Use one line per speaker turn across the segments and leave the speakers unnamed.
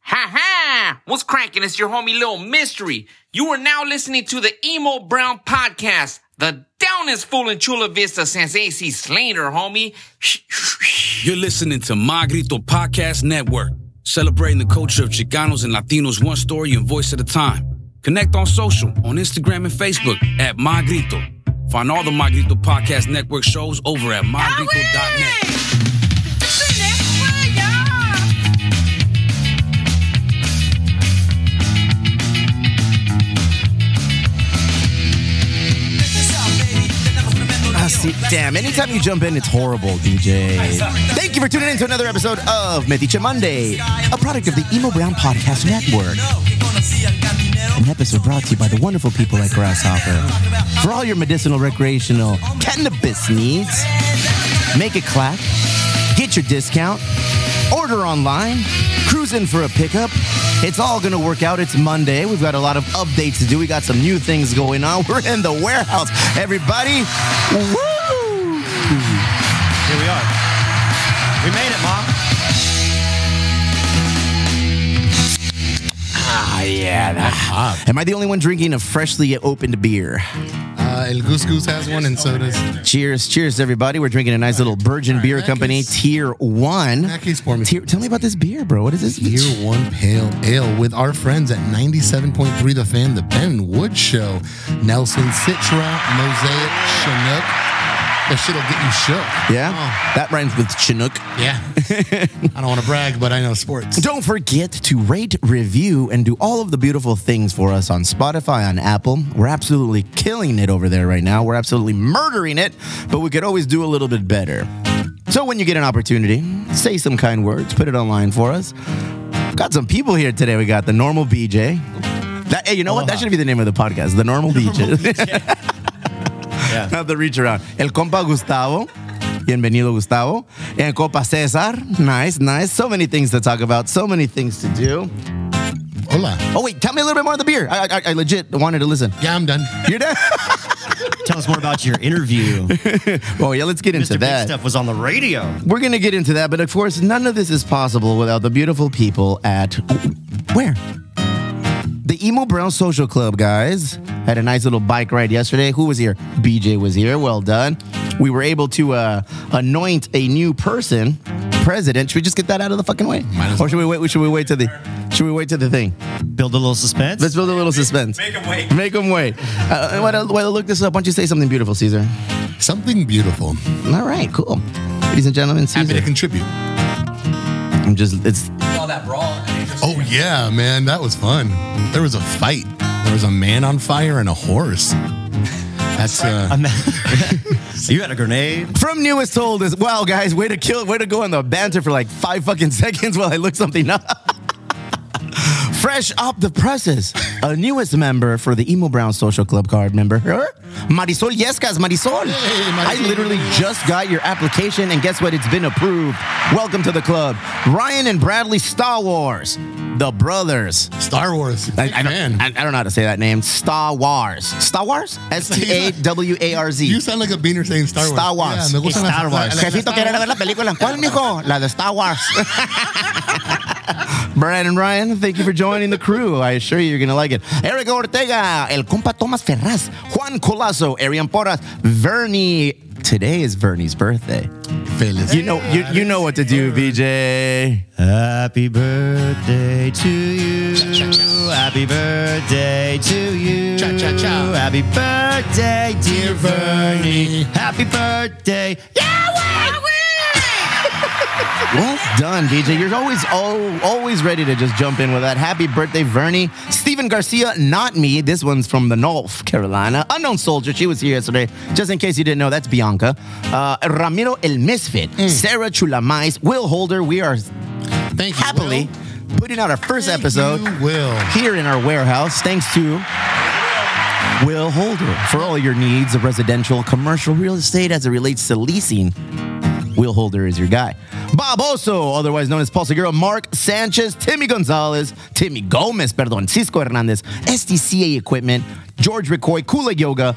Ha ha! What's cracking? It's your homie Little Mystery. You are now listening to the Emo Brown Podcast, the downest fool in Chula Vista since AC Slater, homie.
You're listening to Magrito Podcast Network, celebrating the culture of Chicanos and Latinos one story and voice at a time. Connect on social, on Instagram and Facebook at Magrito. Find all the Magrito Podcast Network shows over at magrito.net.
Ah, see, damn, anytime you jump in, it's horrible, DJ. Thank you for tuning in to another episode of Metiche Monday, a product of the Emo Brown Podcast Network. An episode brought to you by the wonderful people at Grasshopper. For all your medicinal, recreational, cannabis needs, make it clap, get your discount, order online, cruise in for a pickup. It's all gonna work out. It's Monday. We've got a lot of updates to do. We got some new things going on. We're in the warehouse, everybody. Woo!
Here we are. We made it, Mom.
Ah, yeah. Am I the only one drinking a freshly opened beer?
Uh, El Goose Goose has one and so does.
Cheers, cheers, everybody. We're drinking a nice little Virgin Beer
that
Company
case-
Tier 1.
that case for me.
Tier, tell me about this beer, bro. What is this?
Year one pale ale with our friends at 97.3 The Fan, The Ben Wood Show, Nelson Citra, Mosaic, Chinook. That shit'll get you shook. Oh,
Yeah? That rhymes with Chinook.
Yeah. I don't want to brag, but I know sports.
Don't forget to rate, review, and do all of the beautiful things for us on Spotify, on Apple. We're absolutely killing it over there right now. We're absolutely murdering it, but we could always do a little bit better. So when you get an opportunity, say some kind words, put it online for us. Got some people here today. We got the normal BJ. That, hey, you know what? That should be the name of the podcast, the normal BJ. Not the reach around. El compa Gustavo. Bienvenido, Gustavo. And compa Cesar. Nice, nice. So many things to talk about. So many things to do.
Hola.
Oh wait, tell me a little bit more of the beer. I, I, I legit wanted to listen.
Yeah, I'm done.
You're done.
Tell us more about your interview.
oh yeah, let's get into
Mr. Big
that.
Stuff was on the radio.
We're gonna get into that, but of course, none of this is possible without the beautiful people at where. The Emo Brown Social Club guys had a nice little bike ride yesterday. Who was here? BJ was here. Well done. We were able to uh, anoint a new person, president. Should we just get that out of the fucking way, or should we wait? Should we wait to the? Should we wait to the thing?
Build a little suspense.
Let's build a little suspense. Make them wait. Make them wait. Uh, while, I, while I look this up, why don't you say something beautiful, Caesar?
Something beautiful.
All right, cool. Ladies and gentlemen,
Happy to
Caesar.
contribute.
I'm just, it's,
Oh, yeah, man. That was fun. There was a fight. There was a man on fire and a horse. That's uh,
you had a grenade.
from newest to oldest. Wow, guys, way to kill, way to go on the banter for like five fucking seconds while I look something up. Fresh off the presses, a newest member for the Emo Brown Social Club card member, her, Marisol Yescas. Marisol, I literally just got your application, and guess what? It's been approved. Welcome to the club, Ryan and Bradley Star Wars, the brothers.
Star Wars.
I, I, don't,
man.
I, I don't know how to say that name. Star Wars. Star Wars? S T A W A R Z.
You sound like a beaner saying Star Wars.
Star Wars.
Yeah, me gustan las-
Star Wars.
la- la-
Jefito
la-
quiere ver la película. ¿Cuál, mijo? La de Star Wars. Brandon Ryan, thank you for joining the crew. I assure you, you're going to like it. Eric Ortega, El Compa Tomas Ferraz, Juan Colazo, Arian Porras, Vernie. Today is Vernie's birthday.
Feliz-
You know, you, you know what to do, BJ.
Happy birthday to you. Happy birthday to you.
Cha, cha, cha.
Happy birthday, dear Vernie. Happy birthday.
Well done, DJ. You're always oh, always ready to just jump in with that. Happy birthday, Vernie. Steven Garcia, not me. This one's from the North Carolina. Unknown soldier. She was here yesterday. Just in case you didn't know, that's Bianca. Uh, Ramiro El Misfit,
Mm.
Sarah Chulamais, Will Holder. We are
Thank you.
happily
Will.
putting out our first
Thank
episode
you, Will.
here in our warehouse, thanks to Will Holder for all your needs of residential, commercial real estate as it relates to leasing. Will Holder is your guy. Bob Oso, otherwise known as Paul Segura, Mark Sanchez, Timmy Gonzalez, Timmy Gomez, perdón, Cisco Hernandez, STCA Equipment, George Ricoy, Kula Yoga,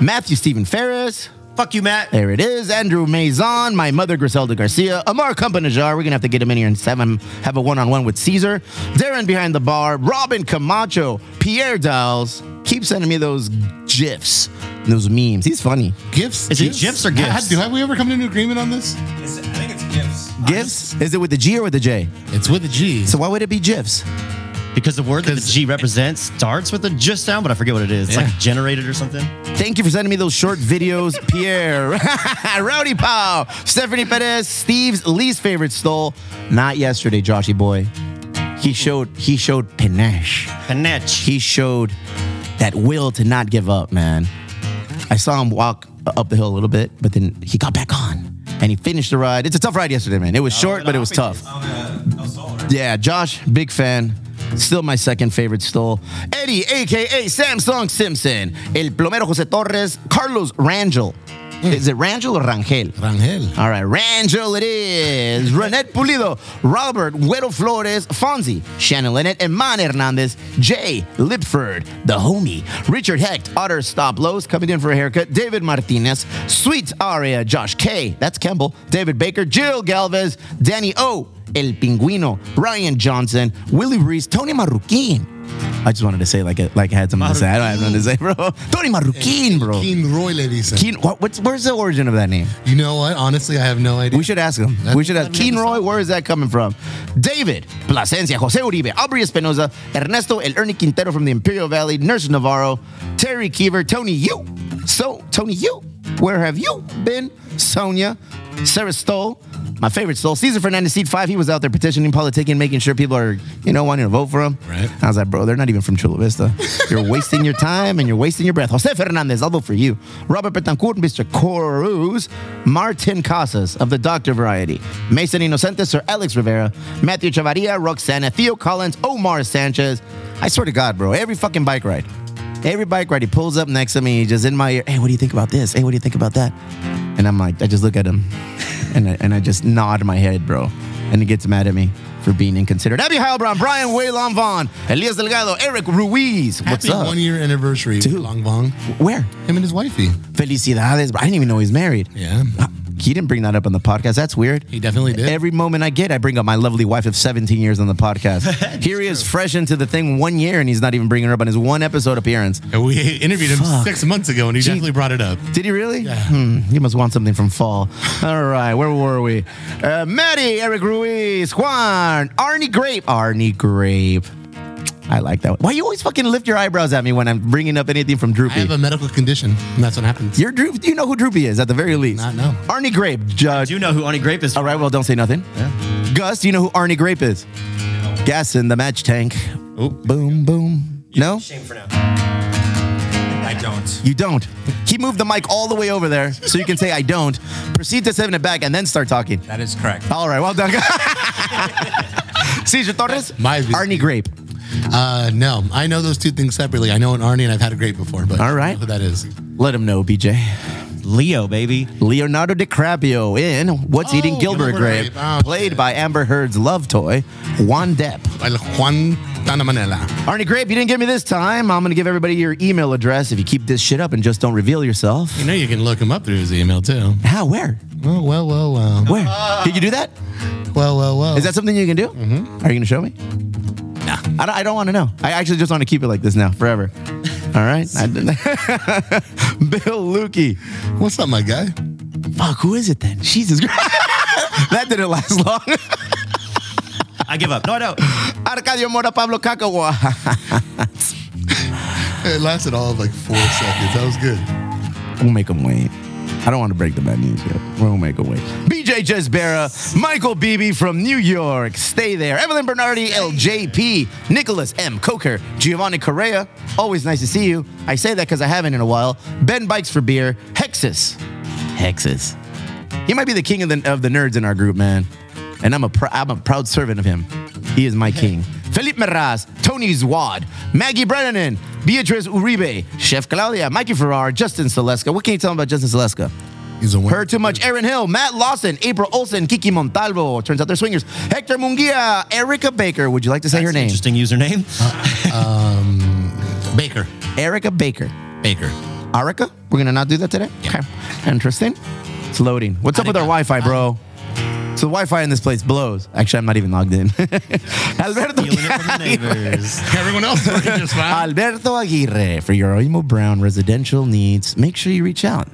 Matthew Stephen Ferris,
Fuck you, Matt.
There it is. Andrew Maison, my mother Griselda Garcia, Amar Companijar. We're gonna have to get him in here and have him have a one-on-one with Caesar. Darren behind the bar, Robin Camacho, Pierre Dials. Keep sending me those gifs, those memes. He's funny.
Gifts.
Is it gifs or gifts?
do have we ever come to an agreement on this?
It's, I think it's gifts.
Gifs? Is it with the G or with the J?
It's with a G.
So why would it be gifs?
Because the word that the G represents starts with a just sound, but I forget what it is. It's like generated or something.
Thank you for sending me those short videos, Pierre, Rowdy Pow, Stephanie Perez, Steve's least favorite stole. Not yesterday, Joshy boy. He showed he showed panache.
Panetch.
He showed that will to not give up, man. I saw him walk up the hill a little bit, but then he got back on and he finished the ride. It's a tough ride yesterday, man. It was short, but it was tough.
I'm uh, El Sol, right?
Yeah, Josh, big fan. Still my second favorite stole. Eddie, aka Samsung Simpson, El Plomero Jose Torres, Carlos Rangel. Is it Rangel or Rangel?
Rangel.
All right, Rangel it is. Renette Pulido, Robert Güero Flores, Fonzie, Shannon Lynette, and Man Hernandez, Jay Lipford, the homie, Richard Hecht, Otter Stop Lows coming in for a haircut, David Martinez, Sweet Aria, Josh K, that's Kemble, David Baker, Jill Galvez, Danny O, El Pinguino, Ryan Johnson, Willie Reese, Tony Marroquin. I just wanted to say like it, like I had something to say. I don't have nothing to say, bro. Tony Marroquin, bro.
King Roy, le dicen.
Keen, what, what's, where's the origin of that name?
You know what? Honestly, I have no idea.
We should ask him.
That-
we should ask
that makes
Keen Roy.
sense.
Where is that coming from? David Plasencia, Jose Uribe, Aubrey Espinoza, Ernesto El Ernie Quintero from the Imperial Valley, Nurse Navarro, Terry Keever, Tony You. So Tony You, where have you been? Sonia, Sarah Stoll, my favorite Stoll, Cesar Fernandez, seat five. He was out there petitioning, politicking, making sure people are you know wanting to vote for him.
Right.
I was like, bro, they're not even from Chula Vista. You're wasting your time and you're wasting your breath. Jose Fernandez, I'll vote for you. Robert Betancourt, Mr. Cruz, Martin Casas of the Doctor Variety, Mason Inocente, Sir Alex Rivera, Matthew Chavarria, Roxana, Theo Collins, Omar Sanchez. I swear to God, bro, every fucking bike ride. Every bike ride, he pulls up next to me, he's just in my ear, hey, what do you think about this? Hey, what do you think about that? And I'm like, I just look at him and I, and I just nod my head, bro. And he gets mad at me for being inconsiderate. Abby Heilbron, Brian Waylon Vaughn, Elias Delgado, Eric Ruiz. What's
Happy
up?
one year anniversary to Long Vong.
Where?
Him and his wifey.
Felicidades. I didn't even know he's married.
Yeah.
He didn't bring that up on the podcast. That's weird.
He definitely did.
Every moment I get, I bring up my lovely wife of 17 years on the podcast. Here he is, fresh into the thing one year, and he's not even bringing her up on his one episode appearance.
And we interviewed him six months ago and he definitely brought it up.
Did he really? Hmm, he must want something from fall. All right, where were we? Uh, Maddie, Eric Ruiz, Juan, Arnie Grape. Arnie Grape. I like that one. Why you always fucking lift your eyebrows at me when I'm bringing up anything from Droopy?
I have a medical condition and that's what happens.
You're Droop. You know who Droopy is at the very least.
not know.
Arnie Grape. Judge.
Do you know who Arnie Grape is?
All right. Well, don't say nothing. Gus, do you know who Arnie Grape is? Gas in the match tank. Boom, boom. No,
Shame for now. I don't.
you don't. Keep move the mic all the way over there so you can say I don't. Proceed to seven it back and then start talking.
That is correct.
All right. Well done. Cesar Torres.
Might be-
Arnie Grape.
Uh, no, I know those two things separately. I know an Arnie and I've had a grape before, but
All right.
I don't know who that is.
Let him know, BJ.
Leo, Oh, baby.
Leonardo DiCaprio in What's Eating
Oh,
Gilbert
Gilbert
Grape,
Grape. Ah,
Oh,
played
okay.
by Amber Heard's love toy, Juan Depp.
El Juan Tanamanela.
Arnie Grape, you didn't give me this time. I'm gonna give everybody your email address if you keep this shit up and just don't reveal yourself.
You know you can look him up through his email too.
How? Where?
Oh, well, well, well.
Where? Can you do that?
Well, well, well.
Is that something you can do? Mm-hmm. Are you gonna show me? No. I don't, I don't want to know. I actually just want to keep it like this now forever. All right. I didn't- Bill Lukey.
What's up, my guy?
Fuck. Who is it then? Jesus Christ. that didn't last long.
I give up. No, I don't.
Arcadio Mora Pablo Cacawa.
It lasted all of like four seconds. That was good.
We'll make them wait. I don't want to break the bad news yet. We'll make them wait. BJ Jesbera, Michael Beebe from New York. Stay there. Evelyn Bernardi, LJP, Nicholas M. Coker, Giovanni Correa. Always nice to see you. I say that because I haven't in a while. Ben Bikes for Beer, Hexus. Hexus. He might be the king of the, of the nerds in our group, man. And I'm a, pr- I'm a proud servant of him. He is my king. Felipe Meraz, Tony Zwad, Maggie Brennan, Beatriz Uribe, Chef Claudia, Mikey Ferrar, Justin Seleska. What can you tell me about Justin Seleska?
He's a winner.
Heard too much. Aaron Hill, Matt Lawson, April Olsen, Kiki Montalvo. Turns out they're swingers. Hector Munguia, Erica Baker. Would you like to say her
That's an
name?
Interesting username.
Baker.
Erica Baker.
Baker.
Arica? We're gonna not do that today. Okay. Interesting. It's loading. What's up with our Wi-Fi, bro? So the Wi-Fi in this place blows. Actually, I'm not even logged in. Alberto,
Stealing it from the neighbors.
Everyone else is working just fine.
Alberto Aguirre for your Oimo Brown residential needs. Make sure you reach out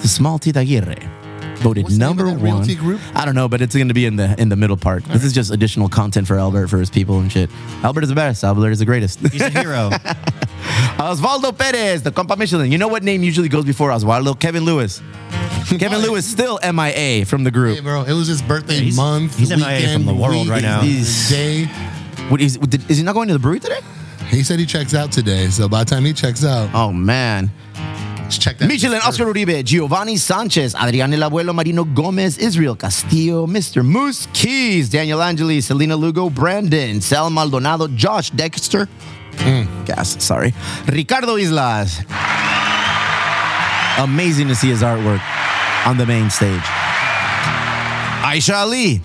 to Small Teeth Aguirre. Voted
What's the name of
number
that
one.
realty group?
I don't know, but it's going to be in the in the middle part. this is just additional content for Albert for his people and shit. Albert is the best. Albert is the greatest.
He's a hero.
Osvaldo Perez, the compa Michelin. You know what name usually goes before Osvaldo? Kevin Lewis. Kevin
Oh, yeah.
Lewis still MIA from the group.
Hey, bro, it was his birthday
he's-
month.
he's MIA
weekend,
from the world
week,
right now.
his Day.
What is, what did- is he not going to the brewery today?
He said he checks out today, so by the time he checks out,
Oh man.
let's check that.
Michelin, Oscar Uribe, Giovanni Sanchez, Adrián El Abuelo, Marino Gomez, Israel Castillo, Mr. Moose Keys, Daniel Angeli, Selena Lugo, Brandon, Sal Maldonado, Josh Dexter,
Mm.
Gas, sorry, Ricardo Islas. Amazing to see his artwork on the main stage. Aisha Ali,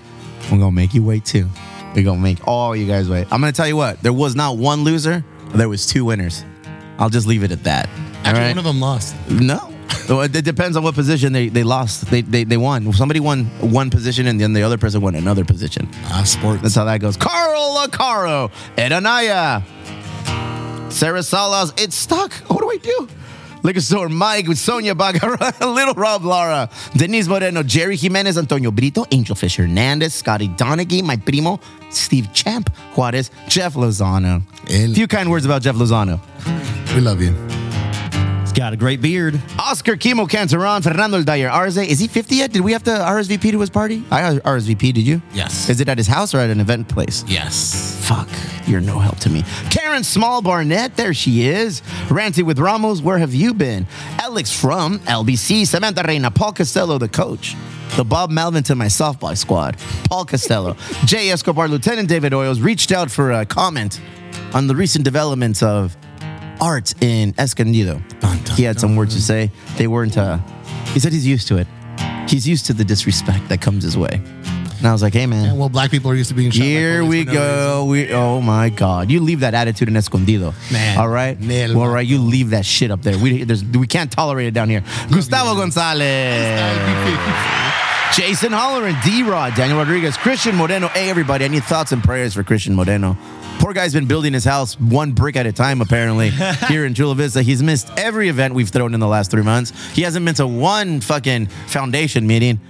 we're gonna make you wait too. We're gonna make all you guys wait. I'm gonna tell you what, there was not one loser, there was two winners. I'll just leave it at that. All
Actually,
right?
one of them lost.
No. Well, It it depends on what position they, they lost. They, they they won. Somebody won one position and then the other person won another position.
Ah, sports.
That's how that goes. Carl Acaro, Edanaya, Sarah Salas, it's stuck. What do I do? Liquor store Mike with Sonia Bagara, Little Rob Lara, Denise Moreno, Jerry Jimenez, Antonio Brito, Angel Fish Hernandez, Scotty Donaghy, my primo, Steve Champ Juarez, Jeff Lozano.
El-
A few kind words about Jeff Lozano.
we love you.
He's got a great beard.
Oscar Kimo Cantaron, Fernando El Dyer Arze. Is he 50 yet? Did we have to RSVP to his party? I RSVP, did you?
Yes.
Is it at his house or at an event place?
Yes.
Fuck, you're no help to me. Karen Small Barnett, there she is. Ranty with Ramos, where have you been? Alex from LBC, Samantha Reina, Paul Costello, the coach. The Bob Melvin to my softball squad, Paul Costello. Jay Escobar, Lieutenant David Oyos, reached out for a comment on the recent developments of art in Escondido. He had some words to say. They weren't, uh, he said he's used to it. He's used to the disrespect that comes his way. And I was like, hey, man.
And well, black people are used to being shot. like
Here we
police for no reason.
go. We oh my god. You leave that attitude in escondido.
Man.
All right.
Nel-
All right. You leave that shit up there. We there's, we can't tolerate it down here. Gustavo Gonzalez. Jason Holleran, D Rod, Daniel Rodriguez, Christian Moreno. Hey, everybody, I need thoughts and prayers for Christian Moreno. Poor guy's been building his house one brick at a time, apparently, here in Chula Vista. He's missed every event we've thrown in the last three months. He hasn't been to one fucking foundation meeting.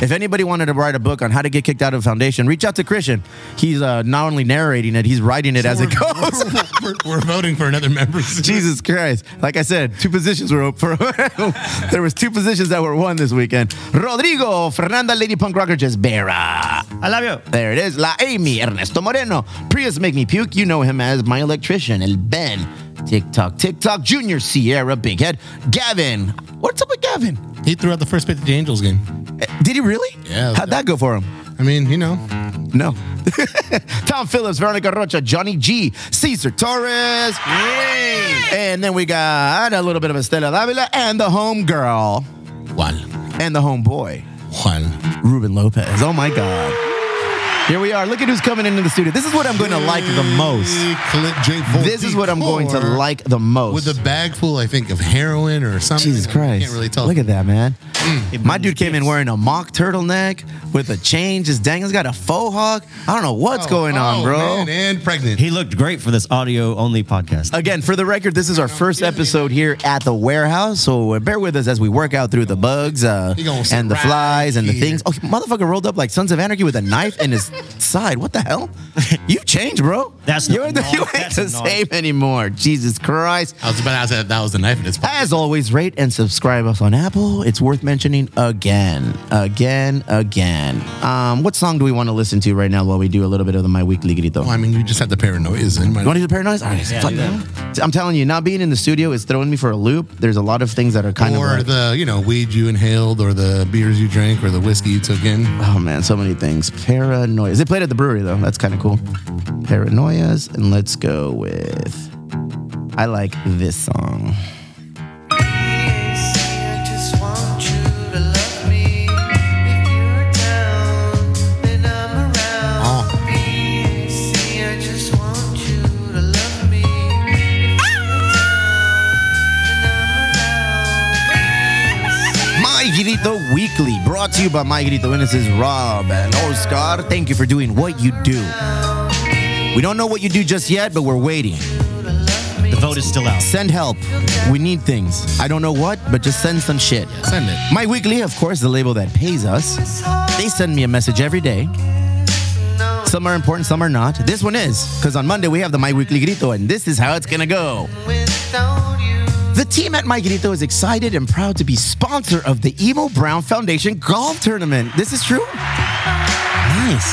If anybody wanted to write a book on how to get kicked out of a foundation, reach out to Christian. He's uh, not only narrating it, he's writing it as it
We're-
goes.
We're, we're- we're voting for another member. soon.
Jesus Christ. Like I said, two positions were up for there was two positions that were won this weekend. Rodrigo Fernanda Lady Punk Rocker Jesbera.
I love you.
There it is. La Amy Ernesto Moreno. Prius Make Me Puke. You know him as my electrician. El Ben. TikTok, TikTok, Junior Sierra, Big Head, Gavin. What's up with Gavin?
He threw out the first pitch of the Angels game.
Eh, Did he really?
Yeah.
How'd that go for him?
I mean, you know,
No. Tom Phillips, Veronica Rocha, Johnny G, Cesar Torres. And then we got a little bit of Estela Davila and the home girl
Juan,
and the home boy,
Juan.
Ruben Lopez. Oh my God. Here we are. Look at who's coming into the studio. This is what I'm going to like the most.
Clip J.
This is what I'm going to
44
like the most.
With a bag full, I think, of heroin or something.
Jesus Christ.
Can't really tell. Mm.
Look at that, man. My dude came in wearing a mock turtleneck with a chain just dangling. He's got a faux hawk. I don't know what's
Oh,
going on,
oh,
bro.
man, and pregnant.
He looked great for this audio only podcast.
Again, for the record, this is our first episode here at the warehouse, so uh, bear with us as we work out through the bugs uh,
He gonna
and the
survive
flies and the
here.
things. Oh, motherfucker rolled up like Sons of Anarchy with a knife in his side. What the hell? You've changed, bro.
That's
you
not
ain't, the,
norm.
you ain't
That's
the
not norm.
same anymore. Jesus Christ.
I was about to say that was the knife in his pocket.
As always, rate and subscribe us on Apple. It's worth mentioning again, again, again. Um, what song do we want to listen to right now while we do a little bit of the My Weekly Grito?
Well, I mean, you just had the paranoias in my
You want to do the paranoid? All right, fuck that. I'm telling you, not being in the studio is throwing me for a loop. There's a lot of things that are kind
or
of like,
the you know weed you inhaled, or the beers you drank, or the whiskey you took in.
oh man, so many things. Paranoia. They played at the brewery though. That's kind of cool. Paranoias, and let's go with. I like this song.
Oh,
brought to you by My Grito, and this is Rob and Oscar. Thank you for doing what you do. We don't know what you do just yet, but we're waiting.
The vote is still out.
Send help. We need things. I don't know what, but just send some shit.
Send it.
My Weekly, of course, the label that pays us, they send me a message every day. Some are important, some are not. This one is, because on Monday we have the My Weekly Grito, and this is how it's gonna go. The team at My Grito is excited and proud to be sponsor of the Emo Brown Foundation Golf Tournament. This is true? Nice.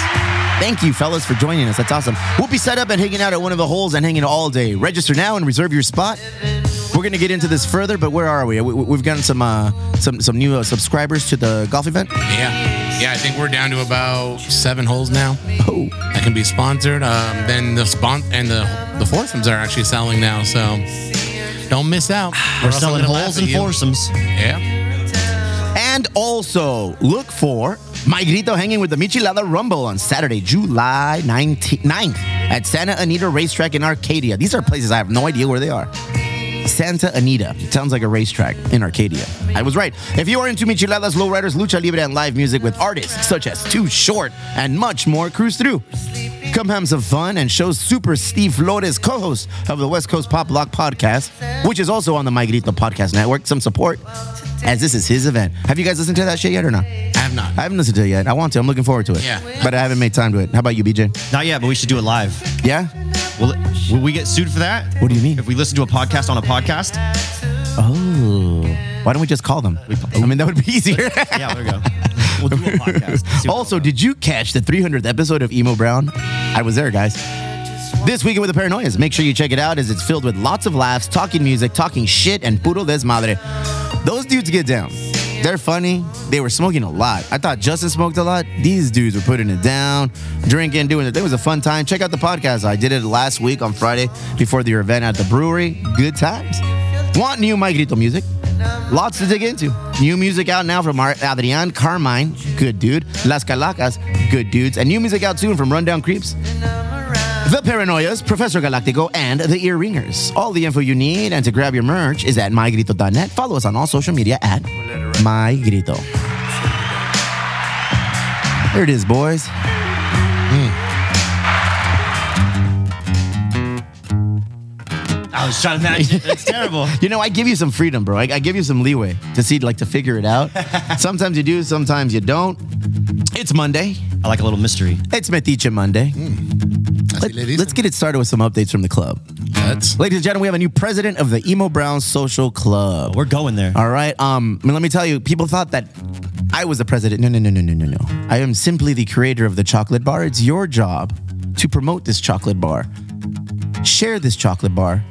Thank you, fellas, for joining us. That's awesome. We'll be set up and hanging out at one of the holes and hanging all day. Register now and reserve your spot. We're gonna get into this further, but where are we? we we- we've gotten some uh, some some new uh, subscribers to the golf event.
Yeah. Yeah, I think we're down to about seven holes now
Oh,
that can be sponsored. Um, then the spon- and the the foursomes are actually selling now, so don't miss out.
We're selling holes and
foursomes.
foursomes.
Yeah.
And also, look for My Grito Hanging with the Michilada Rumble on Saturday, July 19- 9th at Santa Anita Racetrack in Arcadia. These are places I have no idea where they are. Santa Anita. It sounds like a racetrack in Arcadia. I was right. If you are into Micheladas, lowriders, lucha libre, and live music with artists such as Too Short and much more, cruise through. Come have some fun and show Super Steve Flores, co host of the West Coast Pop Lock podcast, which is also on the My Grito Podcast Network, some support as this is his event. Have you guys listened to that shit yet or not?
I have not.
I haven't listened to it yet. I want to. I'm looking forward to it.
Yeah.
But I haven't made time to it. How about you, BJ?
Not yet, but we should do it live.
Yeah?
Will, will we get sued for that?
What do you mean?
If we listen to a podcast on a podcast?
Oh. Why don't we just call them? I mean, that would be easier.
Yeah, there we go. We'll do a podcast. See what
also,
goes on.
did you catch the 300th episode of Emo Brown? I was there, guys. This weekend with the Paranoias. Make sure you check it out as it's filled with lots of laughs, talking music, talking shit, and puro desmadre. Those dudes get down. They're funny. They were smoking a lot. I thought Justin smoked a lot. These dudes were putting it down, drinking, doing it. It was a fun time. Check out the podcast. I did it last week on Friday before the event at the brewery. Good times. Want new My Grito music? Lots to dig into. New music out now from Ar- Adrian Carmine, good dude. Las Calacas, good dudes. And new music out soon from Rundown Creeps, The Paranoias, Professor Galactico, and The Ear Ringers. All the info you need and to grab your merch is at mygrito.net. Follow us on all social media at mygrito. There it is, boys.
I was trying to imagine. It's terrible.
You know, I give you some freedom, bro. I, I give you some leeway to see, like, to figure it out. sometimes you do, sometimes you don't. It's Monday.
I like a little mystery.
It's Metiche Monday. Let,
ladies.
us get it started with some updates from the club.
That's
Ladies and gentlemen, we have a new president of the Emo Brown Social Club.
We're going there.
All right. Um, I mean, let me tell you, people thought that I was the president. No, no, no, no, no, no, no. I am simply the creator of the chocolate bar. It's your job to promote this chocolate bar, share this chocolate bar,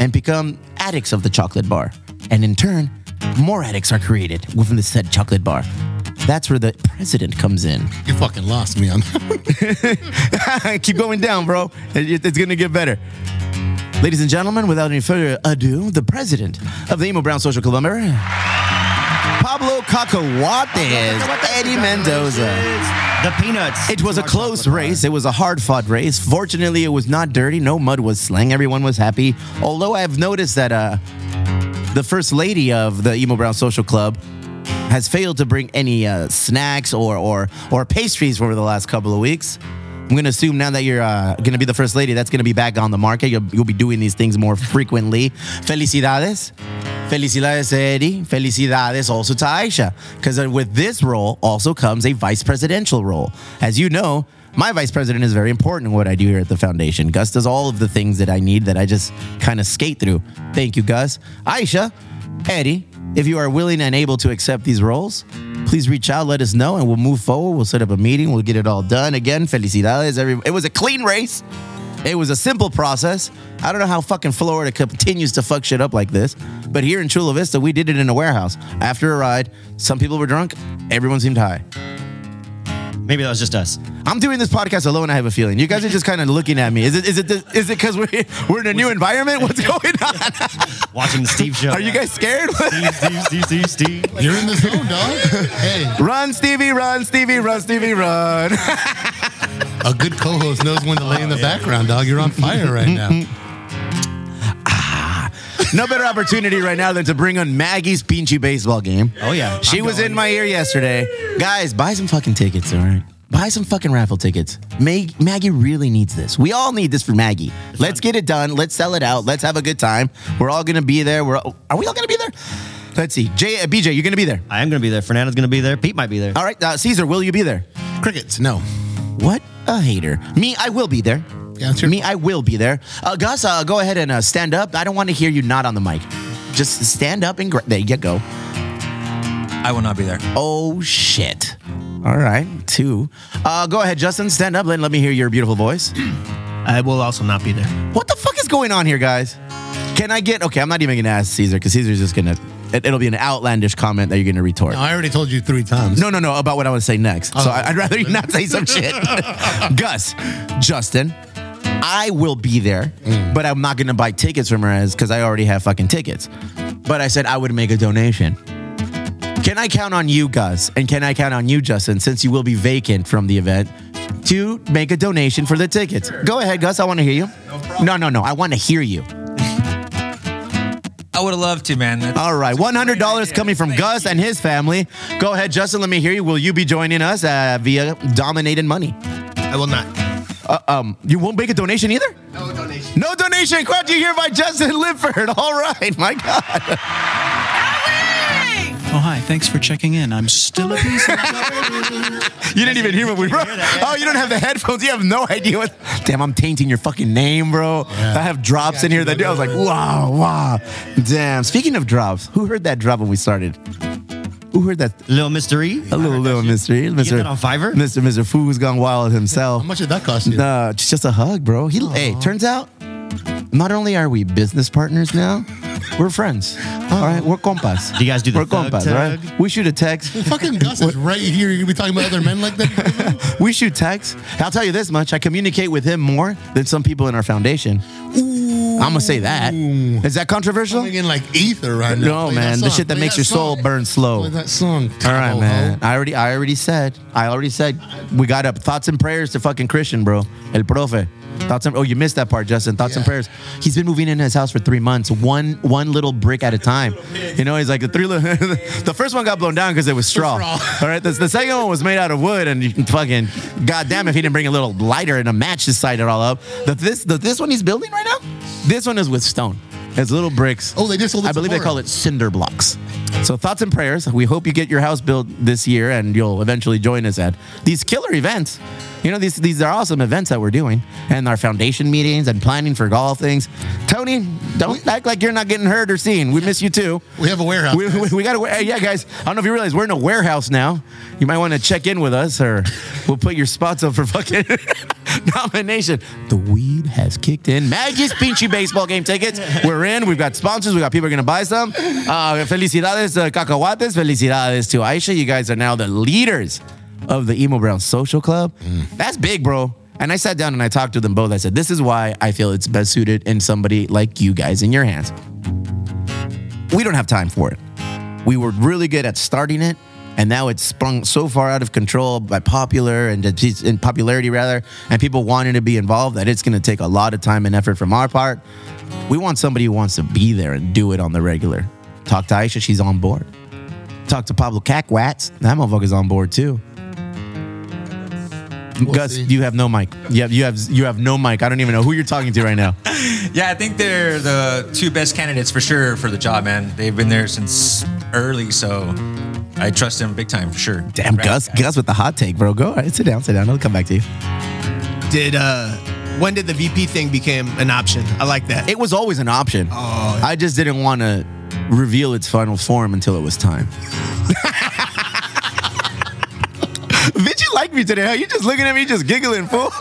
and become addicts of the chocolate bar. And in turn, more addicts are created within the said chocolate bar. That's where the president comes in.
you fucking lost me on that. one.
Keep going down, bro. It- It's going to get better. Ladies and gentlemen, without any further ado, the president of the Emo Brown Social Club member, Pablo Cacahuates, Eddie Mendoza.
The peanuts.
It was a
Our
close
chocolate
race. It was a hard fought race. Fortunately, it was not dirty. No mud was slang. Everyone was happy. Although I've noticed that uh, the first lady of the Emo Brown Social Club has failed to bring any uh, snacks or, or, or pastries over the last couple of weeks. I'm gonna assume now that you're uh, gonna be the first lady, that's gonna be back on the market. You'll, you'll be doing these things more frequently. Felicidades. Felicidades, Eddie. Felicidades also to Aisha. Because with this role also comes a vice presidential role. As you know, my vice president is very important in what I do here at the foundation. Gus does all of the things that I need that I just kind of skate through. Thank you, Gus. Aisha, Eddie, if you are willing and able to accept these roles, please reach out, let us know, and we'll move forward. We'll set up a meeting, we'll get it all done. Again, felicidades. Every- it was a clean race. It was a simple process. I don't know how fucking Florida continues to fuck shit up like this, but here in Chula Vista, we did it in a warehouse. After a ride, some people were drunk, everyone seemed high.
bar. Maybe that was just us.
I'm doing this podcast alone. I have a feeling you guys are just kind of looking at me. Is it is it is it because we're we're in a new environment? What's going on?
Watching the Steve show.
Are you guys scared?
Steve, Steve, Steve, Steve, Steve.
You're in the zone, dog. Hey,
run, Stevie, run, Stevie, run, Stevie, run.
a good co-host knows when to lay in the background, dog. You're on fire right now.
no better opportunity right now than to bring on Maggie's Pinchy baseball game.
Oh, yeah.
She
I'm
was
going.
in my ear yesterday. Guys, buy some fucking tickets, all right? Buy some fucking raffle tickets. Mag- Maggie really needs this. We all need this for Maggie. Let's get it done. Let's sell it out. Let's have a good time. We're all gonna be there. We're all- are we all gonna be there? Let's see. J- uh, BJ, you're gonna be there.
I am going to be there. Fernando's going to be there. Pete might be there.
All right, uh, Caesar, will you be there?
Crickets, no.
What a hater. Me, I will be there.
Yeah, that's your-
Me, I will be there. Uh, Gus, uh, go ahead and uh, stand up. I don't want to hear you not on the mic. Just stand up and gra- there you go.
I will not be there.
Oh shit. All right, two. Uh, go ahead, Justin. Stand up and let me hear your beautiful voice.
I will also not be there.
What the fuck is going on here, guys? Can I get? Okay, I'm not even gonna ask Caesar because Caesar's just gonna. It, it'll be an outlandish comment that you're gonna retort.
I already told you three times.
No, no, no. About what I want to say next. So I, I'd rather you not say some shit. Gus, Justin, I will be there, but I'm not gonna buy tickets from her as because I already have fucking tickets. But I said I would make a donation. Can I count on you, Gus, and can I count on you, Justin, since you will be vacant from the event? To make a donation for the tickets. Go ahead, Gus. I want to hear you. No, no, no. I want to hear you.
I would have loved to, man. That's-
All right, one hundred dollars coming from Gus and his family. Go ahead, Justin. Let me hear you. Will you be joining us uh, via Dominated Money?
I will not.
You won't make a donation either? No donation. No donation. Crowd you hear by Justin Lifford. All right, my God.
Oh, hi. Thanks for checking in. I'm still at peace.
You didn't even hear what we wrote. Oh, you don't have the headphones. You have no idea what. Damn, I'm tainting your fucking name, bro. I have drops in here that do. I was like, wow, wow. Damn. Speaking of drops, who heard that drop when we started? Who heard that?
Little mystery.
A little, little mystery. Mr.
that on Fiverr?
Mr. Mr. Foo's Gone Wild himself.
How much did that cost you?
Uh, it's just a hug, bro. He, hey, turns out, not only are we business partners now, we're friends. All right, we're compas.
Do you guys do the
We're
thug
compas,
tag?
right? We shoot a text.
Fucking Gus is right here. You're gonna be talking about other men like that?
We shoot texts. I'll tell you this much: I communicate with him more than some people in our foundation. I'm gonna say that. Is that controversial?
Coming in like ether right now.
No,
Oh Play that
man. The
song.
shit that
Play
makes your soul
song.
burn slow.
Play that song.
All right,
Tahoe.
man. I already, I already said, I already said, we got up thoughts and prayers to fucking Christian, bro. El profe. Thoughts and oh, you missed that part, Justin. Thoughts and
Yeah.
prayers. He's been moving in his house for three months, one one little brick at a time. You know, he's like the three. Little, the first one got blown down because it was straw. All right, the, the second one was made out of wood, and you fucking goddamn if he didn't bring a little lighter and a match to light it all up. The, this the, this one he's building right now, this one is with stone. It's little bricks.
Oh, they just sold it
I believe they
tomorrow.
call it cinder blocks. So thoughts and prayers. We hope you get your house built this year, and you'll eventually join us at these killer events. You know these these are awesome events that we're doing, and our foundation meetings and planning for golf things. Tony, don't act like you're not getting heard or seen. We miss you too.
We have a warehouse.
We, we, we got to, hey, yeah, guys. I don't know if you realize we're in a warehouse now. You might want to check in with us, or we'll put your spots up for fucking nomination. The weed has kicked in. Maggie's Pinchy baseball game tickets. We're in. We've got sponsors. We got people going to buy some. Uh, felicidades, uh, cacahuates. Felicidades to Aisha. You guys are now the leaders of the Emo Brown Social Club. That's big, bro. And I sat down and I talked to them both. I said, "This is why I feel it's best suited in somebody like you guys in your hands." we don't have time for it. We were really good at starting it, and now it's sprung so far out of control by popular and in popularity rather, and people wanting to be involved that it's going to take a lot of time and effort from our part. We want somebody who wants to be there and do it on the regular. Talk to Aisha, she's on board. Talk to Pablo Cackwatz, that motherfucker's on board too. Gus,
see.
you have no mic. You have, you have you have no mic. I don't even know who you're talking to right now.
Yeah, I think they're the two best candidates for sure for the job, man. They've been there since early, so I trust them big time for sure.
Damn,
Right,
Gus,
guys.
Gus with the hot take, bro. Go, all right, sit down, sit down. I'll come back to you.
Did uh, when did the VP thing became an option? I like that.
It was always an option.
Oh.
I just didn't want to reveal its final form until it was time. Bitch, you like me today, huh? You just looking at me, just giggling, fool.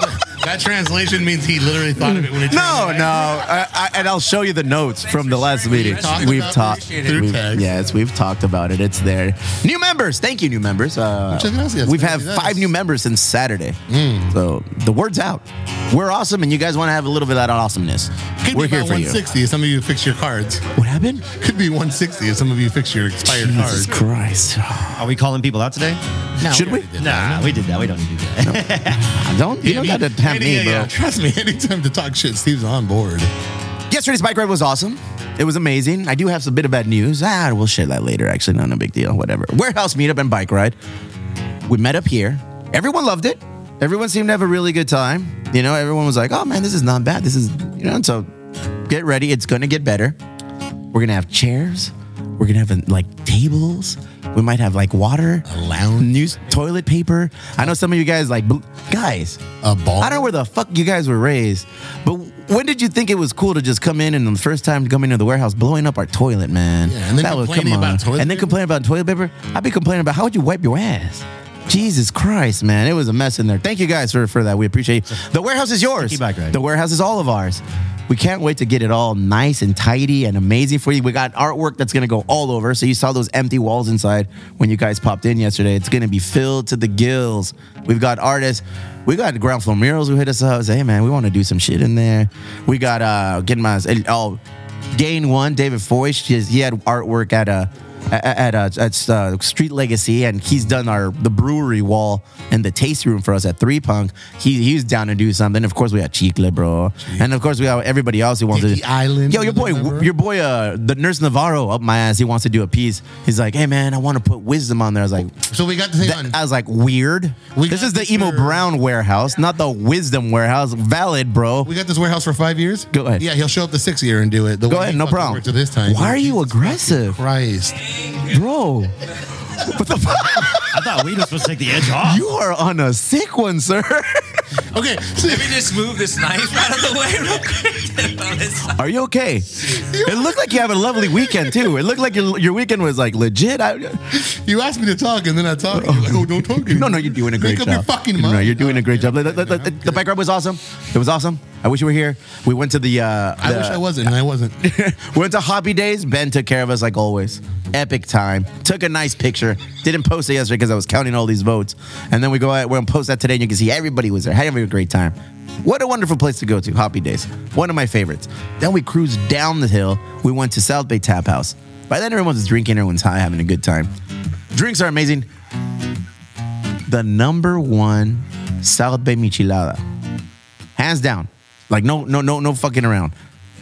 That translation means he literally thought of it when it.
no, no. I, I, and I'll show you the notes from the last meeting.
Talked
We've
about
talked.
it. Through
we've-
text.
yes, we've talked about it. It's there. New members. Thank you, new members. Uh,
Muchas gracias.
We've had
Felicidades.
five new members since Saturday.
Mm.
So the word's out. We're awesome, and you guys want to have a little bit of that awesomeness.
Could
We're
be
here
about
for you.
160 if some of you fix your cards.
What happened?
Could be 160 if some of you fix your expired
Jesus
cards.
Christ.
Are we calling people out today?
Should we?
Nah, we did that. We don't need to do that.
Don't you don't
Yeah,
got
me-
to tempt
any-
me,
yeah,
bro.
yeah, Trust me, anytime to talk shit, Steve's on board.
Yeah. yesterday's bike ride was awesome. It was amazing. I do have some bit of bad news. Ah, we'll share that later. Actually, no, no big deal. Whatever. Warehouse meetup and bike ride. We met up here. Everyone loved it. Everyone seemed to have a really good time. You know, everyone was like, "Oh man, this is not bad. This is you know." So get ready. It's gonna get better. We're gonna have chairs. We're gonna have like tables. We might have like water, a
lounge.
news, toilet paper. I know some of you guys like, bl- guys,
A ball.
I don't know where the fuck you guys were raised, but when did you think it was cool to just come in and the first time to come into the warehouse blowing up our toilet, man?
Yeah, and then complaining about toilet
and then
paper?
complaining about toilet paper. I'd be complaining about how would you wipe your ass. Jesus Christ, man, it was a mess in there. Thank you guys for, for that. We appreciate you. The warehouse is yours.
Sticky bike ride.
The warehouse is all of ours. We can't wait to get it all nice and tidy and amazing for you. We got artwork that's gonna go all over. So you saw those empty walls inside when you guys popped in yesterday. It's gonna be filled to the gills. We've got artists. We got ground floor murals who hit us up. Say, hey man, we want to do some shit in there. We got uh getting my oh Gain One, David Foy. She is, he had artwork at a at at, uh, at uh, Street Legacy, and he's done our the brewery wall and the tasting room for us at Three Punk. He he was down to do something. Of course, we got Chicle, bro, and of course we got everybody else who wants
Dicky
to.
Island,
Yo, your boy,
remember?
your boy, uh, the nurse Navarro up my ass. He wants to do a piece. He's like, hey man, I want to put wisdom on there. I was like.
So we got the thing
That-
Oh, on.
I was like, weird.
We
this
got
is the
this
emo
for-
brown warehouse, not the wisdom warehouse. Valid, bro.
we got this warehouse for five years.
Go ahead.
Yeah, he'll show up the sixth year and do it. The
Go
way
ahead,
he
no
fucking
problem.
worked it this time.
Why are you
Jesus fucking
aggressive?
Christ.
bro. What the fuck?
I thought we were supposed to take the edge off.
You are on a sick one, sir.
Okay. So,
Let me just move this knife out of the way real quick. This-
Are you okay? It looked like you have a lovely weekend too. It looked like your, your weekend was like legit. I,
you asked me to talk, and then I talk. You're like, oh, don't talk. to me.
no, no, you're doing a great
Make
job.
Up your fucking
No,
mind.
you're doing a great job. The, the- the- the- the bike ride was awesome. It was awesome. I wish you were here. We went to the. Uh,
I
the-
wish I wasn't, and I wasn't.
we went to Hobby Days. Ben took care of us like always. Epic time. Took a nice picture. Didn't post it yesterday because I was counting all these votes. And then we go out, we're gonna post that today, and you can see everybody was there, having a great time. What a wonderful place to go to, Hobby Days. One of my favorites. Then we cruised down the hill. We went to South Bay Tap House. By then, everyone's drinking, everyone's high, having a good time. Drinks are amazing. The number one South Bay Michilada hands down. Like no, no, no, no fucking around.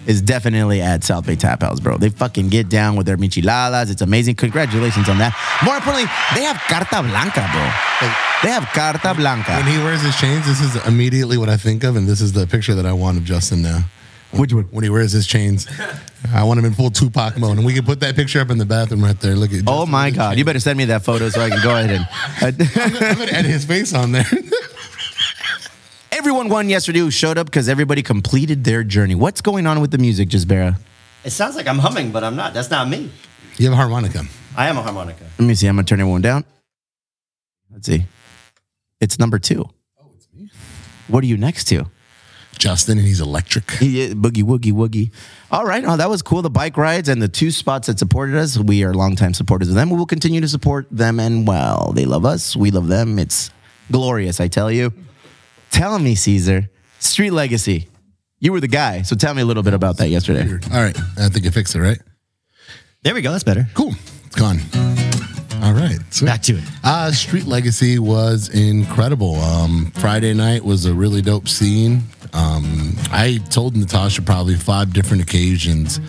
Is definitely at South Bay Tap House, bro. They fucking get down with their micheladas. It's amazing. Congratulations on that. More importantly, they have carta blanca, bro. Like, they have carta
When
blanca.
he wears his chains, this is immediately what I think of, and this is the picture that I want of Justin now.
Which one?
When he wears his chains, I want him in full Tupac mode, and we can put that picture up in the bathroom right there. Look at.
Oh
Justin
my
with his
god! You
chains.
better send me that photo so I can go ahead and.
I'm gonna add his face on there.
Everyone won yesterday who showed up because everybody completed their journey. What's going on with the music, Jisbera?
It sounds like I'm humming, but I'm not. That's not me.
you have a harmonica.
I am a harmonica.
Let me see. I'm gonna turn everyone down. Let's see. It's number two. Oh, it's me. What are you next to?
Justin, and he's electric.
Yeah, boogie woogie woogie. All right, oh, that was cool. The bike rides and the two spots that supported us. We are longtime supporters of them. We will continue to support them, and well, they love us. We love them. It's glorious, I tell you. Tell me, Caesar, Street Legacy. You were the guy, so tell me a little bit about that yesterday.
All right, I think you fixed it, right?
There we go. That's better.
Cool, it's gone. All right, sweet.
Back to it.
Uh, Street Legacy was incredible. Um, Friday night was a really dope scene. Um, I told Natasha probably five different occasions.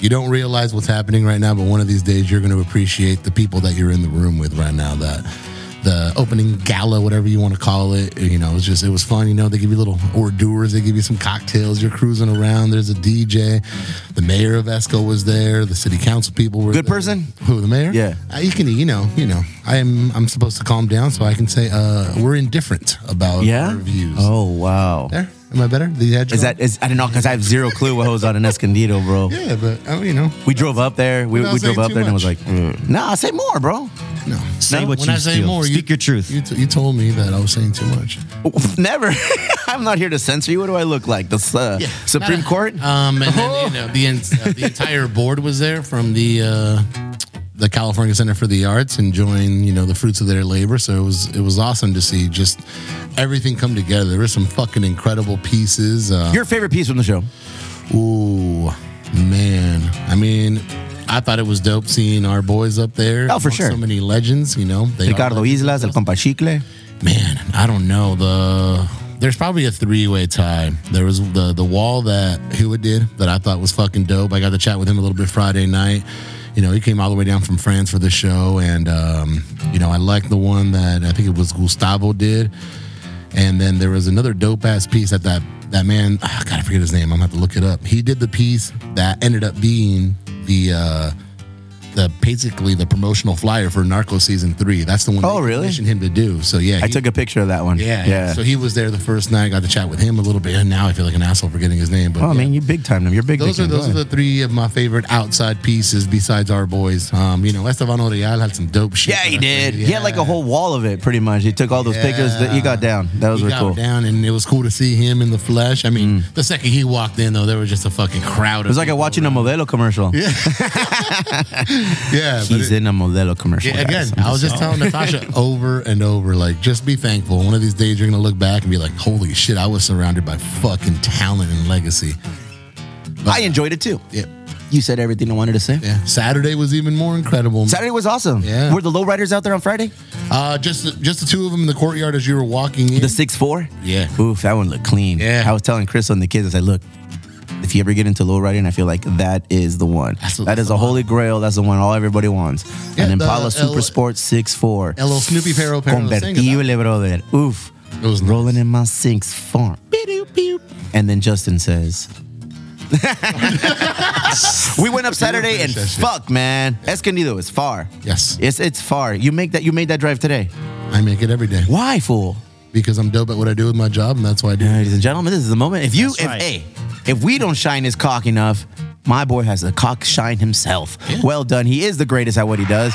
You don't realize what's happening right now, but one of these days you're going to appreciate the people that you're in the room with right now. That the opening gala, whatever you want to call it, you know, it was just it was fun. You know, they give you little hors d'oeuvres, they give you some cocktails. You're cruising around. There's a DJ. The mayor of Esco was there. The city council people were
Good
there.
person?
Who the mayor?
Yeah.
Uh, you can, you know, you know. I am. I'm supposed to calm down, so I can say uh, we're indifferent about
Yeah.
our views.
Oh wow.
There. Am I better? The edge
Is that is I don't know because I have zero clue what goes on in Escondido, bro.
Yeah, but I mean, you know,
We drove up there. We,
Without
we drove
saying
up
too
there and it was like,
much.
mm. nah, say more, bro.
no.
Say
No,
what
when
you
I say
feel.
more, you-
Speak your truth.
You, t- you told me that I was saying too much.
Never. I'm not here to censor you. What do I look like? The uh, Supreme Court?
Um, and then, you know, the en- uh, the entire board was there from the uh, the California Center for the Arts, enjoying you know the fruits of their labor. So it was it was awesome to see just everything come together. There were some fucking incredible pieces. Uh,
Your favorite piece from the show?
Ooh, man. I mean, I thought it was dope seeing our boys up there.
Oh, for
amongst
sure.
So many legends, you know. They are
Ricardo
legends.
Islas, El Compa Chicle.
Man, I don't know the. there's probably a three way tie. There was the the wall that Hewitt did that I thought was fucking dope. I got to chat with him a little bit Friday night. You know, he came all the way down from France for the show, and um, you know, I liked the one that I think it was Gustavo did. And then there was another dope ass piece that that that man. ah, God, I forget his name. I'm gonna have to look it up. He did the piece that ended up being the. uh the basically the promotional flyer for Narco season three. That's the one.
Oh,
they
really?
commissioned him to do. So yeah,
I
he-
took a picture of that one.
yeah,
yeah.
So he was there the first night. Got to chat with him a little bit, and now I feel like an asshole for getting his name. But
oh
yeah.
man, you big time them. You're big.
those are
time.
those are the three of my favorite outside pieces besides our boys. Um, you know, Estevano Real had some dope shit.
Yeah,
that
he
I created.
did. He had like a whole wall of it, pretty much. He took all those pictures that you got down. That was
He
really
got
cool. Mm.
down, and it was cool to see him in the flesh. I mean, the second he walked in, though, there was just a fucking crowd.
It was like a watching a Modelo commercial. Yeah,
yeah, but
He's
it-
in a Modelo commercial.
Yeah, again,
guys. I'm
I was just telling Natasha over and over, like, just be thankful. One of these days, you're gonna look back and be like, "Holy shit, I was surrounded by fucking talent and legacy."
I enjoyed it too.
Yeah,
You said everything I wanted to say.
yeah. Saturday was even more incredible.
Saturday was awesome.
Yeah.
Were the lowriders out there on Friday?
Uh, just the, just the two of them in the courtyard as you were walking in.
The six four.
Yeah.
Oof, that one looked clean.
Yeah.
I was telling Chris and the kids, I said, look, if you ever get into lowriding, I feel like that is the one.
That's
That's
the-
the,
that's the
holy grail. That's the one all everybody wants.
Yeah,
An
the
Impala
L-
Super Sport six four.
El Snoopy Perro Perro Singa,
Convertible, brother. Oof.
It was nice.
rolling in my six four. Pew, pew. And then Justin says. we went up Saturday and
finish that shit.
fuck, man. Escondido is far.
Yes.
It's it's far. You make that you made that drive today.
I make it every day
Why, fool?
because I'm dope at what I do with my job, and that's why I do. it.
Ladies and gentlemen, this is the moment. If you,
That's
if
right.
hey, if we don't shine his cock enough, my boy has the cock shine himself. Well done. He is the greatest at what he does.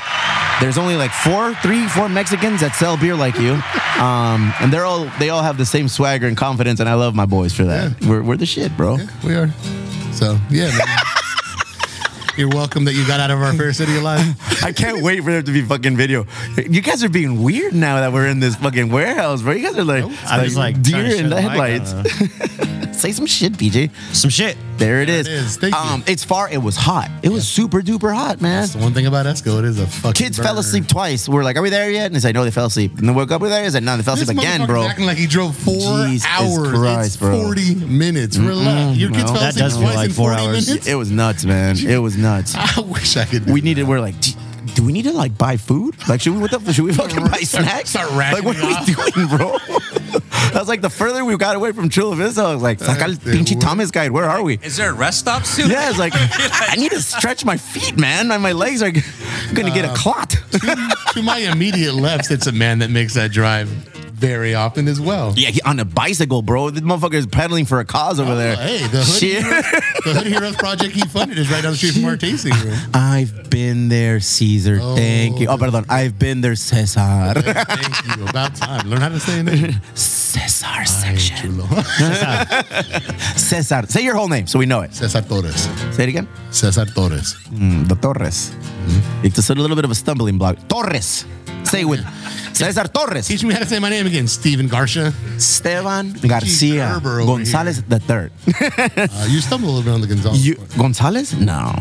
There's only like four, three, four Mexicans that sell beer like you, um, and they're all they all have the same swagger and confidence, and I love my boys for that. We're, we're the shit, bro.
We are. So yeah. man. You're welcome that you got out of our fair city alive.
I can't wait for there to be fucking video. You guys are being weird now that we're in this fucking warehouse, bro. You guys are like,
I was like
deer
trying to show
in the
the mic, I
headlights.
don't
Say some shit, BJ.
Some shit.
There it is.
it is. Thank you.
um, It's far. It was hot. It was super duper hot, man.
That's the one thing about Esco. It is a fucking.
Kids fell
burn.
asleep twice. We're like, "Are we there yet?" And they said, "No, they fell asleep." And then woke up. We're there. Is said, "No, they fell
This
asleep again,
motherfucker's
bro."
Acting like he drove four
Jesus
hours.
Christ,
it's
bro.
forty minutes. Relax. Your kids
well,
fell
that
asleep
does feel
twice
like
in
four
40
hours.
Minutes?
It was nuts, man. It was nuts.
I wish I could. do
We
that.
needed. We're like, "D- "Do we need to like buy food? Like, should we what the, should we fucking buy snacks?
start
like,
racking
what
it
are we
up.
doing, bro?" I was like, the further we got away from Chula Vista, I was like, "Sacal
dude,
pinche
what-
Thomas guide. Where are we?"
Is there a rest stop soon?
Yeah, I was like, I need to stretch my feet, man. My, my legs are gonna
Uh,
get a clot.
to my immediate left, it's a man that makes that drive very often as well.
Yeah, he, on a bicycle, bro. This motherfucker is pedaling for a cause over there.
Oh, Hey, the Hood,
Shit.
Heroes, the Hood Heroes project he funded is right down the street from our tasting room.
I've been there, Caesar. Thank you. Oh, pardon. I've been there, Cesar.
Thank you. About time. Learn how to say it.
Cesar
Hey,
section.
chulo.
Cesar. Say your whole name so we know it.
Cesar Torres.
Say it again.
Cesar Torres.
The Torres. It's just a little bit of a stumbling block. Torres. Say it with Cesar Torres.
Teach me how to say my name again. Steven Garcia.
Esteban Garcia
Gerber over
Gonzalez the third.
Uh, you stumble a little bit on the Gonzalez.
You
part.
Gonzalez? No,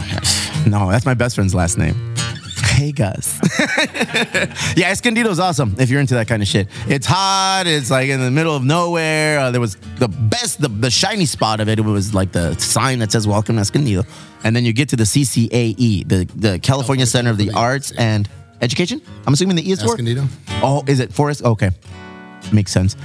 no, that's my best friend's last name. Hey guys, yeah, Escondido's awesome if you're into that kind of shit. It's hot. It's like in the middle of nowhere. Uh, there was the best, the, the shiny spot of it. It was like the sign that says "Welcome to Escondido," and then you get to the CCAE, E, the the California Center of the Arts and Education. I'm assuming the E is for
Escondido.
Oh, is it Forest? Okay. Makes sense.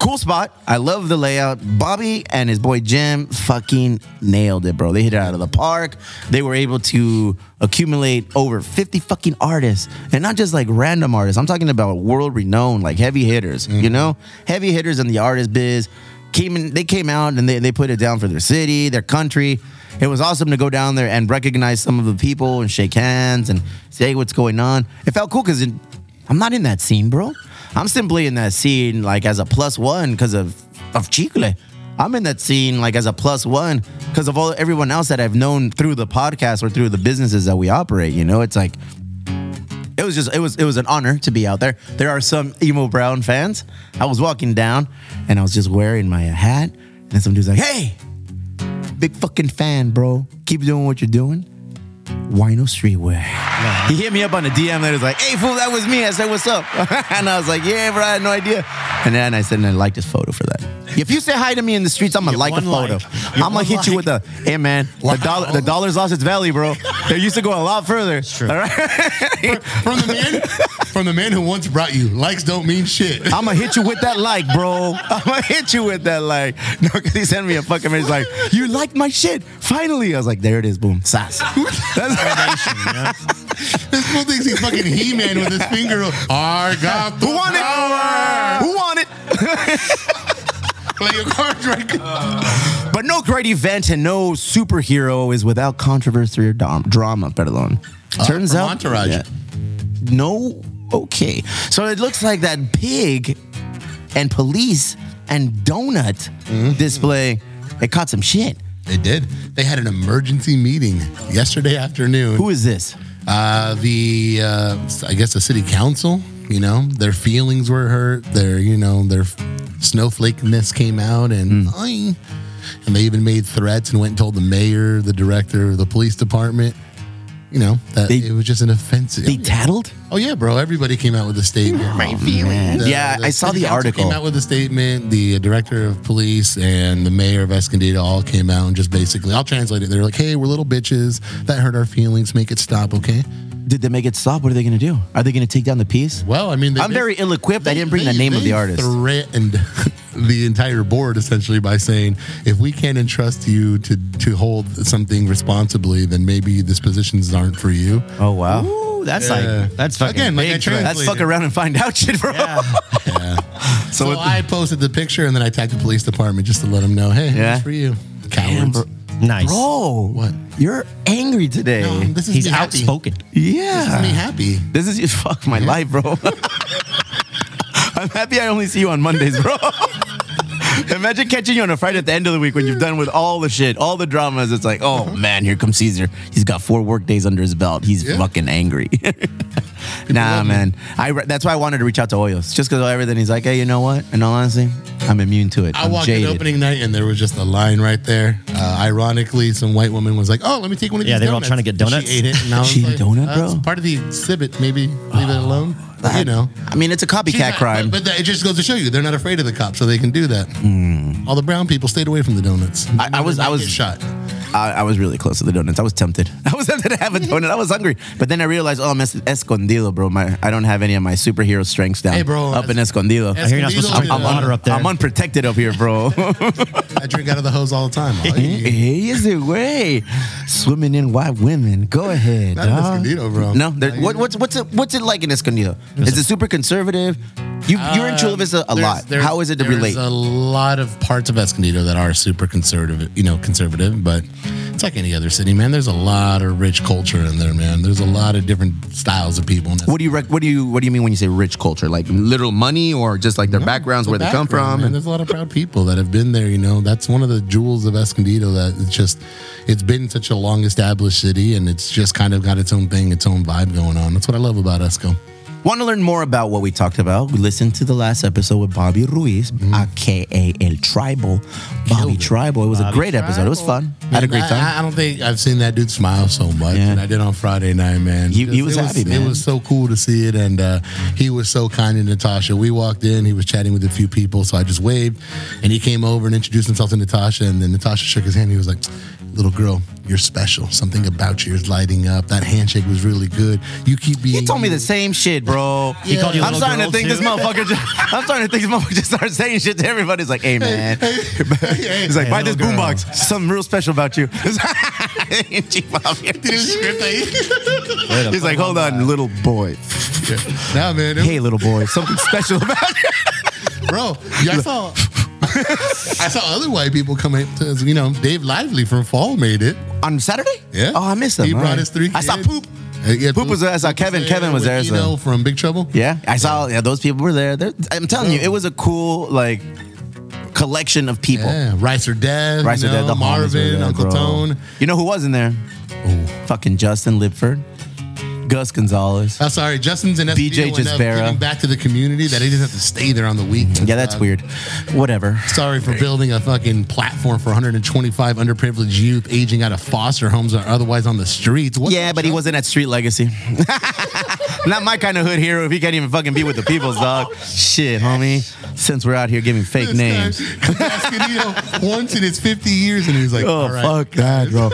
Cool spot. I love the layout. Bobby and his boy Jim fucking nailed it, bro. They hit it out of the park. They were able to accumulate over 50 fucking artists and not just like random artists. I'm talking about world renowned, like heavy hitters, you know? Heavy hitters in the artist biz. Came in, they came out and they, they put it down for their city, their country. It was awesome to go down there and recognize some of the people and shake hands and say what's going on. It felt cool because I'm not in that scene, bro. I'm simply in that scene like as a plus one because of of Chicle. I'm in that scene like as a plus one because of all everyone else that I've known through the podcast or through the businesses that we operate. You know, it's like it was just it was it was an honor to be out there. There are some emo brown fans. I was walking down and I was just wearing my hat, and some dude's like, "Hey, big fucking fan, bro. Keep doing what you're doing." Wino Streetwear. He hit me up on the DM and was like, hey, fool, that was me. I said, what's up? and I was like, yeah, bro, I had no idea. And then I said, and I liked his photo for that. If you say hi to me in the streets, I'm gonna
Get
like a
one
photo.
like. Get
I'm gonna
one
hit you with a, hey man,
Wow.
the dollar, the dollar's lost its value, bro. It used to go a lot further.
true.
All right,
From the man, from the man who once brought you likes don't mean shit.
I'm gonna hit you with that like, bro. I'm gonna hit you with that like. No, because he sent me a fucking message like, you liked my shit. Finally, I was like, there it is, boom, sass. That's-
This fool thinks he's fucking He-Man with his finger. up. I got the
Who won it?
power.
Who won it?
Play your cards right.
But no great event and no superhero is without controversy or dom- drama, perdón. Turns
Uh, from
out,
Entourage.
no, okay. So it looks like that pig and police and donut
Mm-hmm.
display, it caught some shit.
They did. They had an emergency meeting yesterday afternoon.
Who is this?
uh, the uh, I guess the city council. You know, their feelings were hurt. Their you know their snowflakeness came out, and
Hmm.
"Ay." and they even made threats and went and told the mayor, the director, the police department. You know that
They-
it was just an offensive.
They tattled?
oh yeah, bro! Everybody came out with a statement. Oh, My feelings.
Yeah, I saw the article.
Came out with a statement. The director of police and the mayor of Escondido all came out and just basically, I'll translate it. They're like, "Hey, we're little bitches. That hurt our feelings. Make it stop, okay?"
Did they make it stop? What are they gonna do? Are they gonna take down the piece?
Well, I mean, they
I'm
did-
very ill equipped. I
they-
didn't bring
they-
the name of
they
the artist.
Threatened the entire board essentially by saying, if we can't entrust you to to hold something responsibly, then maybe these positions aren't for you.
oh, wow.
Ooh, that's
Yeah.
like that's fucking
Again, like I
big threat.
trans-
That's fuck around and find out shit, bro.
So, I posted the picture and then I tagged the police department just to let them know, hey,
Yeah.
it's for you,
Damn, bro.
cowards.
nice.
Bro,
What?
You're angry today.
No, this is
He's
me happy.
outspoken.
yeah.
This is me happy.
This is just fuck my life, bro. I'm happy I only see you on Mondays, bro. Imagine catching you on a Friday at the end of the week when you've done with all the shit, all the dramas. It's like,
Uh-huh.
oh man, here comes Caesar. He's got four work days under his belt. He's
Yeah.
fucking angry. nah,
love me.
man. I re- that's why I wanted to reach out to Oyos, just because of everything. He's like, hey, you know what? In all honesty, I'm immune to it.
I
I'm
walked
jaded.
in opening night and there was just a line right there. Uh, ironically, some white woman was like, "Oh, let me take one of
Yeah,
these."
they were all
donuts."
trying to get donuts.
She ate it. And I was
She ate a
like,
donut,
"Uh, it's
bro?
part of the exhibit. Maybe leave it alone. But, you know,
I mean, it's a copycat
She's not-
crime.
But, but that- it just goes to show you they're not afraid of the cops, so they can do that. All the brown people stayed away from the donuts.
I- I was- I
They
was-
get shot.
I, I was really close to the donuts. I was tempted. I was tempted to have a donut. I was hungry, but then I realized, oh, I'm es- escondido, bro. My I don't have any of my superhero strengths down.
Hey, bro,
up in
es-
escondido.
I hear you're not supposed to
I'm,
drink
I'm,
water
un-
up there.
I'm unprotected up here, bro.
I drink out of the hose all the time. I'll eat you.
Easy way, swimming in white women. Go ahead.
Not in
dog.
Escondido, bro.
No, there- what, what's what's it what's it like in Escondido? Is it super conservative? You you're in Chula Vista a
Uh, There's-
lot.
there-
How is it to
there's
relate?
a lot of parts of Escondido that are super conservative, you know, conservative, but it's like any other city, man. There's a lot of rich culture in there, man. There's a lot of different styles of people. In
what do you rec- what do you what do you mean when you say rich culture? Like literal money or just like their backgrounds, where they come from?
And there's a lot of proud people that have been there. You know, that's one of the jewels of Escondido. That it's just, it's been such a long established city, and it's just kind of got its own thing, its own vibe going on. That's what I love about Esco.
Want to learn more about what we talked about? Listen to the last episode with Bobby Ruiz, aka El Tribal. Bobby Tribal. Mm-hmm. It was a great episode. It was fun. I had a great
I-
time.
I, I don't think I've seen that dude smile so much,
Yeah.
and I did on Friday night, man.
He- he
Just-
was
it
happy,
It
man.
was so cool to see it, and uh, he was so kind to Natasha. We walked in, he was chatting with a few people, so I just waved, and he came over and introduced himself to Natasha, and then Natasha shook his hand. He was like, "Little girl, you're special. Something about you is lighting up. That handshake was really good. You keep being."
He told me the same shit, bro.
He called you a
I'm
little
starting to
girl,
think this
too?
motherfucker. Just, I'm starting to think this motherfucker just starts saying shit to everybody. He's like, "Hey, man." He's like,
hey,
"Buy this
little girl."
boombox. Something real special about you." Chief Bobby. He's like, "Hold on, little boy.
Nah, man. it-
Hey, little boy. Something special about you."
bro. Yeah, I saw. I saw other white people come in. To, you know, Dave Lively from Fall made it.
On Saturday?
Yeah.
Oh, I missed them.
He
All
brought
right.
his three.
I saw
kids.
poop.
Uh, yeah,
Poop was there. I saw Kevin. Kevin was there,
You
so-
know, from Big Trouble.
Yeah, I saw. Yeah, those people were there. They're, I'm telling you, it was a cool like collection of people.
Yeah, Rice or Dev,
Rice
you
are
know,
dead. The homies
Marvin,
were there,
Uncle
bro.
Tone.
You know who wasn't there? Fucking Justin Lipford, Gus Gonzalez.
I'm sorry, Justin's in
BJ
SBO enough
Gisbera.
giving back to the community that he didn't have to stay there on the weekend.
Yeah, that's
Uh,
weird. Whatever.
Sorry for building a fucking platform for 125 underprivileged youth aging out of foster homes or otherwise on the streets. What
Yeah, but he wasn't at Street Legacy. Not my kind of hood hero if you can't even fucking be with the people's
Oh,
dog. Shit, homie. Since we're out here giving fake names.
Escondido once in his 50 years, and he's like,
Oh,
all right.
fuck that, bro.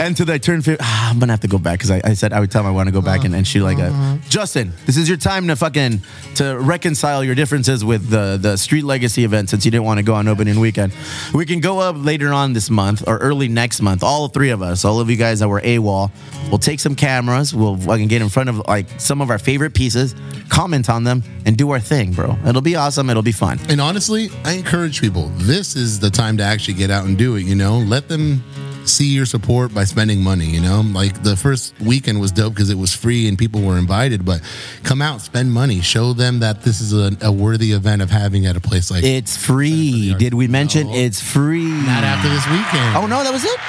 Until they turn 50. Ah, I'm going to have to go back because I, I said I would tell him I want to go back. and, and she, like, uh,
Mm-hmm.
Justin, this is your time to fucking to reconcile your differences with the, the Street Legacy event since you didn't want to go on opening weekend. We can go up later on this month or early next month. All three of us, all of you guys that were AWOL, we'll take some cameras. We'll fucking get in front of like some of our favorite pieces, comment on them, and do our thing, bro. It'll be awesome. It'll be fun.
And honestly, I encourage people. This is the time to actually get out and do it. You know, let them see your support by spending money. You know, like the first weekend was dope because it was free and people were invited. But come out, spend money, show them that this is a, a worthy event of having at a place like.
It's free. Did we mention it's free?
not after this weekend. Uh,
Oh no, that was it.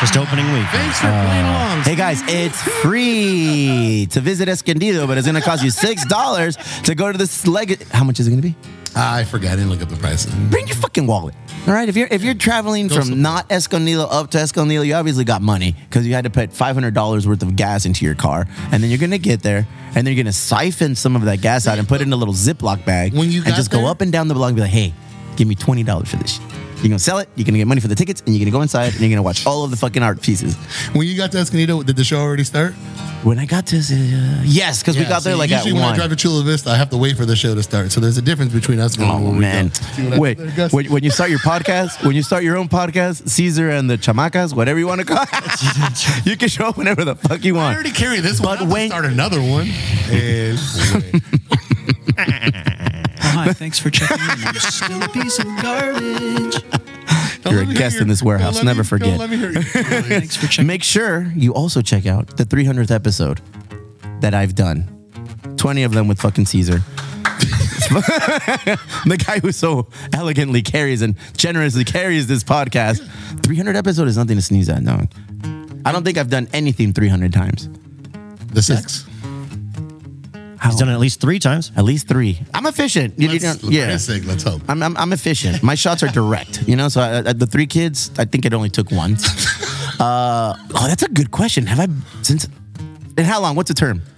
Just opening week.
Thanks for playing along.
Hey guys, it's free to visit Escondido, but it's gonna cost you six dollars to go to this leg. How much is it gonna be?
I forgot. I didn't look up the prices.
Bring your fucking wallet. All right, if you're if you're traveling from
support.
not Escondido up to Escondido, you obviously got money because you had to put five hundred dollars worth of gas into your car, and then you're gonna get there, and then you're gonna siphon some of that gas out and put it in a little Ziploc bag.
When you
and
got
just go
there-
up and down the block and be like, hey, give me twenty dollars for this. Shit. You're gonna sell it. You're gonna get money for the tickets, and you're gonna go inside and you're gonna watch all of the fucking art pieces.
When you got to Escondido, did the show already start?
When I got to, uh, yes, because we
Yeah,
got there
so
like at
usually
one.
when I drive to Chula Vista, I have to wait for the show to start. So there's a difference between us. and
Oh
when we
man!
go. See what I did
Wait,
there, Gus?
when, when you start your podcast, when you start your own podcast, Caesar and the Chamacas, whatever you want to call, it, you can show up whenever the fuck you
I
want.
already carry this one.
But
I'll just
when-
start another one. And
Hi, thanks for checking in. I'm still a piece of garbage.
You're a guest in this warehouse. Never forget.
Thanks for checking.
Make sure you also check out the 300th episode that I've done. 20 of them with fucking Caesar. the guy who so elegantly carries and generously carries this podcast. 300 episode is nothing to sneeze at, no. I don't think I've done anything 300 times.
the sex.
He's done it at least three times.
At least three. I'm efficient. You- you
Let's,
don't- yeah.
let's, let's hope.
I'm, I'm, I'm efficient. My shots are direct, you know. So I, I, the three kids, I think it only took one. Uh, oh, that's a good question. Have I since? And how long? What's the term?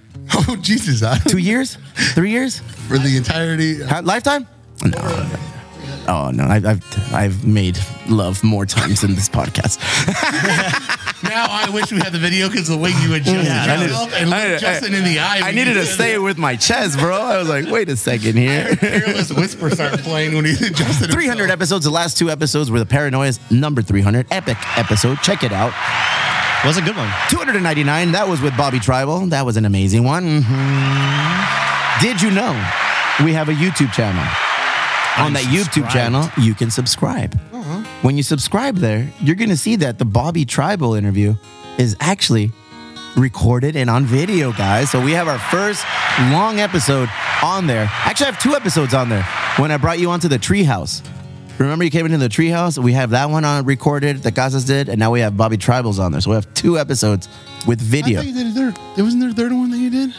Oh Jesus! I,
Two years? Three years?
for the entirety.
How, lifetime? No. Oh no, I, I've I've made love more times than this podcast.
Now I wish we had the video because the way you adjust
Mm. I needed-
yourself and look
I needed-
Justin in the eye.
I
when
needed
you
to
said
say it with my chest, bro. I was like, wait a second here.
that. Fearless whisper start playing when he adjusted.
300 episodes. The last two episodes were the Paranoia's number 300 epic episode. Check it out.
Was a good one.
299. That was with Bobby Tribal. That was an amazing one. Mhm. Did you know we have a YouTube channel? On that YouTube channel, you can subscribe.
Uh-huh.
When you subscribe there, you're going to see that the Bobby Tribal interview is actually recorded and on video, guys. So we have our first long episode on there. Actually, I have two episodes on there. When I brought you onto the treehouse, remember you came into the treehouse? We have that one on recorded that Casas did, and now we have Bobby Tribals on there. So we have two episodes with video.
I thought you did a third. There wasn't there a third one that you did.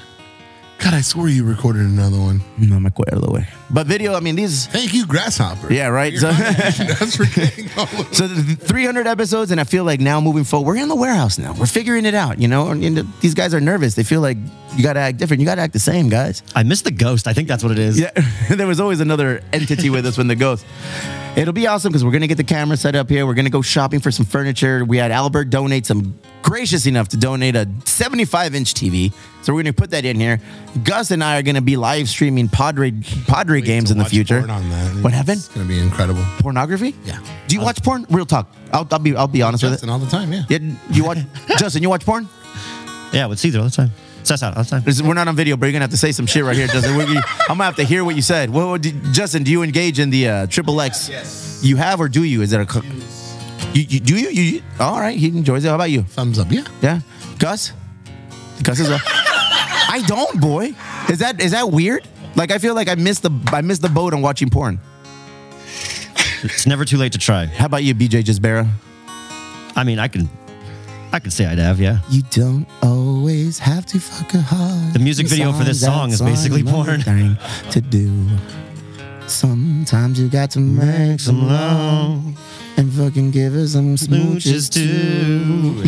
God, I swore you recorded another one.
No me acuerdo, güey. But video, I mean, these.
Thank you, Grasshopper.
Yeah, right.
You're
So,
That's for getting all over.
so the 300 episodes, and I feel like now moving forward, we're in the warehouse now. We're figuring it out, you know? And, and these guys are nervous. They feel like you got to act different. You got to act the same, guys.
I missed the ghost. I think that's what it is.
Yeah, there was always another entity with us when the ghost. It'll be awesome because we're gonna get the camera set up here. We're gonna go shopping for some furniture. We had Albert donate some gracious enough to donate a 75 inch TV, so we're gonna put that in here. Gus and I are gonna be live streaming Padre Padre games
to
in the
watch
future.
porn on that.
What happened?
It's gonna be incredible.
Pornography?
Yeah. Uh,
Do you watch porn? Real talk. I'll, I'll be I'll be honest
Justin
with
all the time. Yeah.
it. Yeah, you watch Justin? You watch porn?
Yeah, with Caesar all the time. Seth's out all the time.
This- We're not on video, but you're gonna have to say some shit right here, Justin. We're gonna- I'm gonna have to hear what you said. What, what did- Justin? Do you engage in the uh, triple X? Yes. You have or do you? Is that a? co- You, you do you, you? you- All right, he enjoys it. How about you?
Thumbs up. Yeah.
Yeah, Gus. Gus is. A, I don't, boy. Is that is that weird? Like I feel like I missed the I missed the boat on watching porn.
It's never too late to try.
How about you, BJ Gisbera?
I mean, I can, I can say I'd have. Yeah.
You don't always have to fuck a hard.
The music video for this song is basically porn.
To do. Sometimes you got to make some love and fucking give her some smooches too.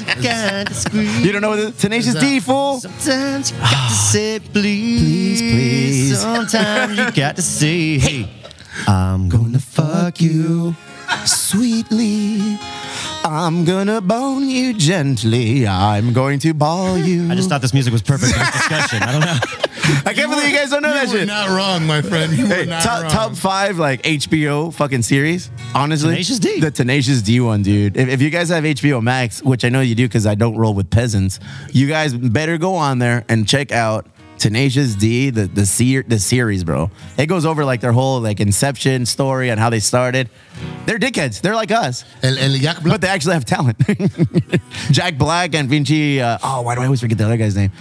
You don't know what this Tenacious D, fool?
Sometimes you got to say please.
Please, please.
Sometimes you got to say, hey, I'm going
Gonna
to
fuck you sweetly. I'm gonna bone you gently. I'm going to ball you.
I just thought this music was perfect for this discussion. I don't know.
I can't believe you guys don't know that
You were
shit.
not wrong, my friend. You
Hey,
were not
top,
wrong.
top five like HBO fucking series. Honestly,
Tenacious D.
the Tenacious D one, dude. If, if you guys have HBO Max, which I know you do because I don't roll with peasants, you guys better go on there and check out Tenacious D, the the, ser- the series, bro. It goes over like their whole like Inception story and how they started. They're dickheads. They're like us,
El, el Yak
but they actually have talent. Jack Black and Vinci. Uh, oh, why do I always forget the other guy's name?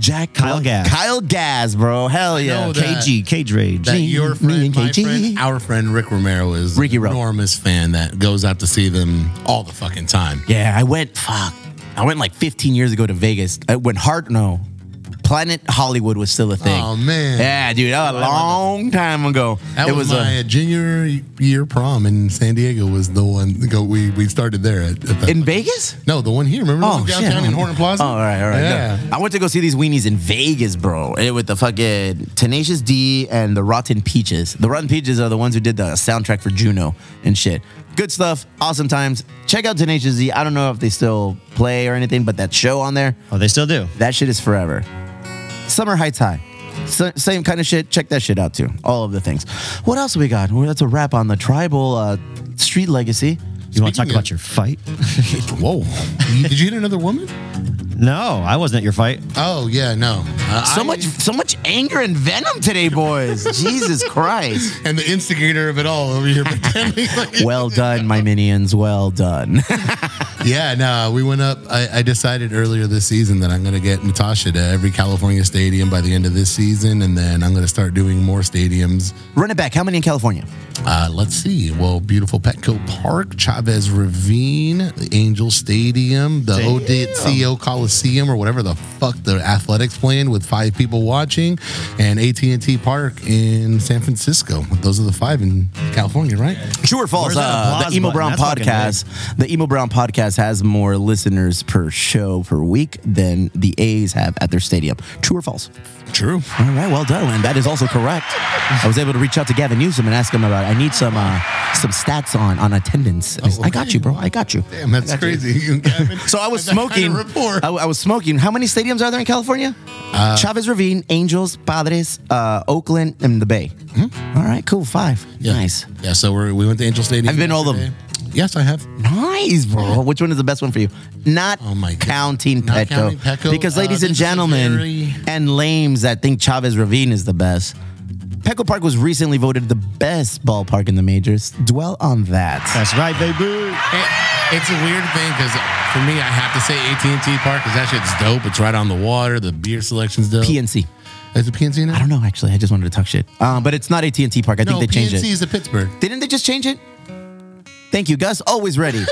Jack
Kyle
Black-
Gass.
Kyle Gaz, bro. Hell yeah.
know that.
KG, Cage Rage.
that your
me
friend,
and
my
KG.
friend, our friend Rick Romero is
Ricky
an
Ro.
enormous fan that goes out to see them all the fucking time.
Yeah, I went. Fuck, I went like 15 years ago to Vegas. I went hard. No, Planet Hollywood was still a thing.
Oh, man.
Yeah, dude, that was a long time ago.
That
it
was,
was, uh,
my
a,
junior year prom in San Diego. Was the one go we we started there at, at that
in Vegas.
No, the one here. Remember the
Oh
one
shit!
downtown in Horton Plaza?
Oh, all right, all right.
Yeah.
No. I went to go see these weenies in Vegas, bro. eh, With the fucking Tenacious D and the Rotten Peaches. The Rotten Peaches are the ones who did the soundtrack for Juno and shit. Good stuff. Awesome times. Check out Tenacious D. I don't know if they still play or anything, but that show on there,
Oh, they still do.
That shit is forever. Summer Heights High. S- same kind of shit. Check that shit out too. All of the things. What else we got? Well, that's a wrap on the tribal uh, street legacy.
You want to talk
Speaking of-
about your fight?
Whoa. You- Did you hit another woman?
No, I wasn't at your fight.
Oh yeah, no. Uh,
So
I-
much, so much anger and venom today, boys. Jesus Christ.
And the instigator of it all over here pretending like
Well done, my minions. Well done.
Yeah, no, we went up. I, I decided earlier this season that I'm going to get Natasha to every California stadium by the end of this season, and then I'm going to start doing more stadiums.
Run it back. How many in California?
Uh, let's see. Well, beautiful Petco Park, Chavez Ravine, the Angel Stadium, the Odetio Coliseum, or whatever the fuck the athletics playing with five people watching, and AT&T Park in San Francisco. Those are the five in California, right?
True or false?
Where's that
Uh,
applause
the Emo
button?
Brown
That's fucking
podcast. The Emo Brown podcast has more listeners per show per week than the A's have at their stadium. True or false?
True.
All right, well done, and that is also correct. I was able to reach out to Gavin Newsom and ask him about. I need some uh, some stats on on attendance. And he's, I got
okay.
you, bro. I got you.
Damn, that's crazy.
So I was
That kind of
smoking.
rapport.
I, I was smoking. How many stadiums are there in California?
Uh,
Chavez Ravine, Angels, Padres, uh, Oakland, and the Bay. All right, cool. Five.
Hmm? Yeah.
Nice.
Yeah, so we're, we went to Angel Stadium.
I've been to all of them.
yesterday. Yes, I have.
Nice, bro. Which one is the best one for you? Not
Oh my God.
counting
Not
Petco.
counting Petco.
Because,
Uh,
ladies
this
and
is a
gentlemen,
very-
and lames that think Chavez Ravine is the best, Petco Park was recently voted the best ballpark in the majors. Dwell on that.
That's right, baby.
It, it's a weird thing because for me, I have to say AT&T Park because that shit's dope. It's right on the water. The beer selection's dope.
PNC.
Is it PNC now?
I don't know, actually. I just wanted to talk shit. Um, but it's not AT&T Park. I
No,
think they changed
PNC
it.
is the Pittsburgh.
Didn't they just change it? Thank you, Gus. Always ready.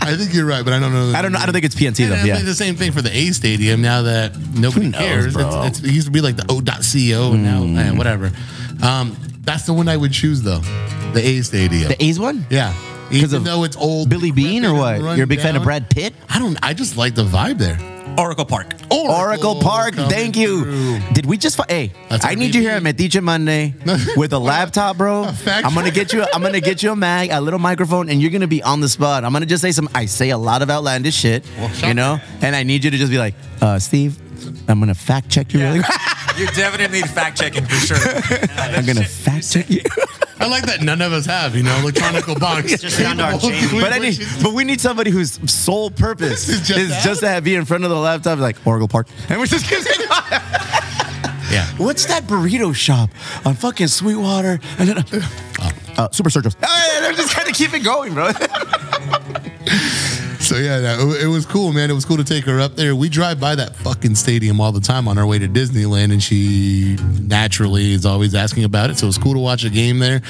I think you're right, but I don't know.
I don't know. I don't think it's PNC
And
though.
I think
Yeah.
the same thing for the A Stadium. Now that nobody
Who knows,
cares,
bro? Mm.
It's, it's, it used to be like the O.co, and now eh, whatever. Um, that's the one I would choose though, the A Stadium.
The A's one?
yeah,
'Cause
even
of
though it's old.
Billy Bean or
decrepit,
what?
run
You're a big fan of
down.
Brad Pitt?
I don't. I just like the vibe there.
Oracle Park.
Oracle, Park.
coming
Thank you.
through.
Did we just? Fi- hey,
That's
I
what
need
we
you here at
need.
Metiche Monday with a laptop, bro.
fact
I'm gonna get you. I'm gonna get you a mag, a little microphone, and you're gonna be on the spot. I'm gonna just say some. I say a lot of outlandish shit, you know. And I need you to just be like, uh, Steve. I'm gonna fact check you really. quick.
You're definitely fact checking for sure.
I'm gonna fact check you.
I like that none of us have, you know, electronic box.
Just down to our chamber.
But I need, but we need somebody whose sole purpose
Is
is
just that?
just, to have you in front of the laptop, like Oracle Park, and we just continue.
yeah.
What's that burrito shop on fucking Sweetwater? And then, uh, uh, Super Sergio's. Hey, they're just trying to keep it going, bro.
So but yeah, no, it, it was cool, man. It was cool to take her up there. We drive by that fucking stadium all the time on our way to Disneyland, and she naturally is always asking about it. So it was cool to watch a game there.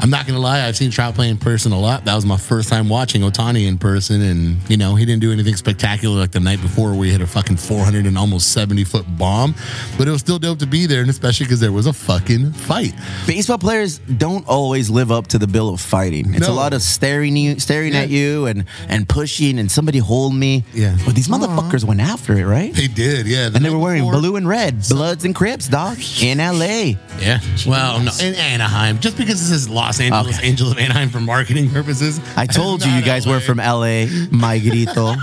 I'm not gonna lie, I've seen Trout play in person a lot. That was my first time watching Otani in person, and you know he didn't do anything spectacular like the night before where he hit a fucking 400 and almost 70 foot bomb. But it was still dope to be there, and especially because there was a fucking fight.
Baseball players don't always live up to the bill of fighting. It's
No.
a lot of staring you, staring
Yeah.
at you, and and pushing, and somebody hold me.
Yeah.
but these motherfuckers went after it, right?
They did, yeah. The
And they
night
were wearing
before-
blue and red, Bloods and Crips, dog, in L.A.
Yeah. Well, no, in Anaheim, just because this is Los Angeles,
Okay.
Angel of Anaheim for marketing purposes.
I told you, you
Not
guys were
LA.
from L.A. My grito.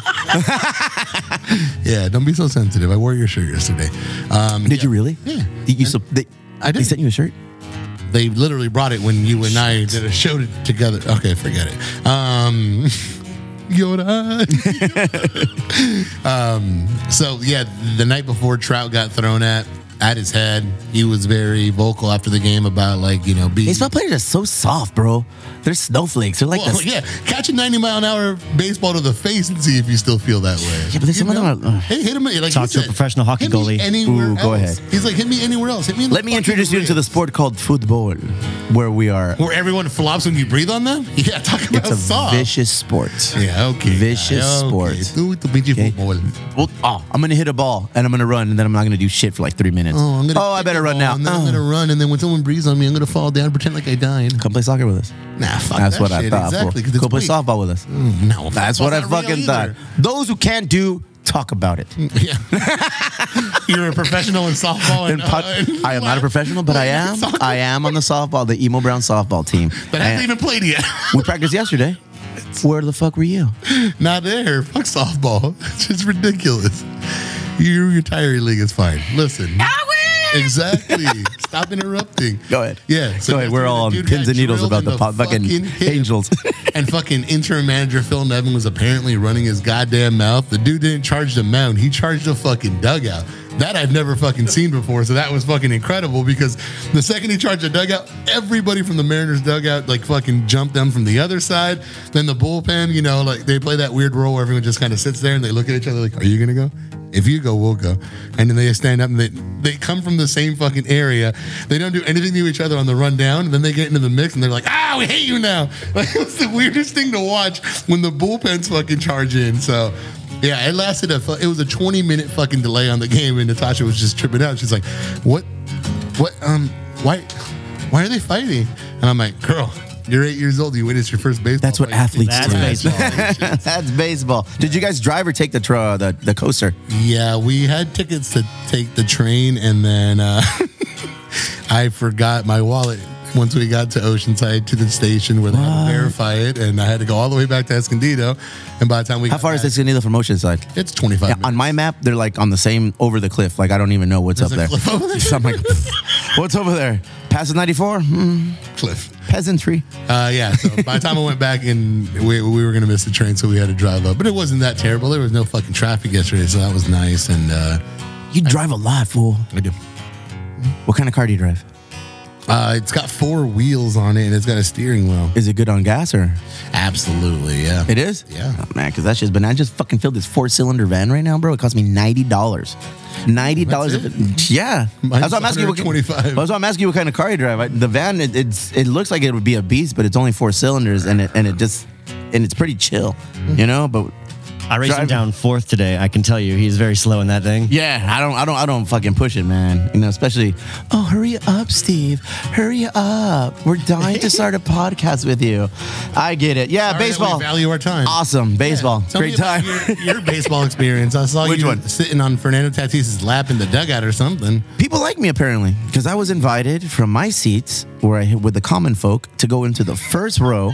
Yeah, don't be so sensitive. I wore your shirt yesterday. Um,
Did you really?
Yeah.
Did you? sup- they,
I
They
did.
sent you a shirt.
they literally brought it when you and I did a show together. Okay, forget it. Um, Yoda. Um, So yeah, the night before Trout got thrown at at his head, he was very vocal after the game about like you know being.
Baseball players are so soft, bro. They're snowflakes. They're like
Well,
the,
yeah, catch a ninety mile an hour baseball to the face and see if you still feel that way.
Yeah, but there's uh,
You
some of them
know?
are-
Hey, hit him! Like he
Talk to a
said,
professional hockey
hit me
goalie.
Anywhere
Ooh,
else.
go ahead.
He's like, hit me anywhere else. Hit me. In the
Let me
fucking
introduce you
ribs.
to the sport called football, where we are.
where everyone flops when you breathe on them. Yeah, talk about
It's a
soft.
vicious sport.
Yeah, okay.
Vicious
guy, okay.
sport.
Do it to beat you
Okay.
football.
Well, oh, I'm gonna hit a ball and I'm gonna run and then I'm not gonna do shit for like three minutes.
Oh, I'm gonna
I
kick
better
the
run
ball,
now.
And then I'm
Oh.
gonna run, and then when someone breathes on me, I'm gonna fall down, pretend like I died.
Come play soccer with us.
Nah, fuck
That's
that
what I
shit.
thought. fool.
Exactly, 'cause it's
Go play
weak.
softball with us.
No,
That's what I fucking thought. Those who can't do, talk about it.
Yeah. You're a professional in softball.
And
And,
pot-
uh,
I am not a professional, but I am.
Soccer.
I am on the softball, the emo brown softball team.
But I
And
haven't even played yet.
we practiced yesterday. Where the fuck were you?
not there. Fuck softball. It's just ridiculous. You, your tire league is fine. Listen. Exactly. Stop interrupting.
Go ahead.
Yeah.
Go ahead.
that's
We're
when
all
the
on
dude
pins
got
and needles
drilled
about
in
the, po- fucking
hip.
angels.
and fucking interim manager Phil Nevin was apparently running his goddamn mouth. The dude didn't charge the mound; he charged the fucking dugout. That I've never fucking seen before, so that was fucking incredible. Because the second he charged the dugout, everybody from the Mariners dugout like fucking jumped them from the other side. Then the bullpen, you know, like they play that weird role where everyone just kind of sits there and they look at each other like, "Are you gonna go?" If you go, we'll go. And then they stand up and they, they come from the same fucking area. They don't do anything to each other on the rundown. And then they get into the mix and they're like, ah, we hate you now. Like, it was the weirdest thing to watch when the bullpens fucking charge in. So, yeah, it lasted a, fu- it was a 20 minute fucking delay on the game. And Natasha was just tripping out. She's like, what, what, um, why, why are they fighting? And I'm like, girl, you're eight years old. You witnessed your first baseball.
That's what
fight."
athletes
That's
do.
baseball.
That's baseball. Did you guys drive or take the tra- the, the coaster?
Yeah, we had tickets to take the train, and then uh, I forgot my wallet once we got to Oceanside to the station where they had to verify it, and I had to go all the way back to Escondido. And by the time we
How
got
far is
back,
Escondido from Oceanside?
It's twenty
Yeah,
five.
on my map, they're like on the same over the cliff. Like I don't even know what's
There's
up
a
there.
cliff over there?
So I'm like, what's over there? Pass ninety four. Mm,
cliff.
peasantry.
Uh, yeah. So by the time I went back and we, we were gonna miss the train, so we had to drive up. But it wasn't that terrible. There was no fucking traffic yesterday, so that was nice. And uh,
You drive a lot, fool.
I do.
What kind of car do you drive?
Uh, it's got four wheels on it, and it's got a steering wheel.
Is it good on gas or?
Absolutely, yeah.
It is.
Yeah.
Oh, man, because that's just. But I just fucking filled this four cylinder van right now, bro. It cost me ninety dollars. Ninety dollars.
That's
Yeah.
Mine's
that's why I'm asking you. What,
125.
that's why I'm asking you what kind of car you drive. I, the van, it, it's it looks like it would be a beast, but it's only four cylinders, and it and it just and it's pretty chill, you know. But
I raced him
Driving.
down fourth today. I can tell you, he's very slow in that thing.
Yeah, I don't, I don't, I don't fucking push it, man. You know, especially, oh, hurry up, Steve, hurry up. We're dying to start a podcast with you. I get it. Yeah,
Sorry that we
baseball.
value our time.
Awesome baseball.
Tell
Great
me about
time.
Your, your baseball experience. I saw
Which
you
one?
sitting on Fernando Tatis's lap in the dugout or something.
People like me apparently because I was invited from my seats where I with the common folk to go into the first row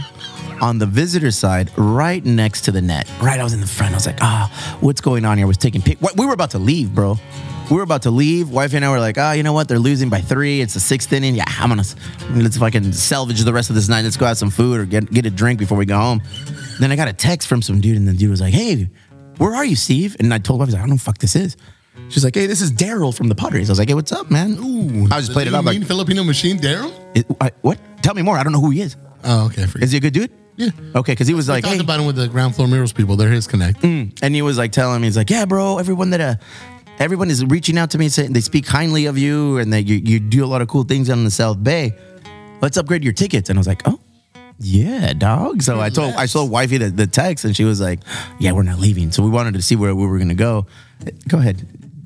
on the visitor side, right next to the net. Right, I was in the front. I was like, ah, what's going on here? I was taking pic. What, we were about to leave, bro. We were about to leave. Wife and I were like, ah, you know what? They're losing by three. It's the sixth inning. Yeah, I'm gonna let's fucking salvage the rest of this night. Let's go have some food or get get a drink before we go home. Then I got a text from some dude, and the dude was like, hey, where are you, Steve? And I told wife, I was like, I don't know what the fuck this is. She's like, hey, this is Daryl from the Padres. I was like, hey, what's up, man? Ooh, I just played it
You
up like,
mean Filipino machine, Daryl?
"It- I- what? Tell me more. I don't know who he is.
Oh, okay. I forget.
Is he a good dude?
Yeah.
Okay, because he was like,
Talked
hey, Mm-hmm.
about him with the ground floor murals people. They're his connect.
and he was like telling me, he's like, yeah, bro, everyone that uh, everyone is reaching out to me saying they speak kindly of you and that you, you do a lot of cool things on the South Bay. Let's upgrade your tickets. And I was like, oh. Yeah, dog. So I told I told wifey the, the text, and she was like, "Yeah, we're not leaving." So we wanted to see where we were gonna go. Go ahead,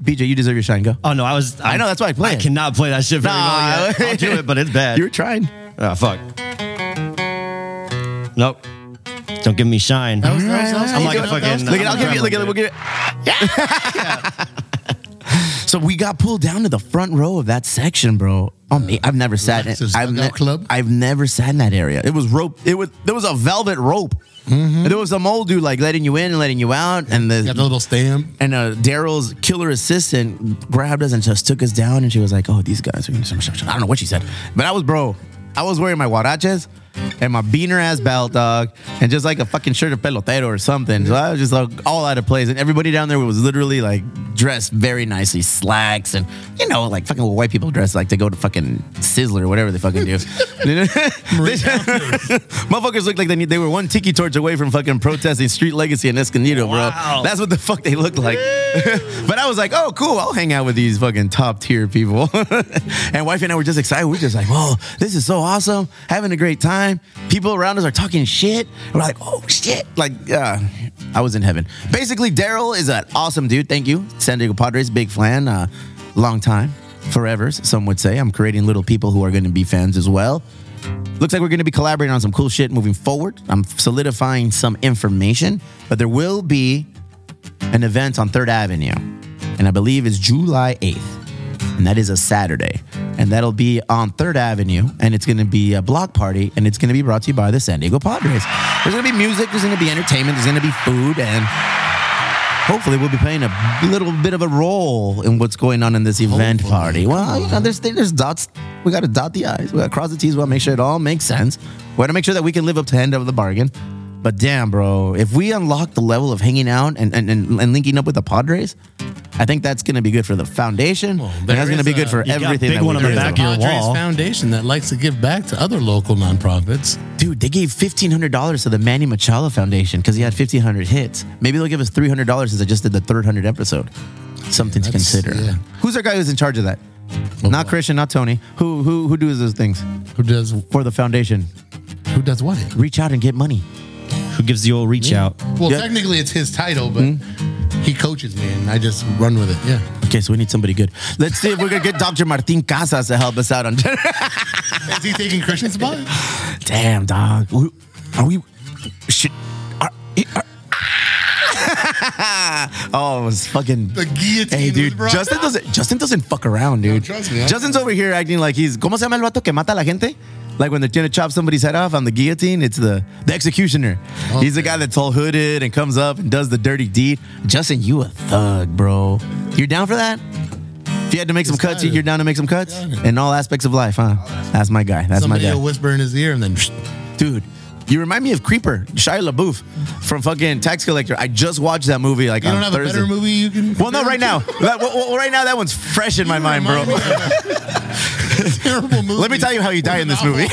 BJ. You deserve your shine. Go.
Oh no, I was.
I know, that's why I play
I
it.
cannot play that shit very
Nah.
well. Yet. I'll do it, but it's bad.
You were trying.
oh fuck. Nope. Don't give me shine. I'm like a fucking.
Look at, I'll give you. Look at, we'll give it. so we got pulled down to the front row of that section, bro. Oh me, I've never sat in.
Lexus
I've,
Dugout Club?
I've never sat in that area. It was rope. It was there was a velvet rope. And there was some old dude like letting you in and letting you out, and the
Got the little stamp.
and uh, Daryl's killer assistant grabbed us and just took us down. And she was like, "Oh, these guys are gonna." I don't know what she said, but I was bro. I was wearing my huaraches and my beaner ass belt, dog, and just like a fucking shirt of pelotero or something. So I was just like all out of place. And everybody down there was literally like dressed very nicely, slacks and you know like fucking what white people dress like to go to fucking Sizzler or whatever they fucking do. Motherfuckers looked like they need, they were one tiki torch away from fucking protesting street legacy in Escondido, bro. That's what the fuck they looked like. but I was like, oh, cool. I'll hang out with these fucking top tier people. and wife and I were just excited. We are just like, whoa, this is so awesome. Having a great time. People around us are talking shit. We're like, oh shit. Like, uh, I was in heaven. Basically, Daryl is an awesome dude. Thank you, San Diego Padres, big fan. Uh, long time, forever. Some would say. I'm creating little people who are going to be fans as well. Looks like we're going to be collaborating on some cool shit moving forward. I'm solidifying some information, but there will be an event on 3rd Avenue, and I believe it's July 8th, and that is a Saturday. And that'll be on 3rd Avenue, and it's gonna be a block party, and it's gonna be brought to you by the San Diego Padres. There's gonna be music, there's gonna be entertainment, there's gonna be food, and hopefully we'll be playing a little bit of a role in what's going on in this event party. Well, you know, there's there's dots. We got to dot the i's. We got to cross the t's. We got to make sure it all makes sense. We got to make sure that we can live up to the end of the bargain. But damn, bro, if we unlock the level of hanging out and and, and, and linking up with the Padres, I think that's going to be good for the foundation. and
there
that's going to
is
be
a-
good for
you got
everything.
big
that we
one on the
do.
There's
back
a
of your
Padres
wall.
Foundation that likes to give back to other local nonprofits.
Dude, they gave fifteen hundred dollars to the Manny Machala Foundation because he had fifteen hundred hits. Maybe they'll give us three hundred dollars since I just did the third hundred episode. Something to
that's-
consider.
yeah.
Who's our guy who's in charge of that? not Christian, not Tony. Who who who does those things
Who does
for the foundation?
who does what?
Reach out and get money.
Who gives the old reach out?
Well,
Yeah. Hmm?
technically it's his title, but he coaches me and I just run with it. Yeah.
Okay, so we need somebody good. Let's see if we can get Dr. Martin Casas to help us out on.
Is he taking Christian's spot?
Damn, dog. Who- Are we? Shit. Are, are- oh, it was fucking.
The guillotine
Hey, dude,
was brought
Justin
out.
doesn't. Justin doesn't fuck around, dude.
trust me, I-
Justin's over here acting like he's. ¿Cómo se llama el vato que mata a la gente? Like when they're trying to chop somebody's head off on the guillotine, it's the the executioner.
Oh,
He's the guy that's all hooded and comes up and does the dirty deed. Justin, you a thug, bro. You're down for that? If you had to make some
Yes, I
cuts, you-
am.
you're down to make some cuts
Yeah, I am.
in all aspects of life, huh? That's my guy. That's my
Somebody
guy
will whisper in his ear and then
dude. You remind me of Creeper, Shia LaBeouf from fucking Tax Collector. I just watched that movie like
you
on
don't have
Thursday.
a better movie you can
Well, no, right now, That- well, well, right now that one's fresh in my mind, bro.
terrible movie.
Let me tell you how you die in this movie.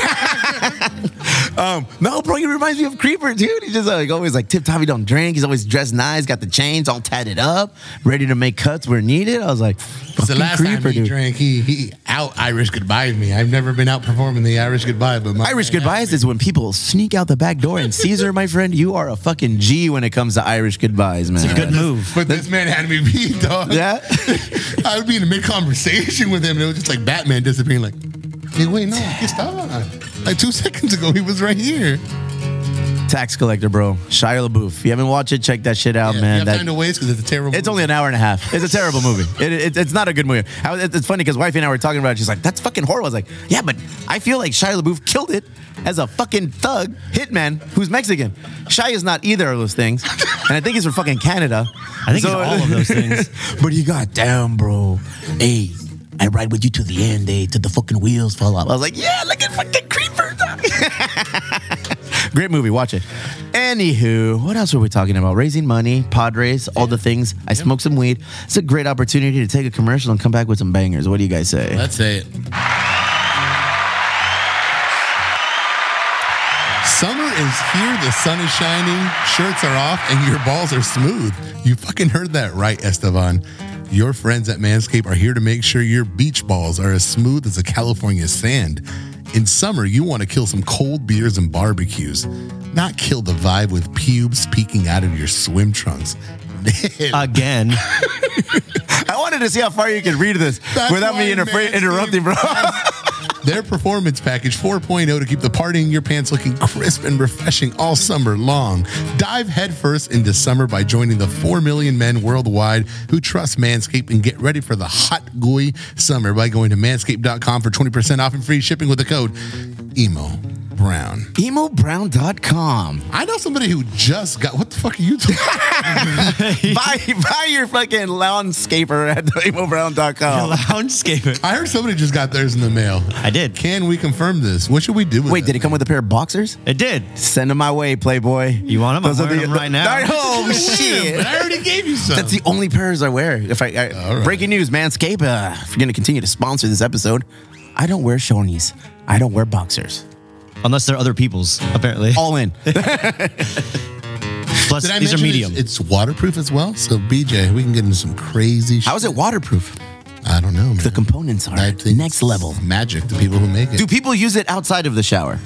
um, no, bro, he reminds me of Creeper, dude. He's just like always like tip top. He don't drink. He's always dressed nice, got the chains all tatted up, ready to make cuts where needed. I was like,
It's the
fucking
last
Creeper,
time he
dude.
drank, he he out Irish goodbye me. I've never been outperforming the Irish goodbye, but my
Irish
man,
goodbyes is when people sneak out the back door. And Caesar, my friend, you are a fucking G when it comes to Irish goodbyes, man.
Good move.
But this man had me beat, dog.
Yeah.
I would be in mid conversation with him, and it was just like Batman disappearing. Like, hey, wait, no, que estaba? Like two seconds ago, he was right here.
Tax Collector, bro. Shia LaBeouf. If you haven't watched it, check that shit out,
Yeah,
Oh, man.
you have
That-
time to waste because it's a terrible.
it's only an hour and a half. It's a terrible movie. It, it, it's not a good movie. I was, it's funny because wifey and I were talking about it. She's like, that's fucking horrible. I was like, yeah, but I feel like Shia LaBeouf killed it as a fucking thug hitman who's Mexican. Shia is not either of those things. And I think he's from fucking Canada.
I think it's all of those things.
but he got down, bro. Hey, I ride with you to the end, eh? Till the fucking wheels fall off. I was like, yeah, look at fucking Creeper. dog." Great movie. Watch it. Anywho, what else were we talking about? Raising money, Padres, all the things. I smoked some weed. It's a great opportunity to take a commercial and come back with some bangers. What do you guys say?
Let's say it. Summer is here, the sun is shining, shirts are off, and your balls are smooth. You fucking heard that right, Esteban. Your friends at Manscaped are here to make sure your beach balls are as smooth as a California sand. In summer, you want to kill some cold beers and barbecues, not kill the vibe with pubes peeking out of your swim trunks.
Again.
I wanted to see how far you could read this
That's
without me
why
interfe-
Manscaped-
interrupting, bro.
Their performance package 4.0 to keep the party in your pants looking crisp and refreshing all summer long. Dive headfirst into summer by joining the 4 million men worldwide who trust Manscaped and get ready for the hot, gooey summer by going to manscaped.com for 20% off and free shipping with the code EMO Brown.
EmoBrown.com.
I know somebody who just got what the fuck are you talking
buy, buy your fucking landscaper at EmoBrown.com.
Landscaper.
I heard somebody just got theirs in the mail.
I did.
Can we confirm this? What should we do with
Wait, did it come with a pair of boxers?
It did.
Send them my way, Playboy.
You want 'em? I'm wearing 'em right now.
Oh shit!
I already gave you some.
That's the only pairs I wear. If I, I
right.
breaking news, Manscaped, uh, if you're gonna continue to sponsor this episode, I don't wear chonies. I don't wear boxers.
Unless they're other people's, apparently.
All in.
Plus,
Did I
these
mention
are
it's-
medium.
It's, waterproof as well. So BJ, we can get into some crazy.
How is it waterproof?
I don't know. Man.
The components are
I think
next
it's
level.
magic. The people who make it.
Do people use it outside of the shower?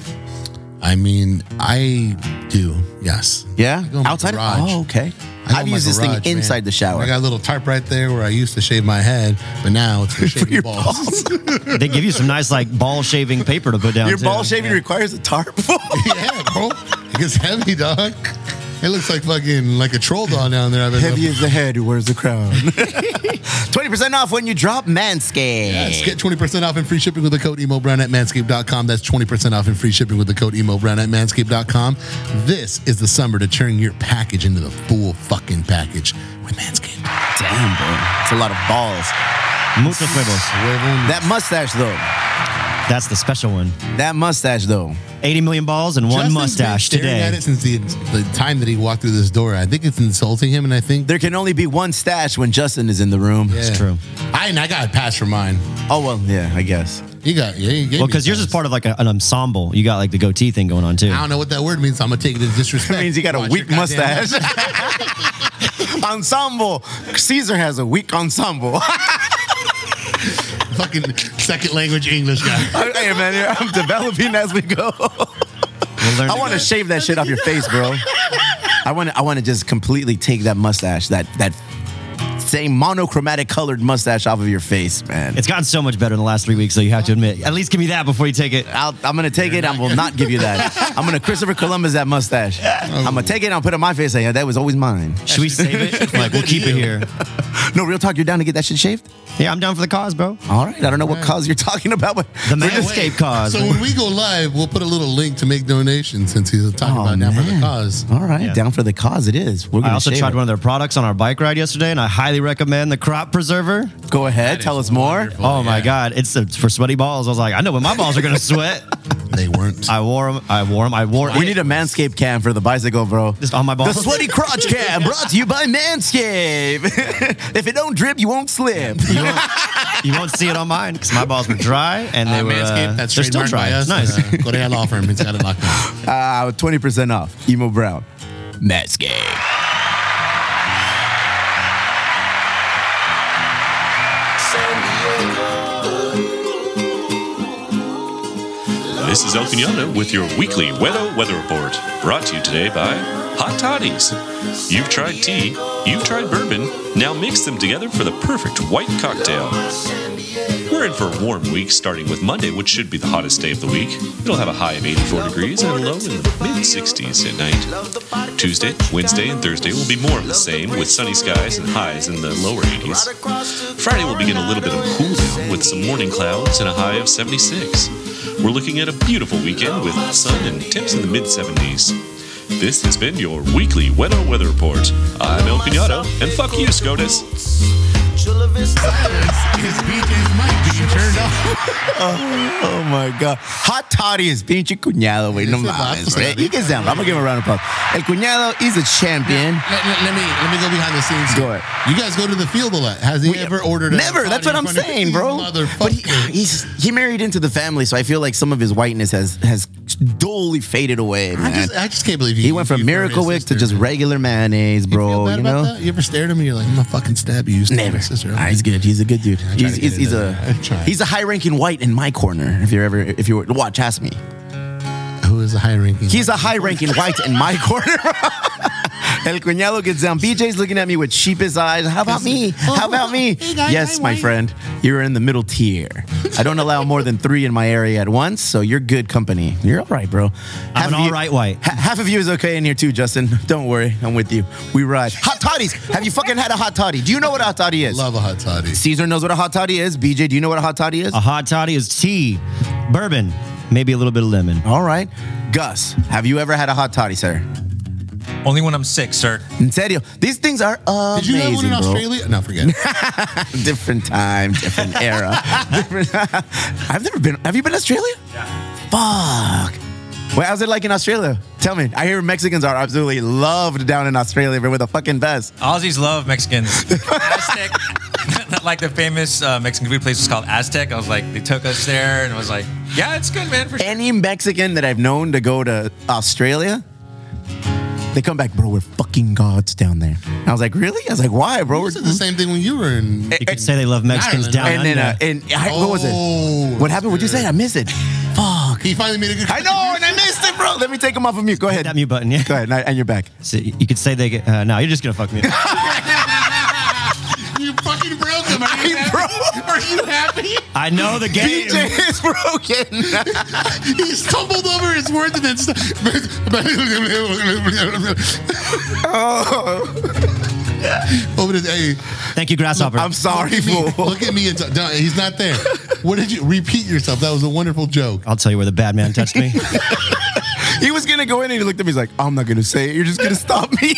I mean, I do. Yes.
Yeah,
I go in my
outside.
garage.
Oh, okay.
I go
I've
in my
used this
garage,
thing
man.
inside the
I
shower.
got a little tarp right there where I used to shave my head, but now it's for shaving
your
balls.
they give you some nice, like, ball shaving paper to put down.
Your
too.
ball shaving
Yeah.
requires a tarp.
yeah, bro. It gets heavy, dog. It looks like fucking like a troll doll down there. I've been
Heavy as the head who wears the crown. 20% off when you drop Manscaped.
Yes, get 20% off and free shipping with the code EMOBrown at manscaped.com. That's 20% off and free shipping with the code EMOBrown at manscaped.com. This is the summer to turn your package into the full fucking package with Manscaped.
Damn, bro. It's a lot of balls.
Muchos huevos.
That mustache, though.
That's the special one.
That mustache, though.
80 million balls and one
Justin's been
mustache
staring
today.
at it since the, the time that he walked through this door. I think it's insulting him, and I think.
There can only be one stash when Justin is in the room.
Yeah.
true.
I and I got a pass for mine.
Oh, well, yeah, I guess.
You got yeah. You gave
Well,
me
because
a
yours is
pass.
part of like a, an ensemble. You got like the goatee thing going on too.
I don't know what that word means. So I'm gonna take it as disrespect.
That means you got a
Watch
weak
your goddamn
mustache. ensemble. Caesar has a weak ensemble.
Fucking second language English guy.
hey, man, I'm developing as we go.
We'll learn
I want to
to
shave that shit off your face, bro. I want to. I want to just completely take that mustache, that that same monochromatic colored mustache off of your face, man.
It's gotten so much better in the last three weeks, so you have to admit. At least give me that before you take it.
I'll, I'm gonna take it. I will not give you that. I'm gonna Christopher Columbus that mustache. I'm gonna take it. and I'll put it on my face. Like, yeah, that was always mine.
Should we save it? Like we'll keep it here.
No real talk. You're down to get that shit shaved?
Yeah, I'm down for the cause, bro.
All right. I don't know what cause you're talking about, but
The
we're just-
manscape cause.
So when we go live, we'll put a little link to make donations since he's talking
Oh,
about now for the
man.
cause.
All right,
Yeah.
down for the cause. It is. We're
I
gonna
also
shave
tried
it.
one of their products on our bike ride yesterday, and I highly recommend the crop preserver.
Go ahead. Tell us more.
Oh my god, it's uh, for sweaty balls. I was like, I know when my balls are gonna sweat.
They weren't.
I wore them. I wore them. I wore.
We
it.
need a manscape cam for the bicycle, bro.
Just on my
The
balls.
sweaty crotch cam brought to you by Manscaped. if it don't drip, you won't slip.
You won't, you won't see it on mine because my balls were dry and they
Uh,
were.
Manscaped,
uh,
that's
they're still
trademarked
dry.
by us.
It's nice.
Uh, go to that law firm. It's got it locked down.
Uh, 20% off. Emo Brown. Manscaped.
This is El Piñata with your weekly Weather Weather Report, brought to you today by Hot Toddies. You've tried tea, you've tried bourbon, now mix them together for the perfect white cocktail. We're in for a warm week starting with Monday, which should be the hottest day of the week. It'll have a high of 84 degrees and a low in the mid 60s at night. Tuesday, Wednesday, and Thursday will be more of the same with sunny skies and highs in the lower 80s. Friday will begin a little bit of cool down with some morning clouds and a high of 76. We're looking at a beautiful weekend with sun and temps in the mid 70s. This has been your weekly Weather Weather Report. I'm El Pinato, and fuck you, SCOTUS.
His BJ's mic being turned off.
Oh my God. Hot Toddy is pinche cuñado, güey. No
Ese vato,
mames, güey.
güey.
He gets down. I'm going to give him a round of applause. El cuñado is a champion.
Let, let- let me let me go behind the scenes.
Go ahead.
You guys go to the field a lot. Has he ever ordered? a
Never.
hot
That's
dog
what I'm
in front of
saying,
these
bro. But he,
motherfuckers?
he's he married into the family, so I feel like some of his whiteness has has duly faded away, man.
I just, I just can't believe he,
he went from
he furry
Miracle Whip to
sister,
just
man.
regular mayonnaise,
You feel
bro. You,
bad about
know,
that? You ever stared at me? You're like, I'm gonna fucking stab you. you stabbed
never.
my Sister.
Nah, he's good. He's a good dude.
to
He's,
get
he's, he's
into
a
that. I try.
he's a high ranking white in my corner. If you're ever if you were watch, ask me.
Who is a high ranking?
He's a high ranking white in my corner. El Cuñado gets down. BJ's looking at me with sheepish eyes. How about me? How about me? Yes, my friend. You're in the middle tier. I don't allow more than three in my area at once, so you're good company. You're all right, bro. Half
an
of you-
all right white.
Ha- half of you is okay in here too, Justin. Don't worry. I'm with you. We ride. Hot toddies. Have you fucking had a hot toddy? Do you know what a hot toddy is?
love a hot toddy.
Caesar knows what a hot toddy is. BJ, do you know what a hot toddy is?
A hot toddy is tea, bourbon, maybe a little bit of lemon.
All right. Gus, have you ever had a hot toddy, sir?
Only when I'm sick, sir.
In serio, these things are amazing.
Did you have one in
bro.
Australia? No, forget. it.
different time, different era. different I've never been. Have you been to Australia? Yeah. Fuck. Well, how's it like in Australia? Tell me. I hear Mexicans are absolutely loved down in Australia, but with a fucking vest.
Aussies love Mexicans. Aztec, like the famous uh, Mexican food place was called Aztec. I was like, they took us there and I was like, yeah, it's good, man. For sure.
Any Mexican that I've known to go to Australia, they come back, bro. We're fucking gods down there. And I was like, really? I was like, why, bro?
You
We're,
said the same thing when you were in.
You could say they love Mexicans down
and then,
under.
uh, and I, what was
Oh,
it? What happened? What'd you say? I missed it. Fuck.
He finally made a good.
I know, and I missed it, bro. Let me take him off of mute. Go ahead.
that mute button, yeah.
Go ahead, and you're back.
So you could say they get. Uh, no, you're just gonna fuck me. up.
You fucking broke him. Are you happy?
Bro,
Are you happy?
I know the game.
BJ is broken.
He stumbled over his words and then. St-
Oh.
over his, hey,
Thank you, grasshopper.
I'm sorry,
me,
fool.
look at me and t- no, he's not there. What did you repeat yourself? That was a wonderful joke.
I'll tell you where the bad man touched me.
He was gonna go in and he looked at me. He's like, "I'm not gonna say it. You're just gonna stop me."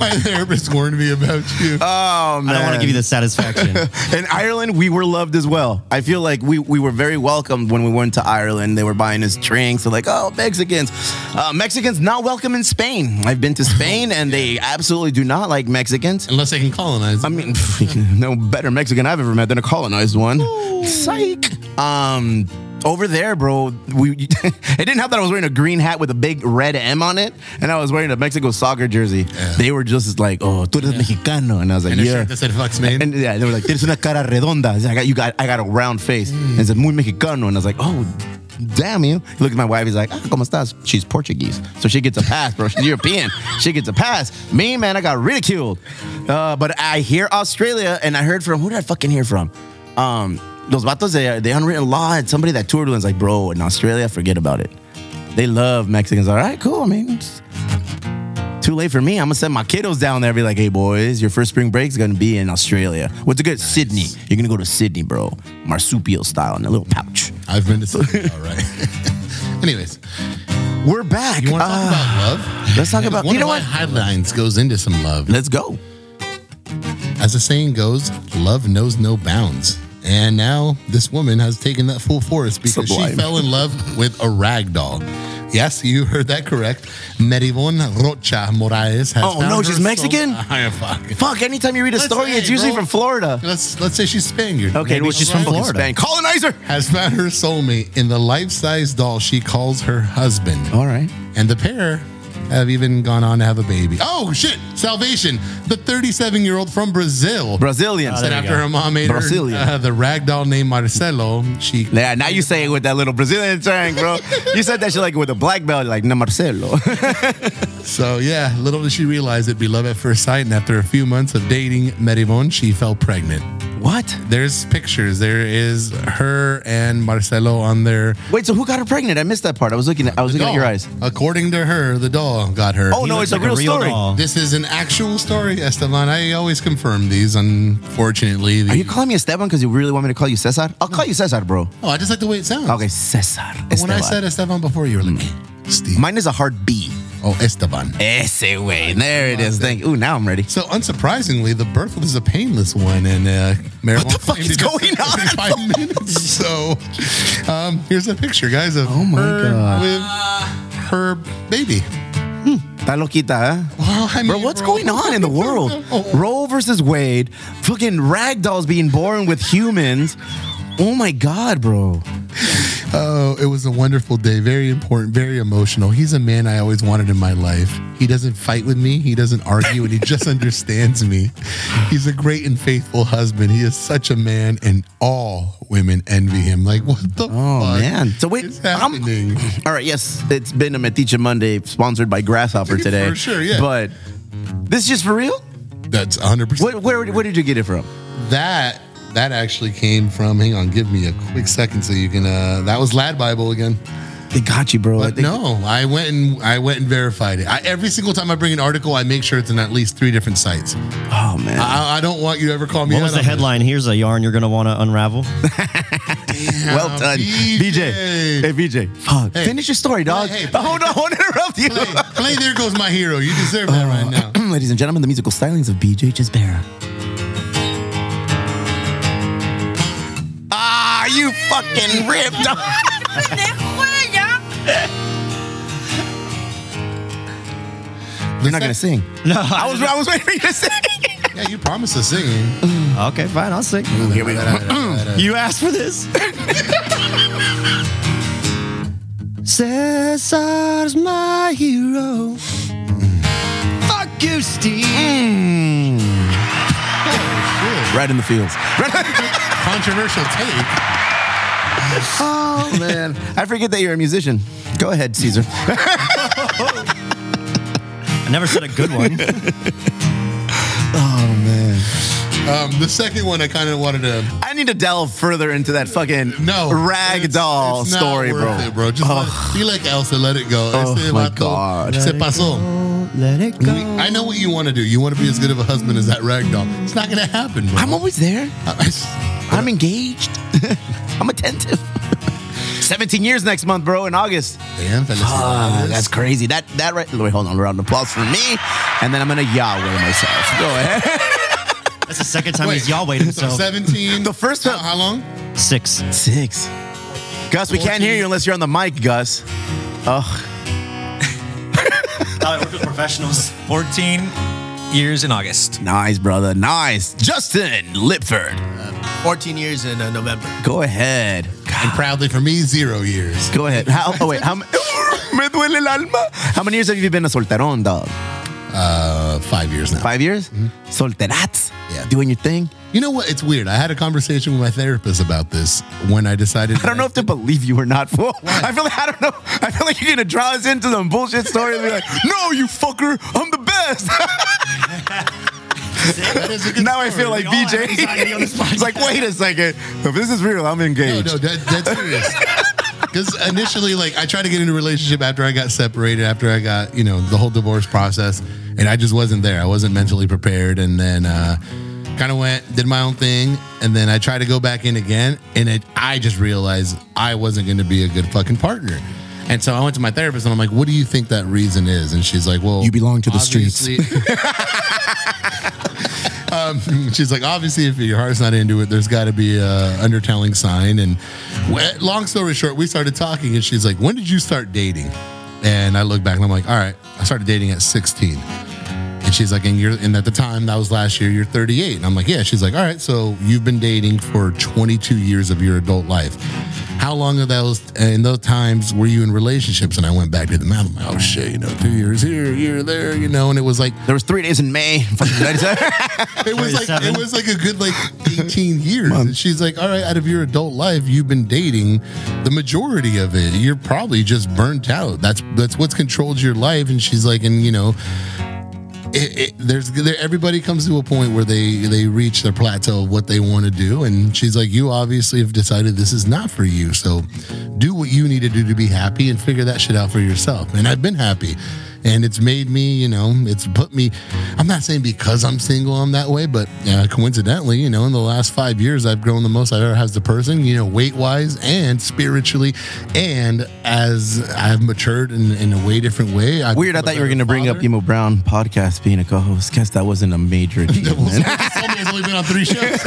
My therapist warned me about you.
Oh man!
I don't want to give you the satisfaction.
In Ireland, we were loved as well. I feel like we, we were very welcomed when we went to Ireland. They were buying us drinks. They're like, oh, Mexicans. Uh, Mexicans not welcome in Spain. I've been to Spain and they absolutely do not like Mexicans.
Unless they can colonize.
I mean, no better Mexican I've ever met than a colonized one. Psych. Um, over there, bro, we it didn't help that I was wearing a green hat with a big red M on it, and I was wearing a Mexico soccer jersey. They were just like, "Oh, tú eres mexicano," and I was like,
and a
"Yeah."
shirt that said "fuck Spain."
And yeah, they were like, "Tienes una cara redonda." I said, I got you got I got a round face.
Mm.
And it's muy mexicano, and I was like, "Oh." Damn you! He looked at my wife. He's like, ah, "Como estás?" She's Portuguese, so she gets a pass, bro. She's European. She gets a pass. Me, man, I got ridiculed. Uh, but I hear Australia, and I heard from who did I fucking hear from? Um, Los Vatos de, de Unwritten Law and somebody that toured with was like, "Bro, in Australia, forget about it. They love Mexicans. All right, cool. I mean, it's- too late for me. I'm gonna send my kiddos down there. Be like, hey boys, your first spring break's gonna be in Australia. What's a good Sydney? You're gonna go to Sydney, bro, marsupial style in a little pouch.
I've been to Spain. All right. Anyways,
We're back.
you want to
Uh,
talk about love?
let's talk
And
about-
one
you know
of
what?
My headlines goes into some love.
let's go.
As the saying goes, love knows no bounds. And now this woman has taken that full force because
Sublime.
she fell in love with a rag doll. Yes, you heard that correct. Merivon Rocha Morales has.
Oh,
found
no, she's
her soul-
Mexican?
I am fuck.
Fuck. Anytime you read a
Let's-
story,
hey,
it's usually
bro.
from Florida.
Let's let's say she's Spaniard.
Okay,
Maybe
which is from
right.
fucking Spain. Colonizer.
Has found her soulmate in the life-size doll she calls her husband.
All right.
And the pair have even gone on to have a baby. Oh shit! Salvation, the 37-year-old from Brazil.
Brazilian.
said after her mom made
Brasilia.
her uh, the ragdoll named Marcelo, she
yeah, now you say it with that little Brazilian twang, bro. you said that shit like with a black belt, like na Marcelo.
so yeah. Little did she realize it'd be love at first sight, and after a few months of dating Merivon, she fell pregnant.
what?
There's pictures. There is her and Marcelo on their.
Wait, so who got her pregnant? I missed that part. I was looking. At, I was looking at your eyes.
According to her, the doll got her.
Oh no, it's
looks
a
like a
real,
real
story.
doll.
This is an actual story, Esteban. I always confirm these. Unfortunately, the,
Are you calling me Esteban because you really want me to call you Cesar? I'll call you Cesar, bro.
oh, I just like the way it sounds.
Okay, Cesar.
When I
Esteban. Mm.
said Esteban before, you were like, Steve.
Mine is a hard B.
oh, Esteban.
Ese way. There it is. Thank. Ooh, now I'm ready.
So, unsurprisingly, the birth was a painless one, and uh, marijuana.
What the fuck is
claimed it took
going on?
35 minutes. So, um, here's a picture, guys, of
Oh my
her
God.
with her baby.
Está loquita, ¿eh? huh?
Wow, I mean,
Bro, what's going on in the world?
Oh,
Roe versus Wade. Fucking ragdolls being born with humans. Oh my God, bro.
Oh, it was a wonderful day. Very important, very emotional. He's a man I always wanted in my life. He doesn't fight with me, he doesn't argue, and he just understands me. He's a great and faithful husband. He is such a man, and all women envy him. Like, what the
Oh
fuck?
man! So wait,
is
I'm-
happening?
all right, yes, it's been a Metiche Monday sponsored by Grasshopper today.
For sure, yeah.
But this is just for real.
That's 100%.
What, where, where did you get it from?
That that actually came from. Hang on, give me a quick second so you can. Uh, that was Lad Bible again.
They got you, bro. I
But
think-
no, I went and I went and verified it. I, every single time I bring an article, I make sure it's in at least three different sites.
Oh man.
I, I don't want you to ever call me. out
What was the
on this.
headline? Here's a yarn you're going to want to unravel.
well done, BJ.
BJ.
Uh, Hey, BJ. Fuck.
Hey.
Finish your story, dog.
Hey, hey,
oh no, I won't interrupt you.
Play, play there goes my hero. You deserve that right now.
Ladies and gentlemen, the musical stylings of BJ Gisbera. Ah, you fucking ripped. You're not gonna sing.
No,
I was, I was waiting for you to sing.
Yeah, you promised to sing.
okay, fine. I'll sing.
Here we go.
You asked for this. Cesar's my hero. Fuck you, Steve.
Right in the fields.
Controversial take.
Oh man, I forget that you're a musician. Go ahead, Caesar.
I never said a good one.
Oh man,
Um, the second one, I kind of wanted to.
I need to delve further into that fucking
No
rag
it's-
doll
it's not
story,
worth
bro.
It, bro. Just let- be like Elsa, let it go.
Oh,
Este
my
vato
God.
Se pasó.
Let it
We- I know what you want to do. You want to be as good of a husband as that rag doll. It's not gonna happen, bro.
I'm always there.
I-
I'm engaged. I'm attentive. 17 years next month, bro, in August.
Damn,
Ah,
felicidades.
that's crazy. That that right. Wait, hold on. Round of applause for me, and then I'm gonna Yahweh myself. Go ahead.
That's the second time
Wait,
he's Yahweh
So
himself.
17.
The first
How,
time-
how long?
Six.
Six. Gus, we can't hear you unless you're on the mic, Gus. Ugh.
I work with professionals.
14 years in August.
Nice, brother. Nice. Justin Lipford.
14 years in uh, November.
Go ahead.
And proudly for me, zero years.
Go ahead. How, oh wait. How, m- Me duele el alma. How many years have you been a solterón, dog?
Uh, five years now.
Five years. Solterats.
Yeah.
Doing your thing.
You know what? It's weird. I had a conversation with my therapist about this when I decided.
I don't know if to believe you or not, fool. I feel like I don't know. I feel like you're gonna draw us into some bullshit story and be like, "No, you fucker, I'm the best."
That is a good
now I
story.
feel like BJ. it's like, wait a second. If this is real, I'm
No,
engaged.
no, that, that's serious. Because initially, like, I tried to get into a relationship after I got separated, after I got, you know, the whole divorce process, and I just wasn't there. I wasn't mentally prepared, and then uh, kind of went, did my own thing, and then I tried to go back in again, and it, I just realized I wasn't going to be a good fucking partner. And so I went to my therapist, and I'm like, "What do you think that reason is?" And she's like, "Well,
You belong to the streets."
obviously- Um, She's like, obviously, if your heart's not into it, there's got to be a undertelling sign. And wh- long story short, we started talking, and she's like, when did you start dating? And I look back, and I'm like, all right, I started dating at 16. And she's like, and you're, and at the time that was last year, you're 38. And I'm like, yeah. She's like, all right, so you've been dating for 22 years of your adult life. How long of those in those times were you in relationships? And I went back to the math. I'm like, oh shit, you know, two years here, a year there, you know. And it was like
There was three days in May.
it was like it
37.
was like a good like 18 years. And she's like, all right, out of your adult life, you've been dating the majority of it. You're probably just burnt out. That's that's what's controlled your life. And she's like, and you know, it, it, there's there, everybody comes to a point where they they reach their plateau of what they want to do, and she's like, you obviously have decided this is not for you. So do what you need to do to be happy and figure that shit out for yourself. And I've been happy. And it's made me, you know, it's put me. I'm not saying because I'm single, I'm that way, but uh, coincidentally, you know, in the last five years, I've grown the most I've ever had as a person, you know, weight wise and spiritually. And as I've matured in, in a way different way. I've
Weird. I
become a
thought you were
better
gonna bring up
father.
Emo Brown podcast being a co-host. Guess that wasn't a major achievement.
Somebody has only been on three shows.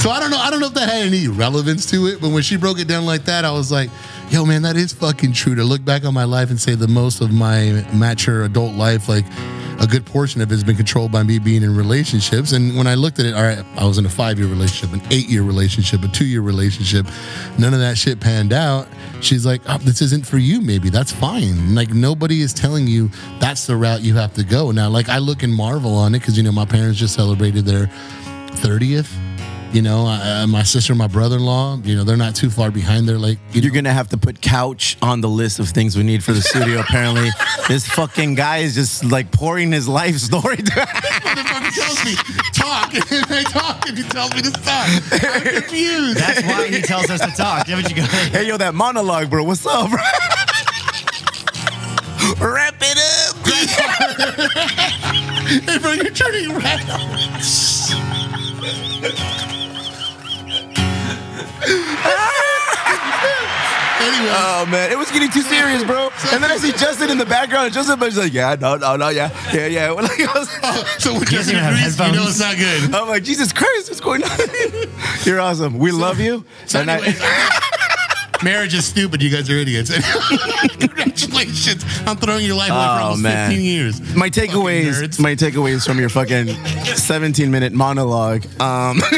so I don't know. I don't know if that had any relevance to it, but when she broke it down like that, I was like, "Yo, man, that is fucking true." To look back on my life and say the most of my mature adult life, like a good portion of it has been controlled by me being in relationships. And when I looked at it, all right, I was in a five year relationship, an eight year relationship, a two year relationship. None of that shit panned out. She's like, oh, this isn't for you, maybe. That's fine. Like, nobody is telling you that's the route you have to go. Now, like, I look and marvel on it because, you know, my parents just celebrated their 30th. You know, I, I- my sister, my brother in law, you know, they're not too far behind. They're like, you
You're gonna have to put couch on the list of things we need for the studio. Apparently, this fucking guy is just like pouring his life story.
motherfucker tells me talk, and I talk, and he tells me to stop. I'm confused.
That's why he tells us to talk. Haven't you got
hey yo, that monologue, bro. What's up, bro? Wrap it up.
Hey, bro, you're turning around. anyway,
Oh man, it was getting too serious, bro. And then I see Justin in the background, and Justin was like, "Yeah, no, no, no, yeah, yeah, yeah." Like, I was,
oh, so when Justin
have
agrees, you know
headphones.
it's not good.
I'm like, Jesus Christ, what's going on? You're awesome. We love you.
So
And I-
anyways, marriage is stupid. You guys are idiots. Congratulations. I'm throwing your life away for
Oh,
almost
man.
15 years.
my
Fucking
takeaways,
nerds.
my takeaways from your fucking 17 minute monologue. Um,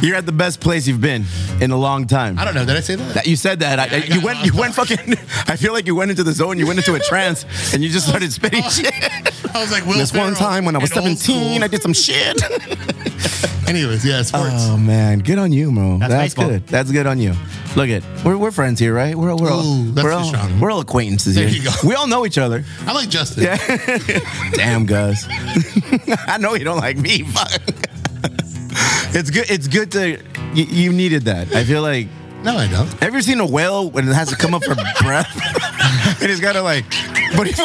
you're at the best place you've been in a long time.
I don't know. Did I say that?
That- You said that. I,
I
you
got
went. You went fucking. I feel like you went into the zone. You went into a trance, and you just started spitting shit.
Oh. I was like, Will
This one
Ferrell
time when I was
in Old
17, I
School.
did some shit.
Anyways, yeah, sports.
Oh man, good on you, Mo. That's,
baseball.
good. That's good on you. Look at we're, we're friends here, right? We're we're all
Ooh, that's
we're
too
all,
strong.
we're all acquaintances
There
here.
you go.
We all know each other.
I like Justin.
Damn, Gus. I know you don't like me. Fuck. it's good. It's good to you, you needed that. I feel like.
No, I don't.
Have you ever seen a whale when it has to come up for breath? and it's gotta like, but if,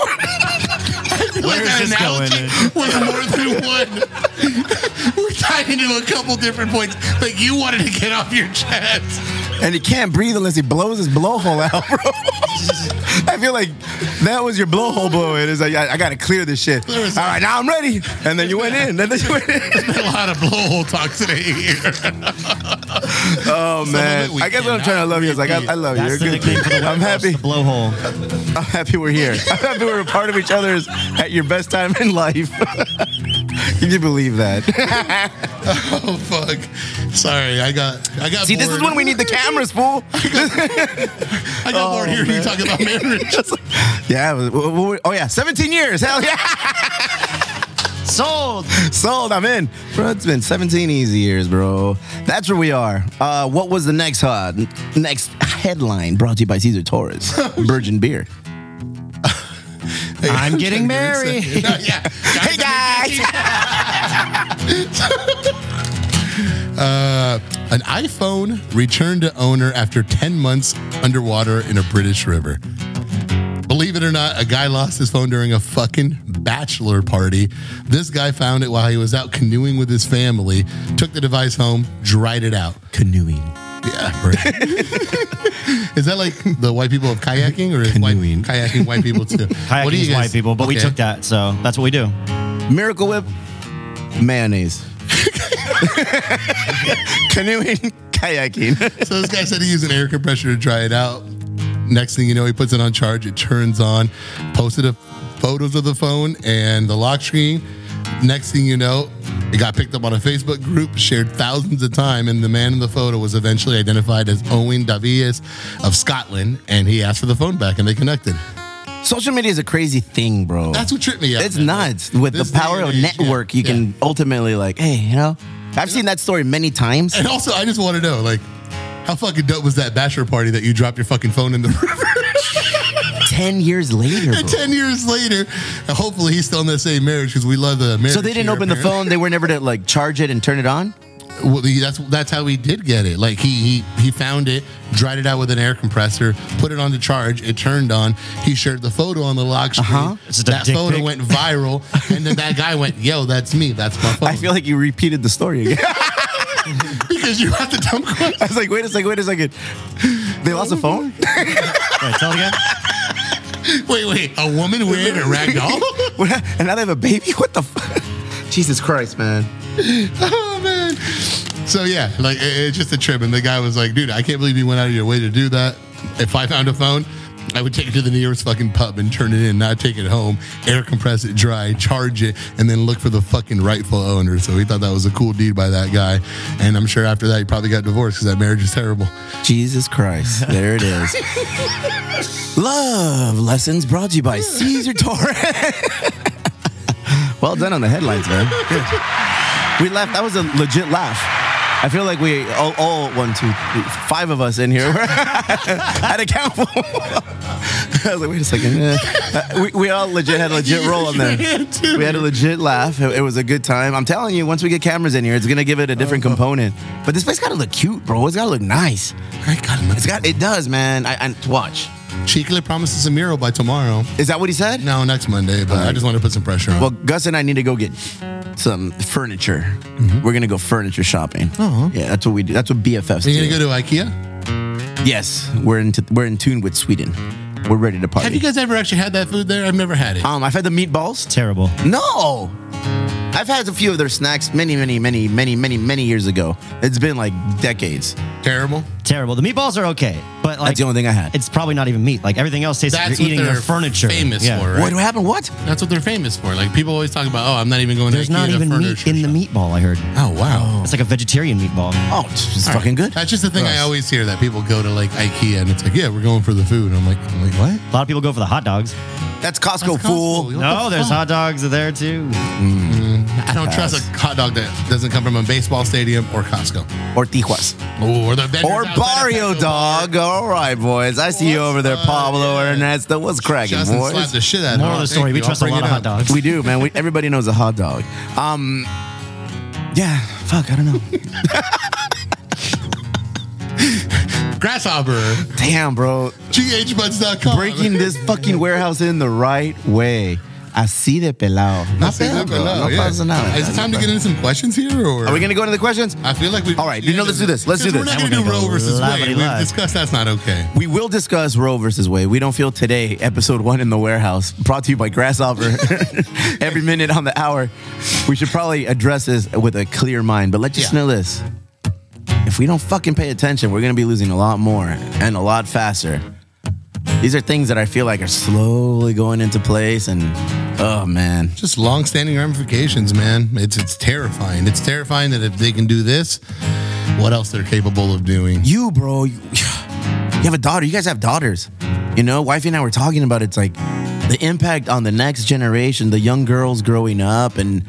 Where
is this
going? With more than one. We're tied into a couple different points. Like you wanted to get off your chest.
and he can't breathe unless he blows his blowhole out, bro. I feel like that was your blowhole blowing. It's like I, I gotta clear this shit. All
There is-
right, now I'm ready. And then you went in. And then you went in.
A lot of blowhole talk today here.
Oh man,
it we
I guess what I'm
cannot
trying to love you is like I, I love you. You're a
That's the
good
nickname for
dude.
the
I'm happy.
blowhole.
I'm happy we're here. I'm happy we're a part of each other's at your best time in life. Can you believe that?
oh fuck. Sorry, I got I got
See, this is
bored.
when we need the cameras, fool.
I got
Oh,
bored here. You talking about marriage?
Yeah. it was- w- w- Oh yeah, 17 years. Hell yeah.
Sold.
Sold. I'm in. Bro, it's been 17 easy years, bro. That's where we are. Uh, what was the next hot? Next headline brought to you by Caesar Torres, Virgin Beer.
I'm getting married.
yeah.
Hey guys.
Uh, an iPhone returned to owner after 10 months underwater in a British river. Believe it or not, a guy lost his phone during a fucking bachelor party. This guy found it while he was out canoeing with his family, took the device home, dried it out.
Canoeing.
Yeah. Right. is that like the white people of kayaking or is white,
Canoeing.
kayaking white people too? Kayaking
Kayaking is white people, but we took that, so that's what we do.
Miracle Whip. Mayonnaise. Canoeing. Kayaking.
So this guy said he used an air compressor to dry it out. Next thing you know, he puts it on charge. It turns on. Posted a, photos of the phone and the lock screen. Next thing you know, it got picked up on a Facebook group, shared thousands of time, and the man in the photo was eventually identified as Owen Davies of Scotland, and he asked for the phone back, and they connected.
Social media is a crazy thing, bro.
That's what tripped me out.
it's
man.
nuts. With
This
the power
day and
of
age,
network,
yeah,
you can
yeah.
ultimately like, hey, you know, I've seen that story many times.
And also, I just want to know, like, how fucking dope was that bachelor party that you dropped your fucking phone in the river?
Ten years later, bro.
And ten years later, and hopefully he's still in that same marriage because we love the marriage.
So they didn't
here,
open the
apparently.
phone. They were never to like charge it and turn it on.
Well, he- that's that's how he did get it. Like he he he found it, dried it out with an air compressor, put it on the charge. It turned on. He shared the photo on the lock screen.
Uh-huh.
It's a
That
dick
photo
pic.
went viral, and then that guy went, "Yo, that's me. That's my phone."
I feel like you repeated the story again.
because you have the dumb
I
question.
was like, wait a second, wait a second. They lost a phone.
Wait, tell it again.
Wait, wait, a woman wearing a ragdoll?
What hap- and now they have a baby. What the? F-? Jesus Christ, man.
oh man. So yeah, like it- it's just a trip, and the guy was like, "Dude, I can't believe you went out of your way to do that." If I found a phone, I would take it to the nearest fucking pub and turn it in, not take it home, air compress it dry, charge it, and then look for the fucking rightful owner. So he thought that was a cool deed by that guy. And I'm sure after that, he probably got divorced because that marriage is terrible.
Jesus Christ. There it is. Love lessons brought to you by Caesar Torres. well done on the headlines, man. Good. We laughed. That was a legit laugh. I feel like we all, all one, two, three, five of us in here had a count. for- I was like, wait a second. eh. Uh, we, we all legit had a legit roll on there. We had a legit laugh. It, it was a good time. I'm telling you, once we get cameras in here, it's gonna give it a different component. But this place gotta look cute, bro. It's gotta look nice.
I got him.
It's got. It does, man. I, I watch.
Chikla promises a mural by tomorrow.
Is that what he said?
No, next Monday, but I just want to put some pressure on.
Well, Gus and I need to go get some furniture.
Mm-hmm.
We're gonna go furniture shopping.
Uh-huh.
Yeah, that's what we do. That's what BFFs
Are you
do.
gonna go to IKEA?
yes, we're into we're in tune with Sweden. We're ready to party.
Have you guys ever actually had that food there? I've never had it.
um, I've had the meatballs.
Terrible.
No, I've had a few of their snacks many, many, many, many, many, many years ago. It's been like decades.
Terrible.
Terrible. The meatballs are okay, but like
that's the only thing I had.
it's probably not even meat. Like everything else tastes
That's
like you're
what
eating
they're
their furniture.
famous for, right?
What happened? What?
That's what they're famous for. Like people always talk about, oh, I'm not even going
There's
to IKEA
not
to
even meat
furniture
in the
shop."
meatball, I heard.
Oh wow.
It's like a vegetarian meatball.
Oh, it's, it's fucking good.
That's just the thing I
Gross.
always hear that people go to like IKEA and it's like, yeah, we're going for the food. I'm like, I'm like what?
A lot of people go for the hot dogs.
That's Costco, fool.
What
No,
the
there's
fuck?
hot dogs there too.
I don't trust a hot dog that doesn't come from a baseball stadium or Costco.
Or Tijuas.
Oh, or the vendors
Or
outside of
Barrio
Taco Bar.
Dog. All right, boys. I see you
What's
over there,
up?
Pablo
Yeah.
Ernesto. What's cracking,
Justin slapped
boys?
the shit out of
Moral
him.
of the
Thank
story: we
you. I'll
trust a
bring
lot
it
of hot
up.
dogs.
We do, man. We, everybody knows a hot dog. Um, yeah. Fuck, I don't know.
Grasshopper.
Damn, bro.
GHBuds.com.
Breaking this fucking warehouse in the right way. Así de pelado.
Not
bad,
bad, bro.
No
Yeah.
pasa nada.
Is it time to get into some questions here? Or
Are we gonna go into the questions?
I feel like we.
All right, you know, let's do this. Let's do
Because
this.
We're not
And
going to
we're
do
gonna
Roe
go
versus Wade.
libbity
We've
live.
discussed that's not okay.
We will discuss Roe versus Wade. We don't feel today, episode one in the warehouse, brought to you by Grasshopper. Every minute on the hour. We should probably address this with a clear mind, but let's just
Yeah.
know this. If we don't fucking pay attention, we're gonna be losing a lot more and a lot faster. These are things that I feel like are slowly going into place, and oh man.
Just long-standing ramifications, man. It's it's terrifying. It's terrifying that if they can do this, what else they're capable of doing?
you, bro, you, you have a daughter. You guys have daughters. You know, wifey and I were talking about it's like the impact on the next generation, the young girls growing up, and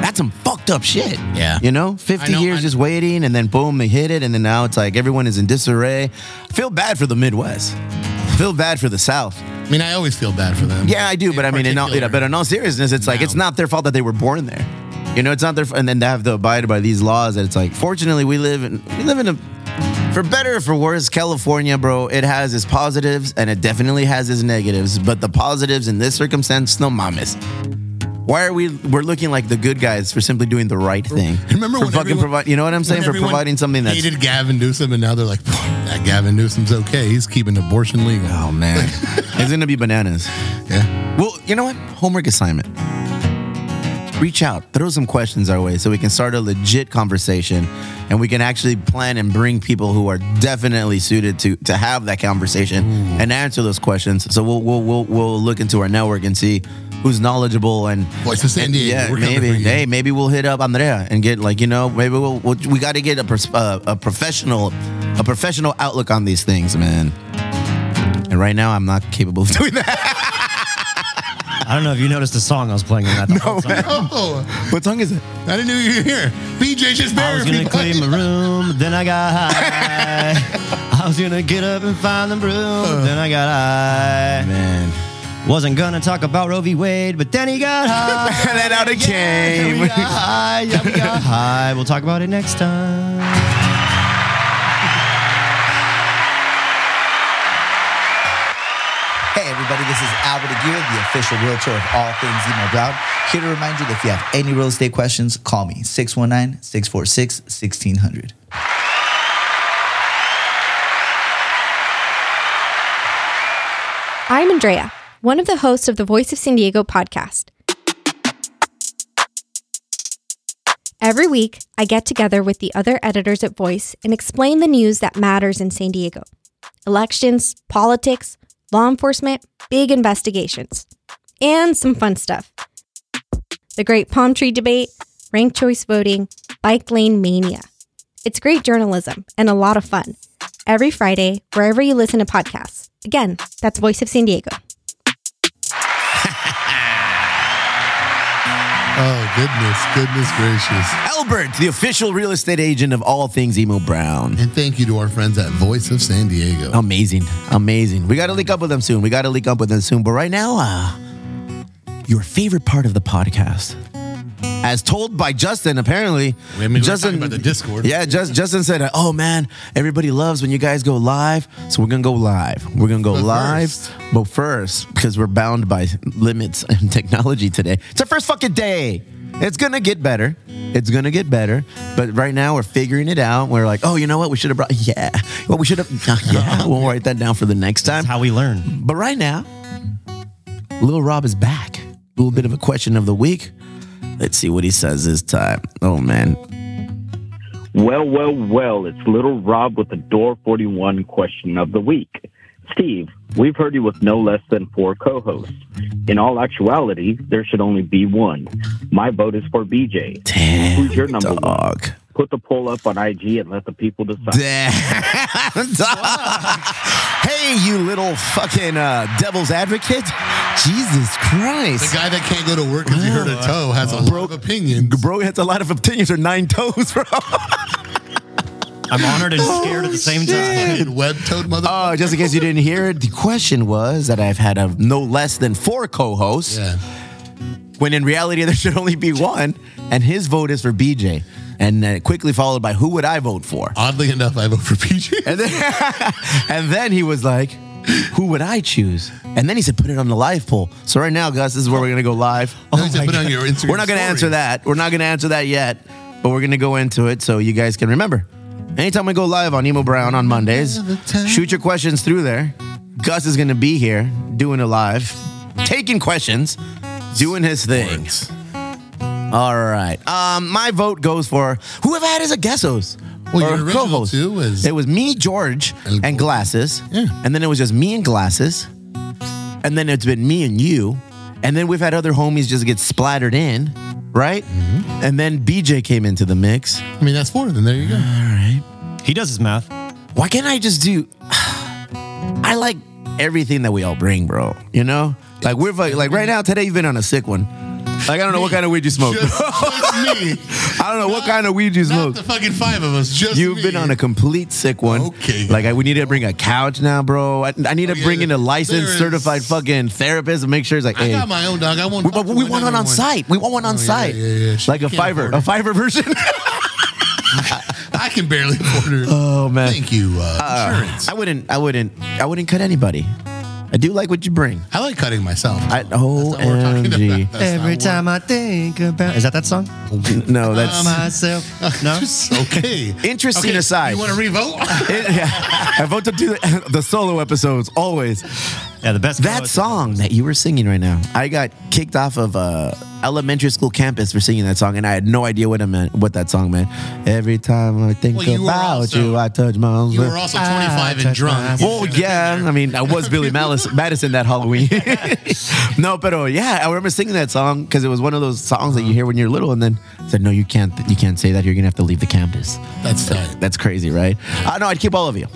that's some fucked up shit.
Yeah.
You know, 50
I know,
years
I-
just waiting, and then boom, they hit it, and then now it's like everyone is in disarray. I feel bad for the Midwest. I feel bad for the South.
I mean, I always feel bad for them.
Yeah, I do, but I mean, in all, you know, but in all seriousness, it's like
No.
it's not their fault that they were born there. You know, it's not their, f- and then they have to abide by these laws. That it's like, fortunately, we live in we live in a, for better or for worse, California, bro. It has its positives and it definitely has its negatives. But the positives in this circumstance, no mames. Why are we we're looking like the good guys for simply doing the right thing?
Remember
for
when
fucking
everyone-
provi- You know what I'm saying? For providing something that's
hated Gavin Newsom, and now they're like, "Phew, that Gavin Newsom's okay. He's keeping abortion legal.
oh man, it's gonna be bananas.
Yeah,
Well, you know what? Homework assignment. Reach out, throw some questions our way so we can start a legit conversation and we can actually plan and bring people who are definitely suited to to have that conversation
Mm.
and answer those questions. So we'll we'll we'll, we'll look into our network and see who's knowledgeable and
Voice of San
and-
Diego,
Yeah,
we're coming
maybe.
for you.
Hey, maybe we'll hit up Andrea and get like you know maybe we'll, we'll we got to get a pers- uh, a professional a professional outlook on these things, man. And right now, I'm not capable of doing that.
I don't know if you noticed the song I was playing in that. no,
Oh,
what song is it?
I didn't know you were here. BJ just
I
buried
was gonna
me.
clean my room, then I got high. I was gonna get up and find the broom, then I got high.
Man.
Wasn't gonna talk about Roe v. Wade, but then he got high.
And then out it
Yeah,
came.
we got high. Yeah, we got high. We'll talk about it next time.
Hey everybody, this is Albert Aguirre, the official realtor of all things Emo Brown. Here to remind you that if you have any real estate questions, call me 619-646-1600.
I'm Andrea, one of the hosts of the Voice of San Diego podcast. Every week, I get together with the other editors at Voice and explain the news that matters in San Diego elections, politics, law enforcement, big investigations, and some fun stuff. The Great Palm Tree Debate, ranked choice voting, bike lane mania. It's great journalism and a lot of fun. Every Friday, wherever you listen to podcasts. Again, that's Voice of San Diego.
Oh, goodness, goodness gracious.
Albert, the official real estate agent of all things Emo Brown.
And thank you to our friends at Voice of San Diego.
Amazing. Amazing. We got to link up with them soon. We got to link up with them soon. But right now, uh, your favorite part of the podcast. As told by Justin, apparently.
I mean, we were talking about the Discord.
Yeah, just, Uh, Justin said, "Oh man, everybody loves when you guys go live, so we're gonna go live. We're gonna go
But
live,
first-
but first, because we're bound by limits and technology today. It's our first fucking day. It's gonna get better. It's gonna get better. But right now we're figuring it out. We're like, oh, you know what? We should have brought. Yeah. Well, we should have. yeah. We'll write that down for the next time.
How we learn.
But right now, Lil Rob is back. A little bit of a question of the week. Let's see what he says this time. Oh man,
Well, well, well, it's little Rob with the Door 41 question of the week. Steve, we've heard you with no less than four co hosts. In all actuality, there should only be one. My vote is for BJ. Who's your number
dog.
one? Put the poll up on IG and let the people decide.
Damn, dog. hey, you little fucking uh, devil's advocate. Jesus
The
Christ.
guy that can't go to work because he hurt
Oh.
a toe has a broke opinion.
Bro has a lot of opinions or nine toes, bro.
I'm honored and scared at the same time.
Web toed mother.
Oh, just in case you didn't hear it, the question was that I've had a, no less than four co hosts,
yeah.
when in reality there should only be one, and his vote is for BJ. And uh, quickly followed by who would I vote for?
Oddly enough, I vote for PJ.
And then, and then he was like, who would I choose? And then he said, put it on the live poll. So right now, Gus, this is where we're going to go live.
No, he said, put it on your Instagram
We're not going to answer
story.
that. We're not going to answer that yet, but we're going to go into it so you guys can remember. Anytime we go live on Emo Brown on Mondays, shoot your questions through there. Gus is going to be here doing it live, taking questions, doing his thing. All right. Um, my vote goes for whoever had as a guessos.
Well, your
or
original
co-host.
two was-
it was me, George,
El
and
Gordo.
glasses.
Yeah.
And then it was just me and glasses. And then it's been me and you. And then we've had other homies just get splattered in, right?
Mm-hmm.
And then BJ came into the mix.
I mean, that's four. Then there you go.
He does his math.
Why can't I just do? I like everything that we all bring, bro. You know, like we're like, like right now today. You've been on a sick one. Like I don't know what kind of weed you smoke.
Just, just me.
I don't know what kind of weed you
Not
smoke.
the fucking five of us. Just
You've
me.
been on a complete sick one.
Okay.
Like I, we need to bring a couch now, bro. I, I need to
Oh, yeah,
bring in a licensed,
there is-
certified fucking therapist and make sure it's like,
I
hey.
got my own dog. I want.
We, but we want one on site. We want one on
yeah,
site.
yeah, yeah. She
Like a
can't
fiver,
afford
a
it.
fiver version.
I can barely afford it.
oh man.
Thank you. Uh, insurance.
I wouldn't. I wouldn't. I wouldn't cut anybody. I do like what you bring.
I like cutting myself.
I oh,
That's not what we're talking about.
OMG.
That's not
Every
what-
time I think about. Is that that song?
No, that's
myself. No.
Just- okay.
Interesting aside.
You want to revote?
It- yeah. I vote to do the, the solo episodes always.
Yeah, the best.
That song that you were singing right now, I got kicked off of uh, elementary school campus for singing that song, and I had no idea what I meant, what that song meant. Every time I think
Well, you were
about
also-
you, I touch my own.
you were also
Ah,
25 and drunk.
Oh yeah, I mean I was Billy Malice, Madison that Halloween. no, but oh yeah, I remember singing that song because it was one of those songs that you hear when you're little, and then I said, "No, you can't, you can't say that. You're gonna have to leave the campus."
That's tight.
That's crazy, right? I know I'd keep all of you,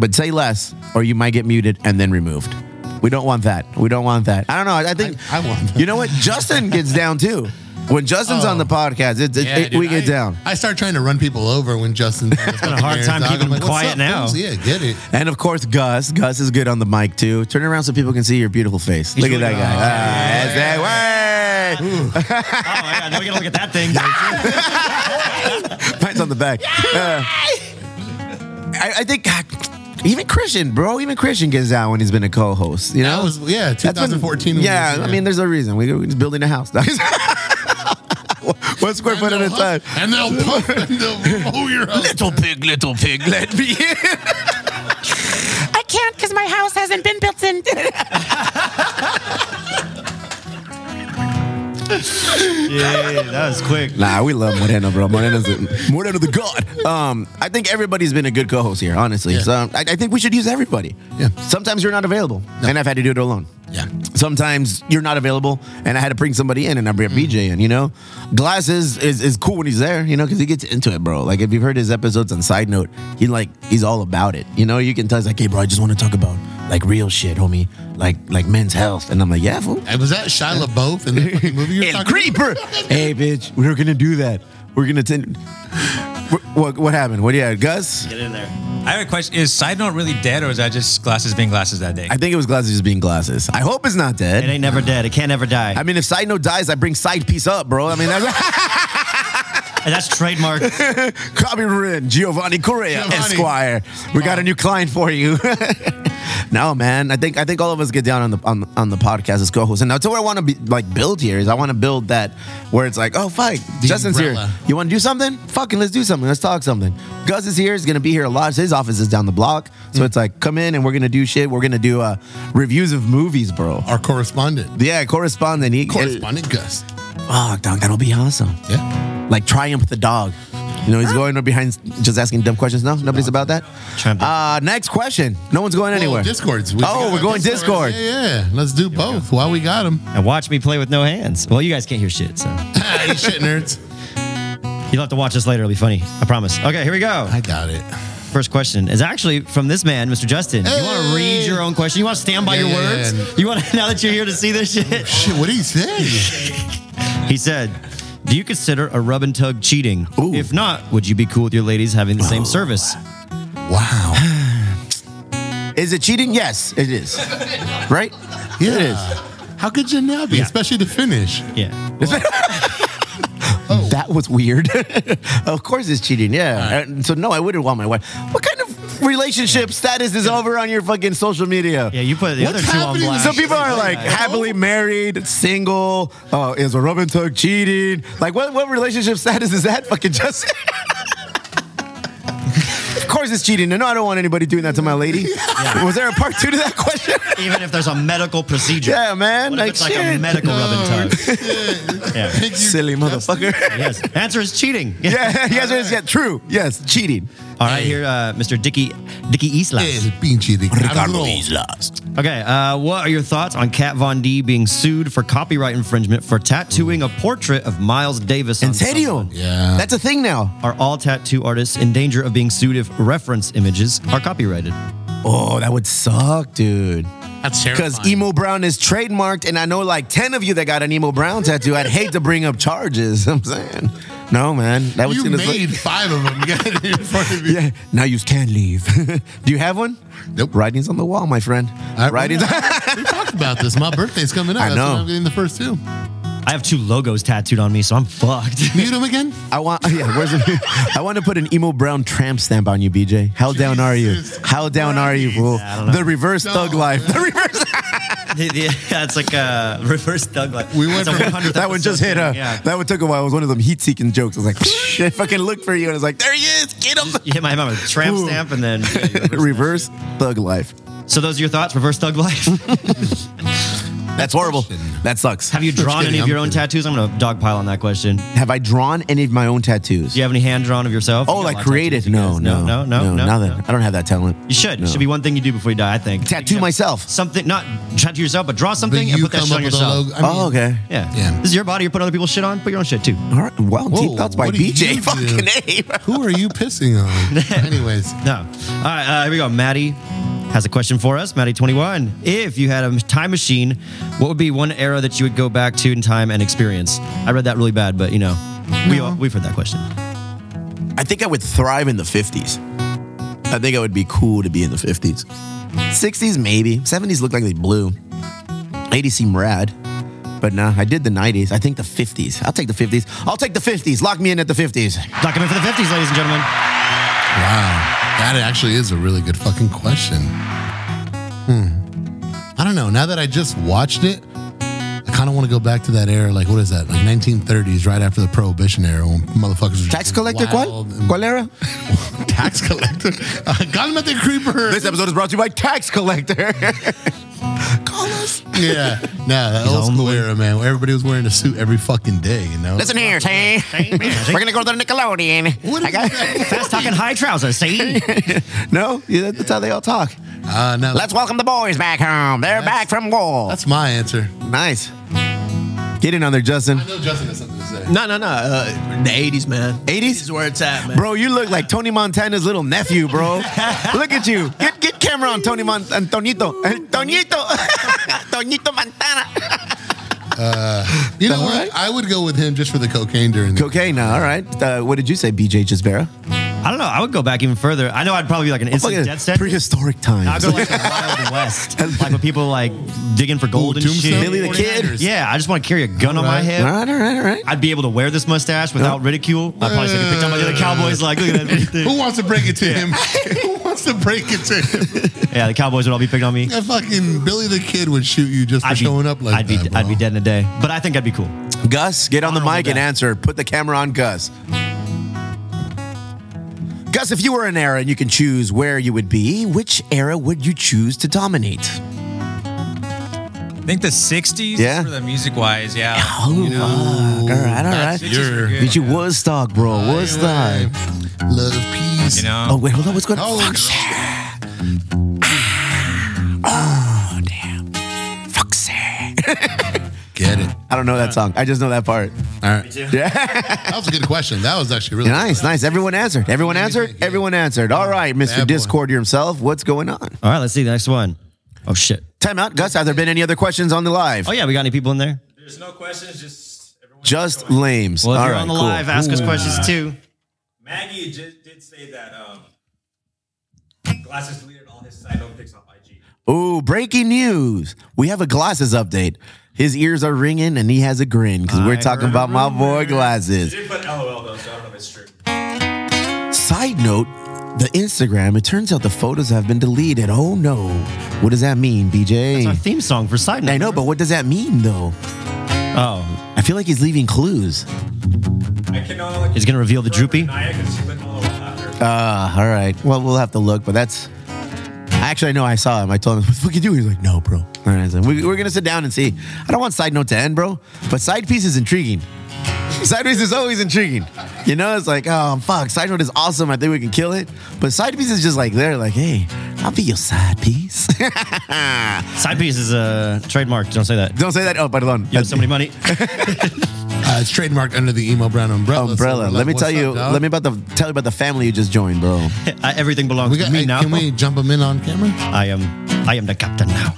but say less, or you might get muted and then removed. We don't want that. We don't want that. I don't know. I, I think
I- I want that. Oh.
You know what? Justin gets down too. When Justin's on the podcast, it, it,
Yeah,
it-
dude,
we get
I-
down.
I start trying to run people over when Justin's on his fucking
hard
air
time
dog.
keeping
I'm
him
"What's
quiet
up,
now."
fools?" Yeah, get it.
And of course, Gus. Gus is good on the mic too. Turn around so people can see your beautiful face. Look
really
at that guy.
good. Oh,
Ah, that's that way.
Oh, yeah. Now we gotta look at that thing. dude.
Pants on the back. Uh, I, I think God, even Christian, bro, even Christian gets out when he's been a co-host. You know,
That was yeah,
That's when-
2014. was
yeah,
this
I
year.
mean, there's a reason. We, we're just building a house. One square foot at a
And they'll
time.
huff, And they'll puff and they'll blow your house.
Little pig, little pig, let me in. I can't because my house hasn't been built in.
yeah, that was quick.
Nah, we love Moreno, bro. Moreno's the, Moreno the god. Um, I think everybody's been a good co-host here, honestly. So I, I think we should use everybody. Yeah. Sometimes you're not available, and I've had to do it alone.
Yeah.
Sometimes you're not available, and I had to bring somebody in, and I bring BJ in. You know, Glass is, is is cool when he's there, you know, because he gets into it, bro. Like if you've heard his episodes on Side Note, he like he's all about it. You know, you can tell he's like, hey, bro, I just want to talk about like real shit, homie, like like men's health, and I'm like, yeah, fool.
was that Shia LaBeouf in the fucking movie you were
El
talking
Creeper. hey, bitch, we were gonna do that. We're gonna. Ten- Wh- what what happened? What do you have, Gus?
Get in there.
I have a question. Is Side Note really dead, or is that just glasses being glasses that day?
I think it was glasses just being glasses. I hope it's not dead. It
ain't never dead. It can't ever die.
I mean, if side note dies, I bring side piece up, bro. I mean, that's
that's trademark.
Copy written, Giovanni Correa
Giovanni.
Esquire. We got a new client for you. no, man. I think I think all of us get down on the on, on the podcast as co-hosts, and that's what I want to be like build here. Is I want to build that where it's like, oh, fuck,
The
Justin's
umbrella.
here. You want to do something? Fucking let's do something. Let's talk something. Gus is here. He's gonna be here a lot. His office is down the block, so
Mm.
it's like come in and we're gonna do shit. We're gonna do uh, reviews of movies, bro.
Our correspondent.
Yeah, correspondent. He,
Correspondent Gus.
Fuck, dog, that'll be awesome.
Yeah.
Like Triumph the dog. You know, he's going behind, just asking dumb questions. No, nobody's about that. Uh, next question. No one's going anywhere.
Discords.
oh,
got
we're
a
going Discord.
Yeah, yeah. Let's do both while we got him.
And watch me play with no hands. Well, you guys can't hear shit, so
Ah, you shit nerds.
You'll have to watch this later. It'll be funny. I promise. Okay, here we go. I
doubt it.
First question is actually from this man, Mr. Justin. You want to read your own question? You want to stand by
Yeah,
your
yeah,
words?
yeah.
You want to, now that you're here to see this
Oh,
shit?
Shit, what do you say?
He said, Do you consider a rub and tug cheating? If not, would you be cool with your ladies having the same service?
Wow.
Is it cheating? Yes, it is. Right?
Yeah.
It is.
How could you not be? Especially the finish.
Yeah. Oh.
That was weird. of course it's cheating. Yeah. And So, no, I wouldn't want my wife. What kind of relationship status is over on your fucking social media?
Yeah, you put the
What's
other two on
happening?
blast.
So people are
Oh.
like happily married, single. Uh, is a rub and tug cheating? Like, what what relationship status is that? Fucking just. of course, it's cheating. And no, I don't want anybody doing that to my lady. Was there a part two to that question?
Even if there's a medical procedure.
Yeah, man.
What if
like,
it's like
shit.
a medical rub and tug? Yeah.
Silly motherfucker.
Yes. Answer is cheating.
yeah, yes, yes, yeah, true. Yes, cheating.
All right, here, uh, Mr. Dicky Dicky Islas.
Pinchy de Carlo.
Okay, uh, what are your thoughts on Kat Von D being sued for copyright infringement for tattooing a portrait of Miles Davis?
In serio?
Yeah.
That's a thing now.
Are all tattoo artists in danger of being sued if reference images are copyrighted?
Oh, that would suck, dude.
That's
Because Emo Brown is trademarked, and I know like 10 of you that got an Emo Brown tattoo. I'd hate to bring up charges. I'm saying. No, man. That was
you
gonna-
made five of them. You got it in front of you.
Yeah, now you can leave. Do you have one?
Nope.
Writing's on the wall, my friend. Writing's.
we talked about this. My birthday's coming up.
I
That's
know.
when I'm getting the first two.
I have two logos tattooed on me, so I'm fucked.
Mute them again.
I want. Yeah, where's it? I want to put an Emo Brown tramp stamp on you, BJ. How down are you? How down are you, fool? The reverse thug life. The reverse.
That's like a reverse thug life.
We went
That's a
from-
100th
that one just hit.
episode.
Uh,
Yeah.
That one took a while. It was one of them heat-seeking jokes. I was like, I fucking look for you, and it's like, there he is. Get him.
You hit my hammer with a tramp
Ooh.
stamp and then. yeah, you
reverse
reverse-
thug life.
so, those are your thoughts, reverse thug life?
That's horrible. That sucks.
Have you drawn
kidding,
any of
I'm
your own tattoos? I'm going to dogpile on that question. Do
Have I drawn any of my own tattoos?
you have any hand drawn of yourself?
Oh,
You got a lot
like
of
creative?
tattoos, you
No,
guys.
no,
no, no, no,
nothing.
no.
I don't have that talent.
You should.
No.
It should be one thing you do before you die, I think.
Tattoo
You know,
myself.
Something, not tattoo yourself, but draw something
But
and
you
put that
come
shit
up
on
with a
yourself.
logo. I mean,
Oh, okay.
Yeah.
Yeah.
This is your body. You're putting other people's shit on. Put your own shit too.
All right. Wow. Deep
Whoa,
thoughts by
what do you
BJ.
do?
Fucking A, bro.
Who are you pissing on? Anyways,
No. All right. Uh, here we go. Maddie has a question for us. Maddie 21. If you had a time machine, what would be one era that you would go back to in time and experience? I read that really bad, but you know, we all, we've heard that question.
I think I would thrive in the 50s. I think I would be cool to be in the 50s. 60s, maybe. 70s looked like they blew. 80s seemed rad. But nah, I did the 90s. I think the 50s. I'll take the 50s. I'll take the 50s. Lock me in at the 50s.
Document for the 50s, ladies and gentlemen.
wow, that actually is a really good fucking question. Hmm. I don't know. Now that I just watched it, I kind of want to go back to that era. Like, what is that? Like 1930s, right after the Prohibition era, when motherfuckers were
Tax
just
collector, ¿cuál?
wild and-
¿Cuál era?
Tax collector. Uh, Gunman the creeper.
This episode is brought to you by Tax Collector. Call us.
Yeah, no, that old school era, man. Where everybody was wearing a suit every fucking day, you know.
Listen here, see? We're gonna go to the Nickelodeon. I got fast talking high trousers, see?
no, yeah, that's how they all talk.
Uh, no,
Let's welcome the boys back home. They're back from war.
That's my answer.
Nice. Get in on there, Justin.
I know Justin has something to say.
No, no, no. Uh, the 80s, man.
80s
is where it's at, man.
Bro, you look like Tony Montana's little nephew, bro. look at you. Get get camera on Tony Mon- Antonito. Antonito. Antonito Montana.
Uh, you know what? I would go with him just for the cocaine during the.
Cocaine. All right. Uh, what did you say, BJ Gisbera?
I don't know. I would go back even further. I know I'd probably be like an instant death sentence.
Prehistoric times.
I'd go like the Wild West, like when people like digging for gold and shit.
Billy the Kid.
Yeah, I just want to carry a gun on my
Alright.
head.
All right, all right, all right.
I'd be able to wear this mustache without ridicule. I'd probably get picked on by the other cowboys. Like, look at that
Who
thing.
wants to break it to him? Who wants to break it to him?
Yeah, the cowboys would all be picking on me.
That fucking Billy the Kid would shoot you just for
I'd be
showing up like
I'd be
that. bro.
I'd be dead in a day. But I think I'd be cool.
Gus, get on the
Honorable
mic and
death.
answer. Put the camera on Gus. Gus, if you were an era and you can choose where you would be, which era would you choose to dominate?
I think the '60s,
Yeah.
for the music wise, yeah.
Oh, fuck. All right, all right.
That's- it's just
You're-
good.
Did you Woodstock, bro? Woodstock.
Love, peace.
You know,
Oh, wait, hold on. What's going on?
Oh,
Fuck
no.
yeah. Ah. Oh, damn. Fuck yeah.
Get it.
I don't know that song. I just know that part.
All right.
Yeah.
That was a good question. That was actually really
nice, nice. Everyone answered. Everyone answered. Everyone answered. All right, Mr.
Bad boy.
Discord himself. What's going on?
All right, let's see the next one. Oh shit.
Time out. Gus, have there been any other questions on the live?
Oh yeah, we got any people in there?
there's no questions. Just everyone.
Just lames.
Well, if
All
you're
right,
on the
cool.
live, ask us questions too.
Maggie just did say that um, glasses deleted all his side note pics off IG.
Ooh, breaking news. We have a glasses update. His ears are ringing and he has a grin because we're
I
talking
heard
about my boy
rumors.
glasses.
did put LOL though, so I don't know if it's true.
Side note the Instagram, it turns out the photos have been deleted. Oh no. What does that mean, BJ?
It's our theme song for Side Note.
I know, but what does that mean though?
oh,
I feel like he's leaving clues.
I cannot. Like,
he's gonna reveal the droopy.
Naya because she put LOL after.
Ah, all right. Well, we'll have to look, but that's. Actually, I know I saw him. I told him, "What the fuck you do?" He's like, "No, bro." All right, so we, we're gonna sit down and see. I don't want side note to end, bro, but side piece is intriguing. Side piece is always intriguing. You know, it's like, oh fuck, side note is awesome. I think we can kill it. But side piece is just like there, like, hey, I'll be your side piece.
Side piece is a trademark. Don't say that.
don't say that. Oh, pardon.
You have so many money.
Uh, it's trademarked under the emo brown umbrella. so
Umbrella.
we're
let
like,
me tell
what's
you.
up, dog?
let me about the tell you about the family you just joined, bro.
I, Uh, everything belongs
We got,
to me
hey,
now.
Can we jump him in on camera?
I am. I am the captain now.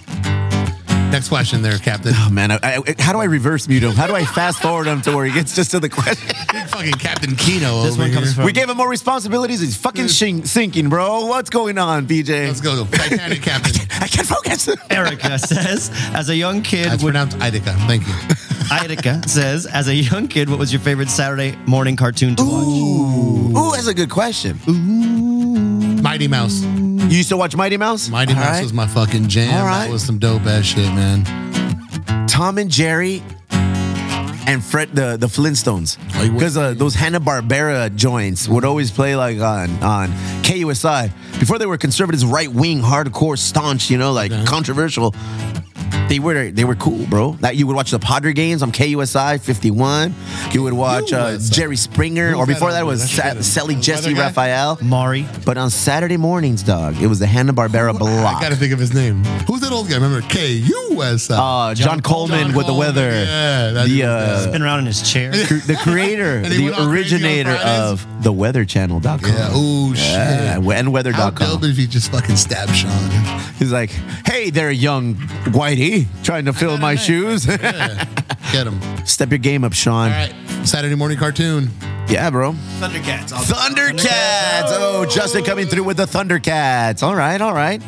Next question, there, Captain.
Oh man, I, I, how do I reverse mute him? How do I fast forward him to where he gets just to the question?
Big fucking Captain Kino
This
over
one comes
here.
from.
We gave him more responsibilities. He's fucking shink- sinking, bro. What's going on, BJ?
Let's go, Titanic Captain.
I can't focus.
Erica says, as a young kid,
That's
would-
pronounced Idika. Thank you.
Erica says, as a young kid, what was your favorite Saturday morning cartoon to watch?
Ooh, that's a good question.
Mighty Mouse.
You used to watch Mighty Mouse?
Mighty
All
Mouse
right.
was my fucking jam.
All right.
That was some dope ass shit, man.
Tom and Jerry and Fred the, the Flintstones.
Oh, you would-
Because uh, those Hanna-Barbera joints would always play like on, on KUSI. Before they were conservatives, right-wing, hardcore, staunch, you know, like controversial. They were they were cool, bro. That you would watch the Padre games on KUSI 51. You would watch uh,
KUSI.
Jerry Springer,
Who's
or before
that
that,
on
was
there? That's
Sa-
good.
Sally
Weather
Jesse
guy?
Raphael.
Mari.
But on Saturday mornings, dog, it was the Hanna Barbera
I
block.
gotta think of his name. Who's that old guy? Remember K U S I.
uh, John, Coleman with the weather.
Yeah, that
The,
dude was
uh,
dope.
Spin around in his chair.
Cr- the creator,
And he went
the
on crazy on
originator
Fridays?
of the weatherchannel.com.
Yeah. Oh shit.
Yeah, we- and
How dope
weather.com.
if you just fucking stab Sean?
He's like, hey there, young whitey, trying to fill my shoes.
Yeah. Get him.
Step your game up, Sean.
All right. Saturday morning cartoon.
Yeah, bro.
Thundercats. all-
Thundercats. Oh, Justin coming through with the Thundercats. All right, all right.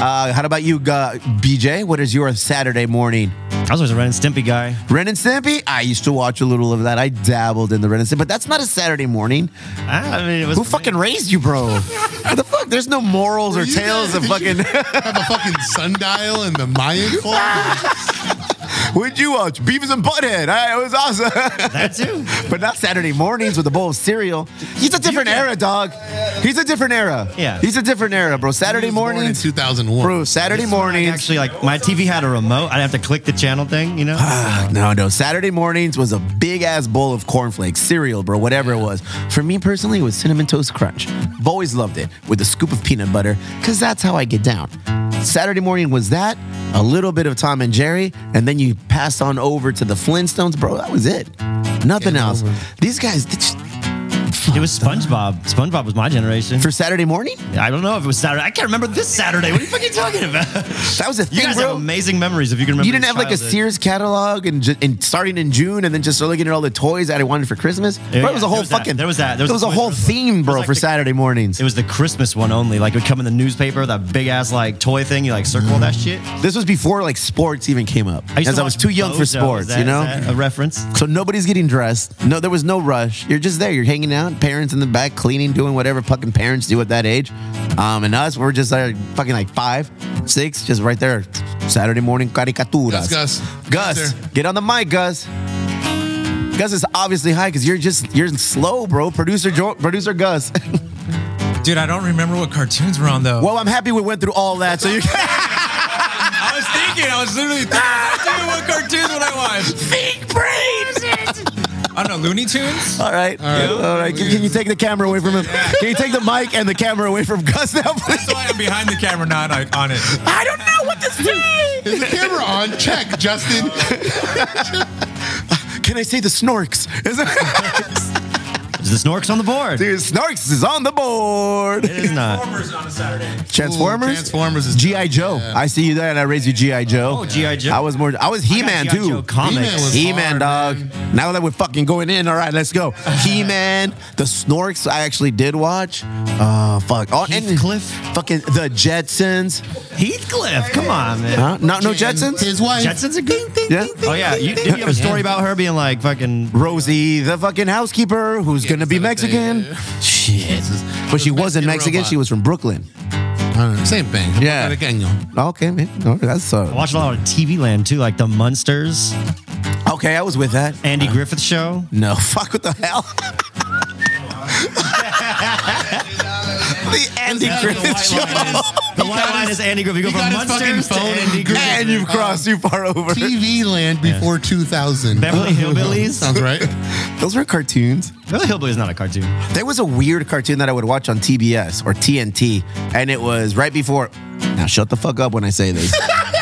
Uh, how about you, uh, BJ? What is your Saturday morning?
I was always a Ren and Stimpy guy.
Ren and Stimpy? I used to watch a little of that. I dabbled in the Ren and Stimpy, but that's not a Saturday morning.
I mean, it was
Who fucking raised you, bro? what the fuck? There's no morals or
you
tales
guys-
of fucking.
Have a fucking sundial and the Mayan clock.
What'd you watch? Beavis and Butthead. Hey, it was awesome. That too. but not Saturday mornings with a bowl of cereal. He's a different era, dog. He's a different era. Yeah. He's a different era, bro. Saturday mornings.
2001.
Bro, Saturday mornings.
Actually, like my TV had a remote. I'd have to click the channel thing, you know?
no, no. Saturday mornings was a big ass bowl of cornflakes, cereal, bro, whatever it was. For me personally, it was cinnamon toast crunch. I've always loved it with a scoop of peanut butter, because that's how I get down. Saturday morning was that, a little bit of Tom and Jerry, and then you passed on over to the Flintstones, bro. That was it. Nothing else. These guys, they just-
It was SpongeBob. SpongeBob was my generation.
For Saturday morning?
I don't know if it was Saturday. I can't remember this Saturday. What are you fucking talking about?
That was a thing,
You guys
bro.
have amazing memories if you can remember.
you didn't
your
have like a
childhood.
Sears catalog and, ju- and starting in June and then just looking at all the toys that I wanted for Christmas.
Yeah,
bro, it was
yeah,
a whole
there was that,
fucking.
there was that, there was
it was a
toys,
whole
there was
theme, bro, for Saturday mornings.
It was the Christmas one only. Like it would come in the newspaper, that big ass like toy thing. You like circle all that shit.
This was before like sports even came up.
used
As
to
I was
watch
too young
Bozo.
for
Is
sports,
that-
you know.
is that a reference.
So nobody's getting dressed. No, there was no rush. You're just there. You're hanging out. Parents in the back cleaning, doing whatever fucking parents do at that age. Um, and us, we're just like fucking like five, six, just right there. Saturday morning caricaturas.
Gus,
Gus, get on the mic, Gus. Gus is obviously high because you're just you're slow, bro. Producer jo- producer Gus.
Uh, Dude, I don't remember what cartoons were on though.
Well, I'm happy we went through all that. So you.
I was thinking, I was literally thinking, dude, what cartoons would I watch?
Think brains!
I don't know, Looney Tunes?
All right. All right. Can, can you take the camera away from him? Can you take the mic and the camera away from Gus now, please?
That's why I'm behind the camera, not like, on it.
I don't know what this is.
Is the camera on? Check, Justin.
Can I say the snorks? Is
the snorks on the board?
Dude, snorks is on the board. It
is not.
Transformers on a Saturday.
Transformers. Transformers is GI Joe. I see you there, and I raised you GI Joe.
Oh, G.I. Joe.
I was more. I was
I got
He Man
G.I.
too.
Joe comics. He-Man was
He Man, dog. Now that we're fucking going in, all right, let's go. He Man, the Snorks. I actually did watch. Uh, fuck. Oh, Heathcliff. And fucking the Jetsons.
Heathcliff. Come on, man.
Huh? Not no Jetsons.
His wife.
Jetsons are good.
Yeah.
Oh yeah, you, did you have a story about her being like fucking
Rosie, the fucking housekeeper, who's gonna be Mexican. Shit. But she wasn't Mexican.
robot.
She was from Brooklyn.
Same thing.
Yeah. Okay, man. No, that's uh,
I watched a lot of TV Land too, like the Munsters,
okay. I was with that.
Andy Griffith Show.
No, fuck. What the hell? the Andy Griffith
The white line
show.
is- the white line is Andy Griffith. You go
He
from
got his fucking
Munsters to
phone and
Andy Griffith.
And you've crossed too far over.
TV land before 2000.
Beverly Hillbillies.
Sounds right.
Those were cartoons.
Beverly Hillbillies is not a cartoon.
There was a weird cartoon that I would watch on TBS or TNT, and it was right before. Now shut the fuck up when I say this.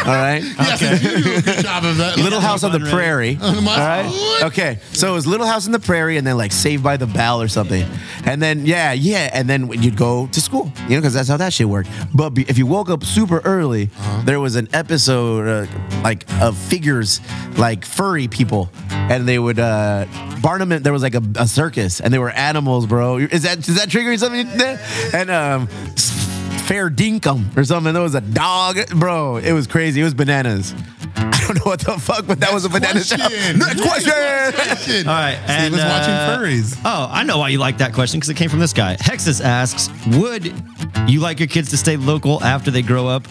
All right.
Yes, you do a good job of that.
Little House on the
Fun, right?
Prairie. All
my-
right. Okay. So it was Little House on the Prairie, and then like Saved by the Bell or something, and then yeah, yeah, and then you'd go to school, you know, because that's how that shit worked. But be- if you woke up super early, there was an episode uh, like of figures, like furry people, and they would uh Barnum. There was like a, a circus, and they were animals, bro. Is that is that triggering something there? And um. Fair dinkum or something. There was a dog, bro. It was crazy. It was bananas. I don't know what the fuck, but that was a banana
Question.
shell. Next question.
Question.
All right,
He
and
was watching
uh,
furries.
Oh, I know why you like that question because it came from this guy. Hexus asks, would you like your kids to stay local after they grow up,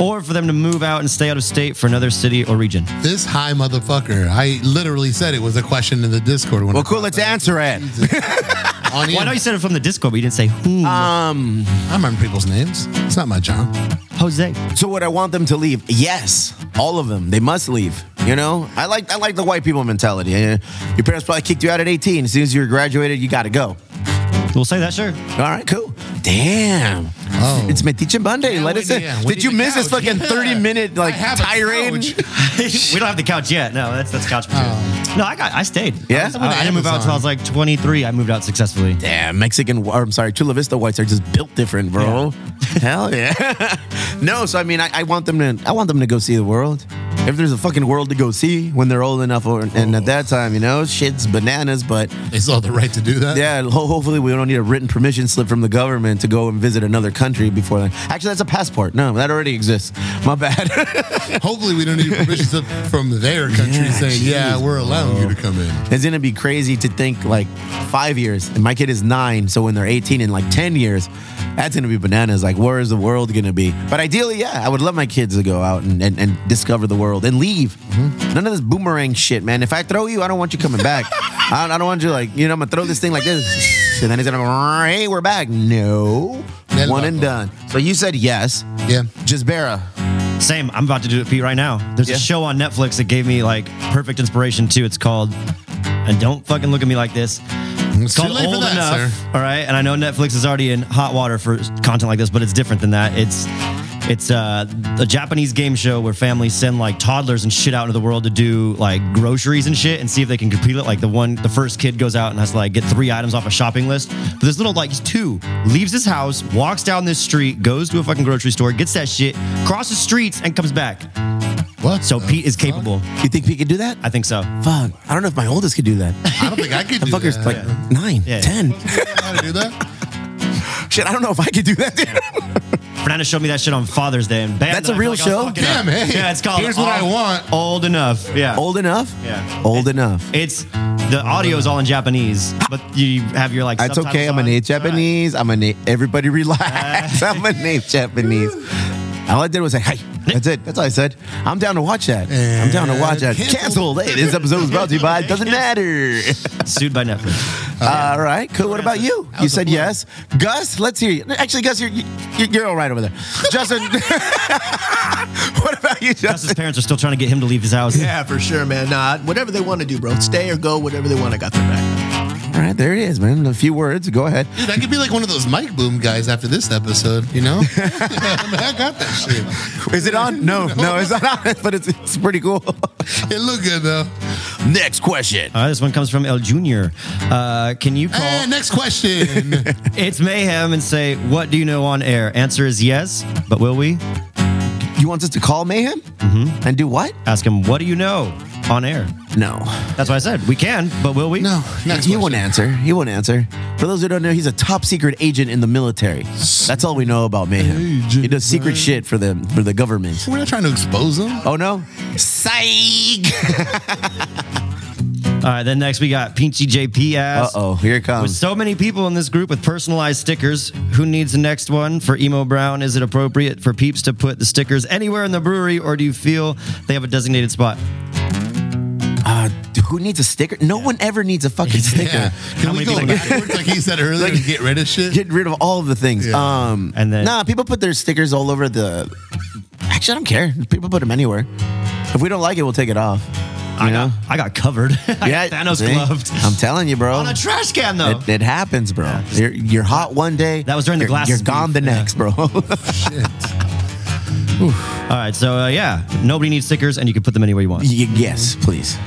or for them to move out and stay out of state for another city or region?
This high motherfucker. I literally said it was a question in the Discord. When
Well,
I-
cool. Let's answer it.
on
Why
him.
don't you said it from the Discord, but you didn't say whom?
Uh,
Um.
I remember people's names. It's not my job.
Jose.
So would I want them to leave? Yes, all of them. They must leave. You know, I like I like the white people mentality. Eh, Your parents probably kicked you out at 18. As soon as you were graduated, you got to go.
We'll say that, sure.
All right, cool. Damn.
Oh.
It's Metiche Monday.
Yeah,
Let
we
us in.
need- yeah, we
Did
need
you
the
miss this
couch.
fucking
Yeah.
30 minute like
I have a
tirade?
couch.
we don't have the couch yet. No, that's that's couch material.
Oh.
No, I got I stayed.
Yeah?
I, was- I didn't move out until I was like 23. I moved out successfully.
Damn, Mexican, or I'm sorry, Chula Vista whites are just built different, bro. Hell yeah. no, so I mean, I, I want them to, I want them to go see the world. If there's a fucking world to go see when they're old enough, or, and at that time, you know, shit's bananas. But
They still have the right to do that.
yeah, ho- hopefully we don't need a written permission slip from the government to go and visit another country before then. Actually, that's a passport. No, that already exists. My bad.
Hopefully, we don't need permission from their country
Yeah,
saying, "Yeah,
jeez,
we're allowing you to come in."
It's gonna be crazy to think like five years, and my kid is nine, so when they're 18 in like 10 years, that's gonna be bananas. Like, where is the world gonna be? But ideally, yeah, I would love my kids to go out and, and, and discover the world and leave. None of this boomerang shit, man. If I throw you, I don't want you coming back. I, don't, I don't want you like, you know, I'm gonna throw this thing like this, and then it's gonna go, hey, we're back. No, one and done. So you said yes.
Yeah.
Jizbera.
Same. I'm about to do it, Pete, right now. There's a show on Netflix that gave me like perfect inspiration too. It's called, and don't fucking look at me like this. It's
too
called
late for
Old
that,
Enough.
sir.
All right. And I know Netflix is already in hot water for content like this, but it's different than that. It's it's uh, a Japanese game show where families send like toddlers and shit out into the world to do like groceries and shit and see if they can complete it. Like the one, the first kid goes out and has to like get three items off a shopping list. But this little like two leaves his house, walks down this street, goes to a fucking grocery store, gets that shit, crosses streets, and comes back.
What?
So Pete is capable.
You think Pete could do that?
I think so.
Fuck. I don't know if my oldest could do that.
I don't think I could
That
do
fucker's
that.
like nine, ten.
How to do that?
Shit, I don't know if I could do that. Dude.
Fernando showed me that shit on Father's Day, and bam,
That's a
I
real
felt like I was
show?
fucking up.
Damn, hey,
Yeah, it's called.
here's what I
Old-
want.
Old enough. Yeah.
Old enough.
Yeah.
Old enough.
It's the audio is all in Japanese, but you have your like.
It's okay.
subtitles
I'm a
on.
native Japanese. I'm a native. Everybody relax. I'm a native Japanese. All I did was say, hey, that's it. That's all I said. I'm down to watch that. I'm down to watch that. Cancel. Hey, this episode was brought to you by Doesn't Matter.
Sued by
Oh,
Netflix.
all right, cool. What about you? You said yes. Gus, let's hear you. Actually, Gus, you're, you're, you're all right over there. Justin, what about you, Justin?
His parents are still trying to get him to leave his house.
Yeah, for sure, man. Nah, whatever they want to do, bro. Stay or go, whatever they want. I got their back.
All right, there it is, man. A few words. Go ahead.
Dude, I could be like one of those Mike Boom guys after this episode, you know? I, mean, I got that shit.
Is it on? No, no, it's not on, but it's, it's pretty cool.
It looked good, though.
Next question.
All right, this one comes from El Junior. Uh, can
Eh,
you call
And next question.
It's Mayhem and say, What do you know on air? Answer is yes, but will we?
You want us to call Mayhem? Mm-hmm. And do what?
Ask him, What do you know on air?
No.
That's what I said. We can, but will we?
No. Next
He won't answer. He won't answer. For those who don't know, he's a top secret agent in the military. That's all we know about Mayhem. he does secret shit for the for the government.
We're not trying to expose them.
Oh no? Psych!
All right, then next we got Pinchy JP
Uh
ass.
oh, here it
With
comes.
so many people in this group with personalized stickers, who needs the next one? For Emo Brown, is it appropriate for peeps to put the stickers anywhere in the brewery, or do you feel they have a designated spot?
Uh, who needs a sticker? No one ever needs a fucking sticker.
Yeah. Can we
many
go
people-
backwards like he said earlier and get rid of shit?
Get rid of all of the things.
Yeah.
Um,
And then-
nah, people put their stickers all over the. Actually, I don't care. People put them anywhere. If we don't like it, we'll take it off.
I got, I got covered. I got Thanos
see?
gloved.
I'm telling you, bro.
on a trash can though.
It, it happens, bro. You're, you're hot one day.
That was during the
you're-
glasses
You're gone the
beef, yeah.
next, bro.
All right, so uh, yeah, nobody needs stickers, and you can put them anywhere you want.
Y- yes, please.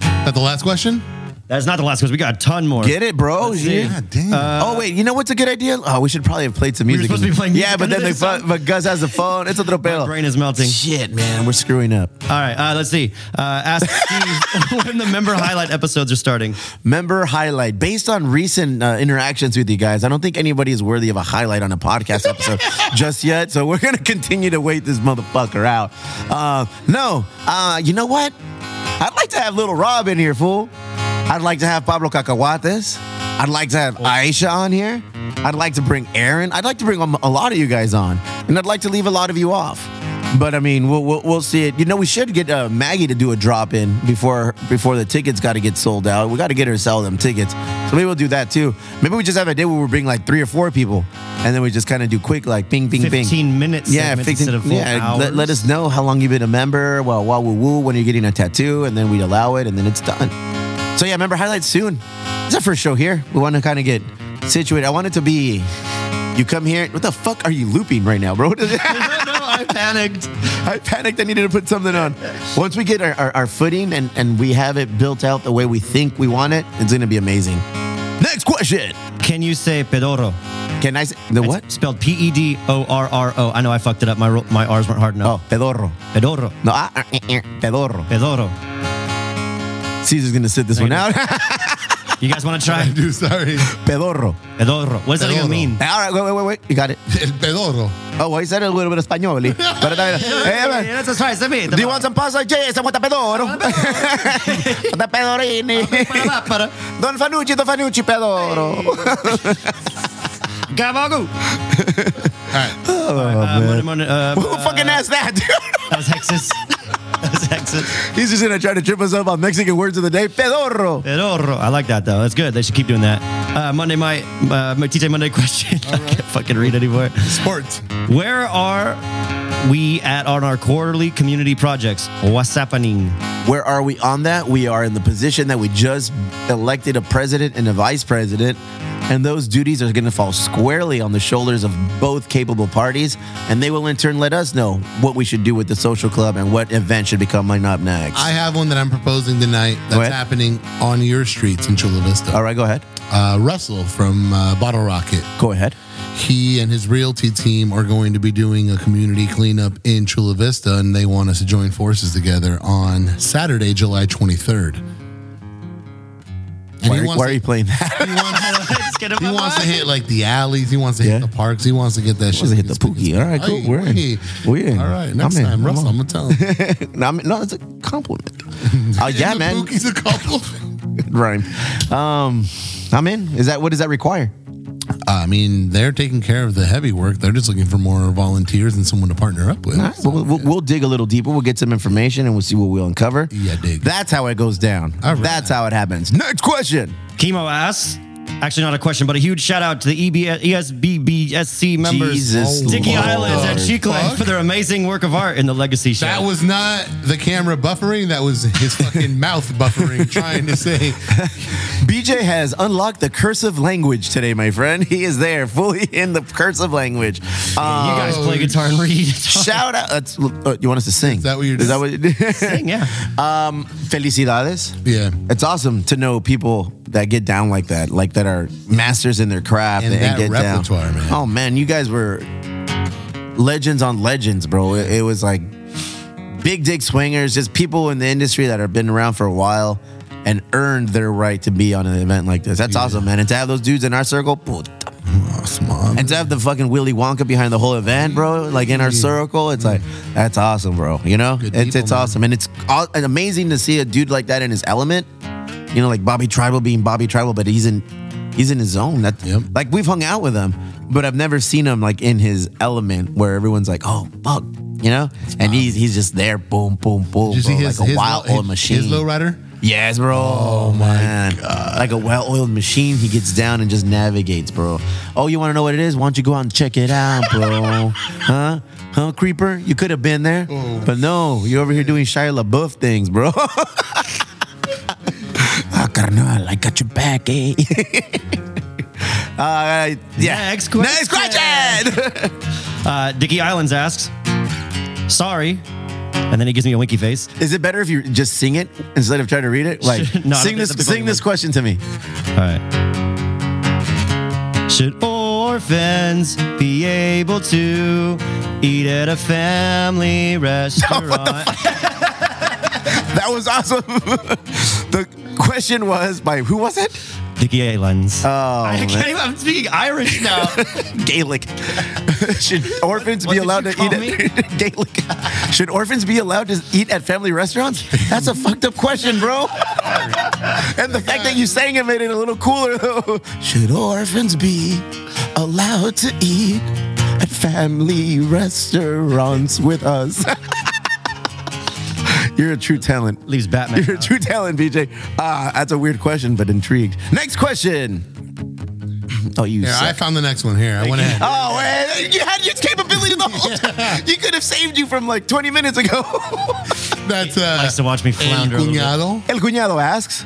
That the last question?
That's not the last because we got a ton more.
Get it, bro.
see.
Yeah.
God damn.
oh wait, you know what's a good idea? Oh, we should probably have played some
were
music.
supposed
in-
to be playing
yeah,
music
but
under
then they
this song.
fu- but Gus has the phone. It's a
My
tropel.
brain is melting.
Shit, man, we're screwing up.
All right, uh, let's see. Uh, ask Steve when the member highlight episodes are starting.
Member highlight. Based on recent uh, interactions with you guys, I don't think anybody is worthy of a highlight on a podcast episode just yet. So we're gonna continue to wait this motherfucker out. Uh, no, uh, you know what? I'd like to have little Rob in here, fool. I'd like to have Pablo Cacahuates. I'd like to have Aisha on here. I'd like to bring Aaron. I'd like to bring um, a lot of you guys on, and I'd like to leave a lot of you off. But I mean, we'll, we'll, we'll see it. You know, we should get uh, Maggie to do a drop in before before the tickets got to get sold out. We got to get her to sell them tickets. So maybe we'll do that too. Maybe we just have a day where we bring like three or four people, and then we just kind of do quick like bing, bing, bing.
15 minutes
Yeah,
segments
15
instead of full
yeah. Let, let
hours.
us know how long you've been a member. Well, wow, woo, woo, when you're getting a tattoo, and then we allow it, and then it's done. So yeah, member highlights soon. It's our first show here. We want to kind of get situated. I want it to be. You come here. What the fuck are you looping right now, bro?
I panicked.
I panicked. I needed to put something on. Once we get our, our, our footing and, and we have it built out the way we think we want it, it's going to be amazing. Next question.
Can you say pedoro?
Can I say the what?
It's spelled P E D O R R O. I know I fucked it up. My ro- my R's weren't hard
Oh,
enough.
pedorro.
Pedoro.
No, ah, ah, eh, eh, pedorro.
Pedoro.
Caesar's going to sit this one out.
You guys want to try?
Dude, sorry.
pedorro.
Pedoro. What does that
Pedoro.
even mean?
All right, wait, wait, wait, wait. You got it.
El pedoro.
Oh, well, he said a little bit of Spanish. But, uh, hey, man.
that's right. That's me.
Do you want some pasta? Yes, I want a pedoro. the pedorini. Don Fanucci, Don Fanucci, pedoro.
Gabago.
All right.
Oh,
Uh, Monday morning, uh,
Who fucking asked that?
that was Hexus. that was That's it.
He's just gonna try to trip us up on Mexican words of the day. Pedorro.
Pedorro. I like that though. That's good. They should keep doing that. Uh, Monday, my, uh, my TJ Monday question. I can't fucking read anymore.
Sports.
Where are we at on our quarterly community projects? What's happening?
Where are we on that? We are in the position that we just elected a president and a vice president, and those duties are going to fall squarely on the shoulders of both capable parties, and they will in turn let us know what we should do with the social club and what event should be coming up next.
I have one that I'm proposing tonight that's
ahead.
happening on your streets in Chula Vista. All
right, go ahead.
Uh, Russell from uh, Bottle Rocket.
Go ahead.
He and his realty team are going to be doing a community cleanup in Chula Vista, and they want us to join forces together on Saturday, July 23rd. And
Why,
he
are-
wants
why
to-
are you playing that?
He wants, to, he wants to hit like the alleys. He wants to hit the parks. He wants to get that shit. He wants to hit the pookie.
All right, cool. We're in. We're in.
All right, next
I'm in.
time,
I'm
Russell,
on.
I'm gonna tell him.
no, I mean, no, it's a compliment. Oh yeah,
The
man.
Pookie's a couple.
Rhyme. Um, I'm in. Is that what does that require?
Uh, I mean, they're taking care of the heavy work. They're just looking for more volunteers and someone to partner up with.
All right, we'll, we'll, we'll dig a little deeper. We'll get some information and we'll see what we'll uncover.
Yeah, dig.
That's how it goes down. That's how it happens. Next question.
Chemo asks. Actually, not a question, but a huge shout out to the E EBS, ESBBSC members,
Jesus
Dickey
Lord.
Islands and Sheikland,
Fuck.
for their amazing work of art in the Legacy Show.
That was not the camera buffering. That was his fucking mouth buffering, trying to say.
BJ has unlocked the cursive language today, my friend. He is there, fully in the cursive language. Uh,
you guys
oh,
play guitar and read.
Shout out! That's, uh, you want us to sing? Is that what you're doing?
sing? Yeah.
Um, felicidades.
Yeah.
It's awesome to know people that get down like that, like that are masters in their craft
And
and,
that
get
repertoire,
down.
man.
Oh man, you guys were legends on legends, bro. It, it was like big dick swingers, just people in the industry that have been around for a while and earned their right to be on an event like this. That's awesome, man. And to have those dudes in our circle, puta. And to have the fucking Willy Wonka behind the whole event, bro, like in our circle, it's like that's awesome, bro. You know, it's it's awesome, and it's all, and amazing to see a dude like that in his element. You know, like Bobby Tribal being Bobby Tribal, but he's in he's in his zone. That like we've hung out with him, but I've never seen him like in his element where everyone's like, oh fuck, you know, and he's he's just there, boom, boom, boom,
Did you see
bro,
his,
like a
his
wild
low-
old
his-
machine.
His low rider?
Yes, bro. Oh man. Like a well-oiled machine, he gets down and just navigates, bro. Oh, you want to know what it is? Why don't you go out and check it out, bro? huh? Huh, creeper? You could have been there,
Oh,
but no, you're over here doing Shia LaBeouf things, bro. Ah, carnal, I got your back, eh? uh, yeah.
Next question.
Next question.
uh, Dicky Islands asks, "Sorry," and then he gives me a winky face.
Is it better if you just sing it instead of trying to read it? Like,
No, I
sing
don't-
this,
that's the
sing this question to me.
All right. Should orphans be able to eat at a family restaurant?
That was awesome. the question was by who was it?
Dicky Islands.
Oh,
I can't
man.
even, I'm speaking Irish now.
Gaelic. Should orphans be allowed to eat at Gaelic? Should orphans be allowed to eat at family restaurants? That's a fucked up question, bro. and the fact that you sang it made it a little cooler though. Should orphans be allowed to eat at family restaurants with us? You're a true talent.
Leaves Batman.
You're a true talent, BJ. Ah, that's a weird question, but intrigued. Next question. Oh, you.
Here,
suck.
I found the next one here. I went ahead.
Oh, man, you had your capability the whole time. You could have saved you from like 20 minutes ago.
That's uh,
likes to watch me flounder.
El
a little bit.
Cuñado
El Cuñado asks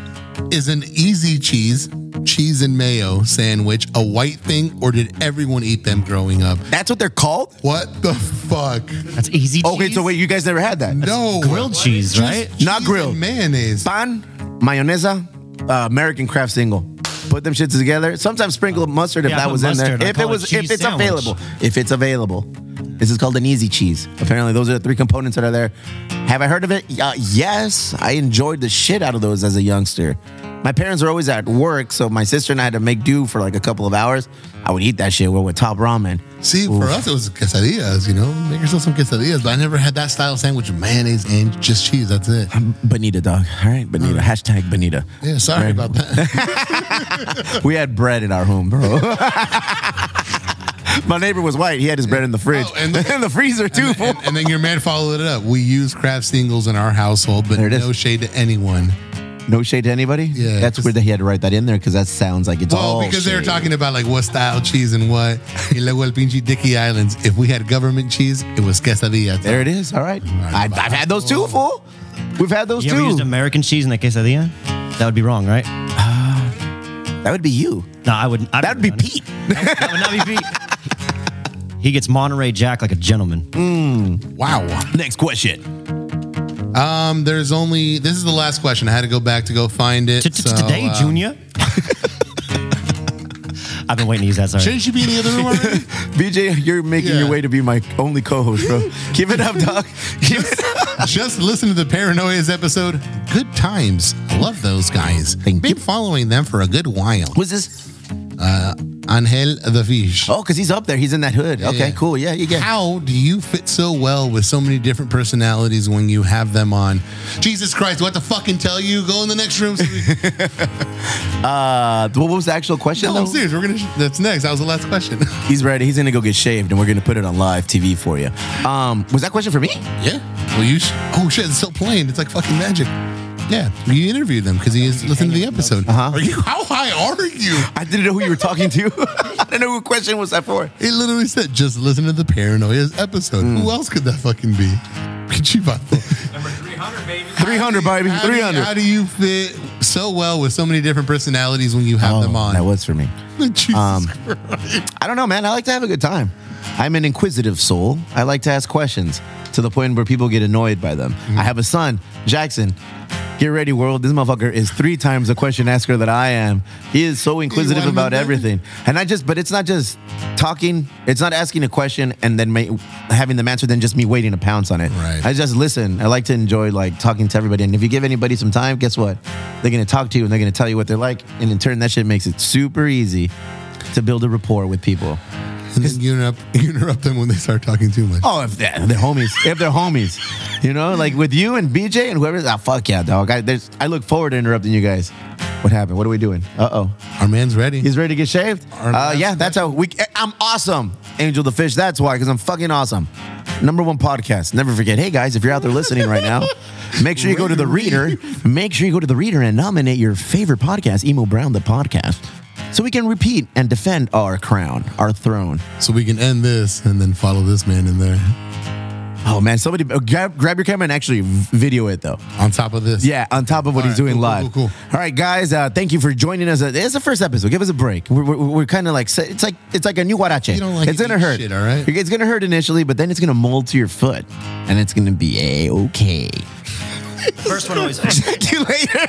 Is an easy cheese, cheese and mayo sandwich a white thing, or did everyone eat them growing up?
That's what they're called?
What the fuck?
That's easy
Okay, so wait, you guys never had that?
No.
Grilled cheese, right?
Not grilled.
Mayonnaise.
Pan, mayonesa, uh, American craft single. Put them shits together. Sometimes sprinkle mustard if
Yeah, I
that
put
was in there.
mustard. I
If
call
it
it
was, if
cheese
it's
sandwich.
available, if it's available. This is called an easy cheese. Apparently, those are the three components that are there. Have I heard of it? Uh, yes, I enjoyed the shit out of those as a youngster. My parents were always at work, so my sister and I had to make do for like a couple of hours. I would eat that shit with, with top ramen.
See,
Oof.
for us, it was quesadillas, you know? Make yourself some quesadillas, but I never had that style sandwich with mayonnaise and just cheese. That's it.
Bonita, dog. All right, Bonita. Hashtag Bonita.
Yeah, sorry about that.
we had bread in our home, bro. My neighbor was white. He had his bread in the fridge. Oh, and in the freezer too.
And, then- and then your man followed it up. We use craft singles in our household, but no shade to anyone.
No shade to anybody.
Yeah,
That's weird that he had to write that in there because that sounds like it's
Well,
all.
because they were
shade.
talking about like what style cheese and what. Y luego el pinche Dickey Islands. If we had government cheese, it was quesadilla.
There it is. All right. Oh. I've, I've had those two, fool. We've had those
you
two.
ever used American cheese in a quesadilla? That would be wrong, right?
that would be you.
No, I wouldn't. I that would be
Pete.
That, would not be Pete. he gets Monterey Jack like a gentleman.
Wow.
Next question.
Um, there's only this is the last question. I had to go back to go find it. so,
Today,
uh,
um,
Junior. I've been waiting to use that. Sorry.
Shouldn't you be in the other room already?
BJ, you're making your way to be my only co-host, bro. Give it up, dog.
uh, Just listen to the Paranoia's episode. Good times. Love those guys. Been following them for a good while.
Was this
uh, Angel the Fish?
Oh, because he's up there. He's in that hood. Okay, cool. Yeah, you get.
How do you fit so well with so many different personalities when you have them on? Jesus Christ! What the fucking tell you? Go in the next room. so we-
Uh, what was the actual question?
no, I'm serious. We're gonna. That's next. That was the last question.
He's ready. He's gonna go get shaved, and we're gonna put it on live TV for you. Um, was that question for me?
Yeah. Well, you. Sh- oh shit! It's still playing. It's like fucking magic. Yeah, you interviewed them because he is listening to the episode. Uh-huh. Are you? How high are you?
I didn't know who you were talking to. I didn't know who question was that for.
It literally said, "Just listen to the Paranoia's episode."
Hmm.
Who else could that fucking be? Pinchy Buffalo.
300, baby.
How do you- How do you fit so well with so many different personalities when you have them on? That
was for me. Oh, Um, I don't know, man. I like to have a good time. I'm an inquisitive soul. I like to ask questions to the point where people get annoyed by them.
Mm-hmm.
I have a son, Jackson. Get ready, world. This motherfucker is three times the question asker that I am. He is so inquisitive about everything. And I just, but it's not just talking, it's not asking a question and then ma- having them answer, then just me waiting to pounce on it. Right. I just listen. I like to enjoy like talking to everybody. And if you give anybody some time, guess what? They're going to talk to you and they're going to tell you what they're like. And in turn, that shit makes it super easy to build a rapport with people.
And then you interrupt, you interrupt them when they start talking too much.
Oh, if they're, they're homies, if they're homies, you know, like with you and BJ and whoever. Ah, fuck yeah, dog. I, there's, I look forward to interrupting you guys. What happened? What are we doing? Uh oh.
Our man's ready.
He's ready to get shaved. Uh, yeah, that's how we. I'm awesome, Angel the Fish. That's why, because I'm fucking awesome. Number one podcast. Never forget. Hey guys, if you're out there listening right now, make sure you go to the reader. Make sure you go to the reader and nominate your favorite podcast, Emo Brown the podcast, so we can repeat and defend our crown, our throne.
So we can end this and then follow this man in there.
Oh man, somebody uh, grab, grab your camera and actually v- video it though.
On top of this.
Yeah, on top of what he's doing live. All right, guys, uh, thank you for joining us. Uh, It's the first episode. Give us a break. We're, we're, we're kind of like se- it's like it's like a new huarache.
You don't like
it's
to
gonna
eat
hurt.
shit, all right?
It's gonna hurt initially, but then it's gonna mold to your foot, and it's gonna be a okay.
First one always.
Check you later.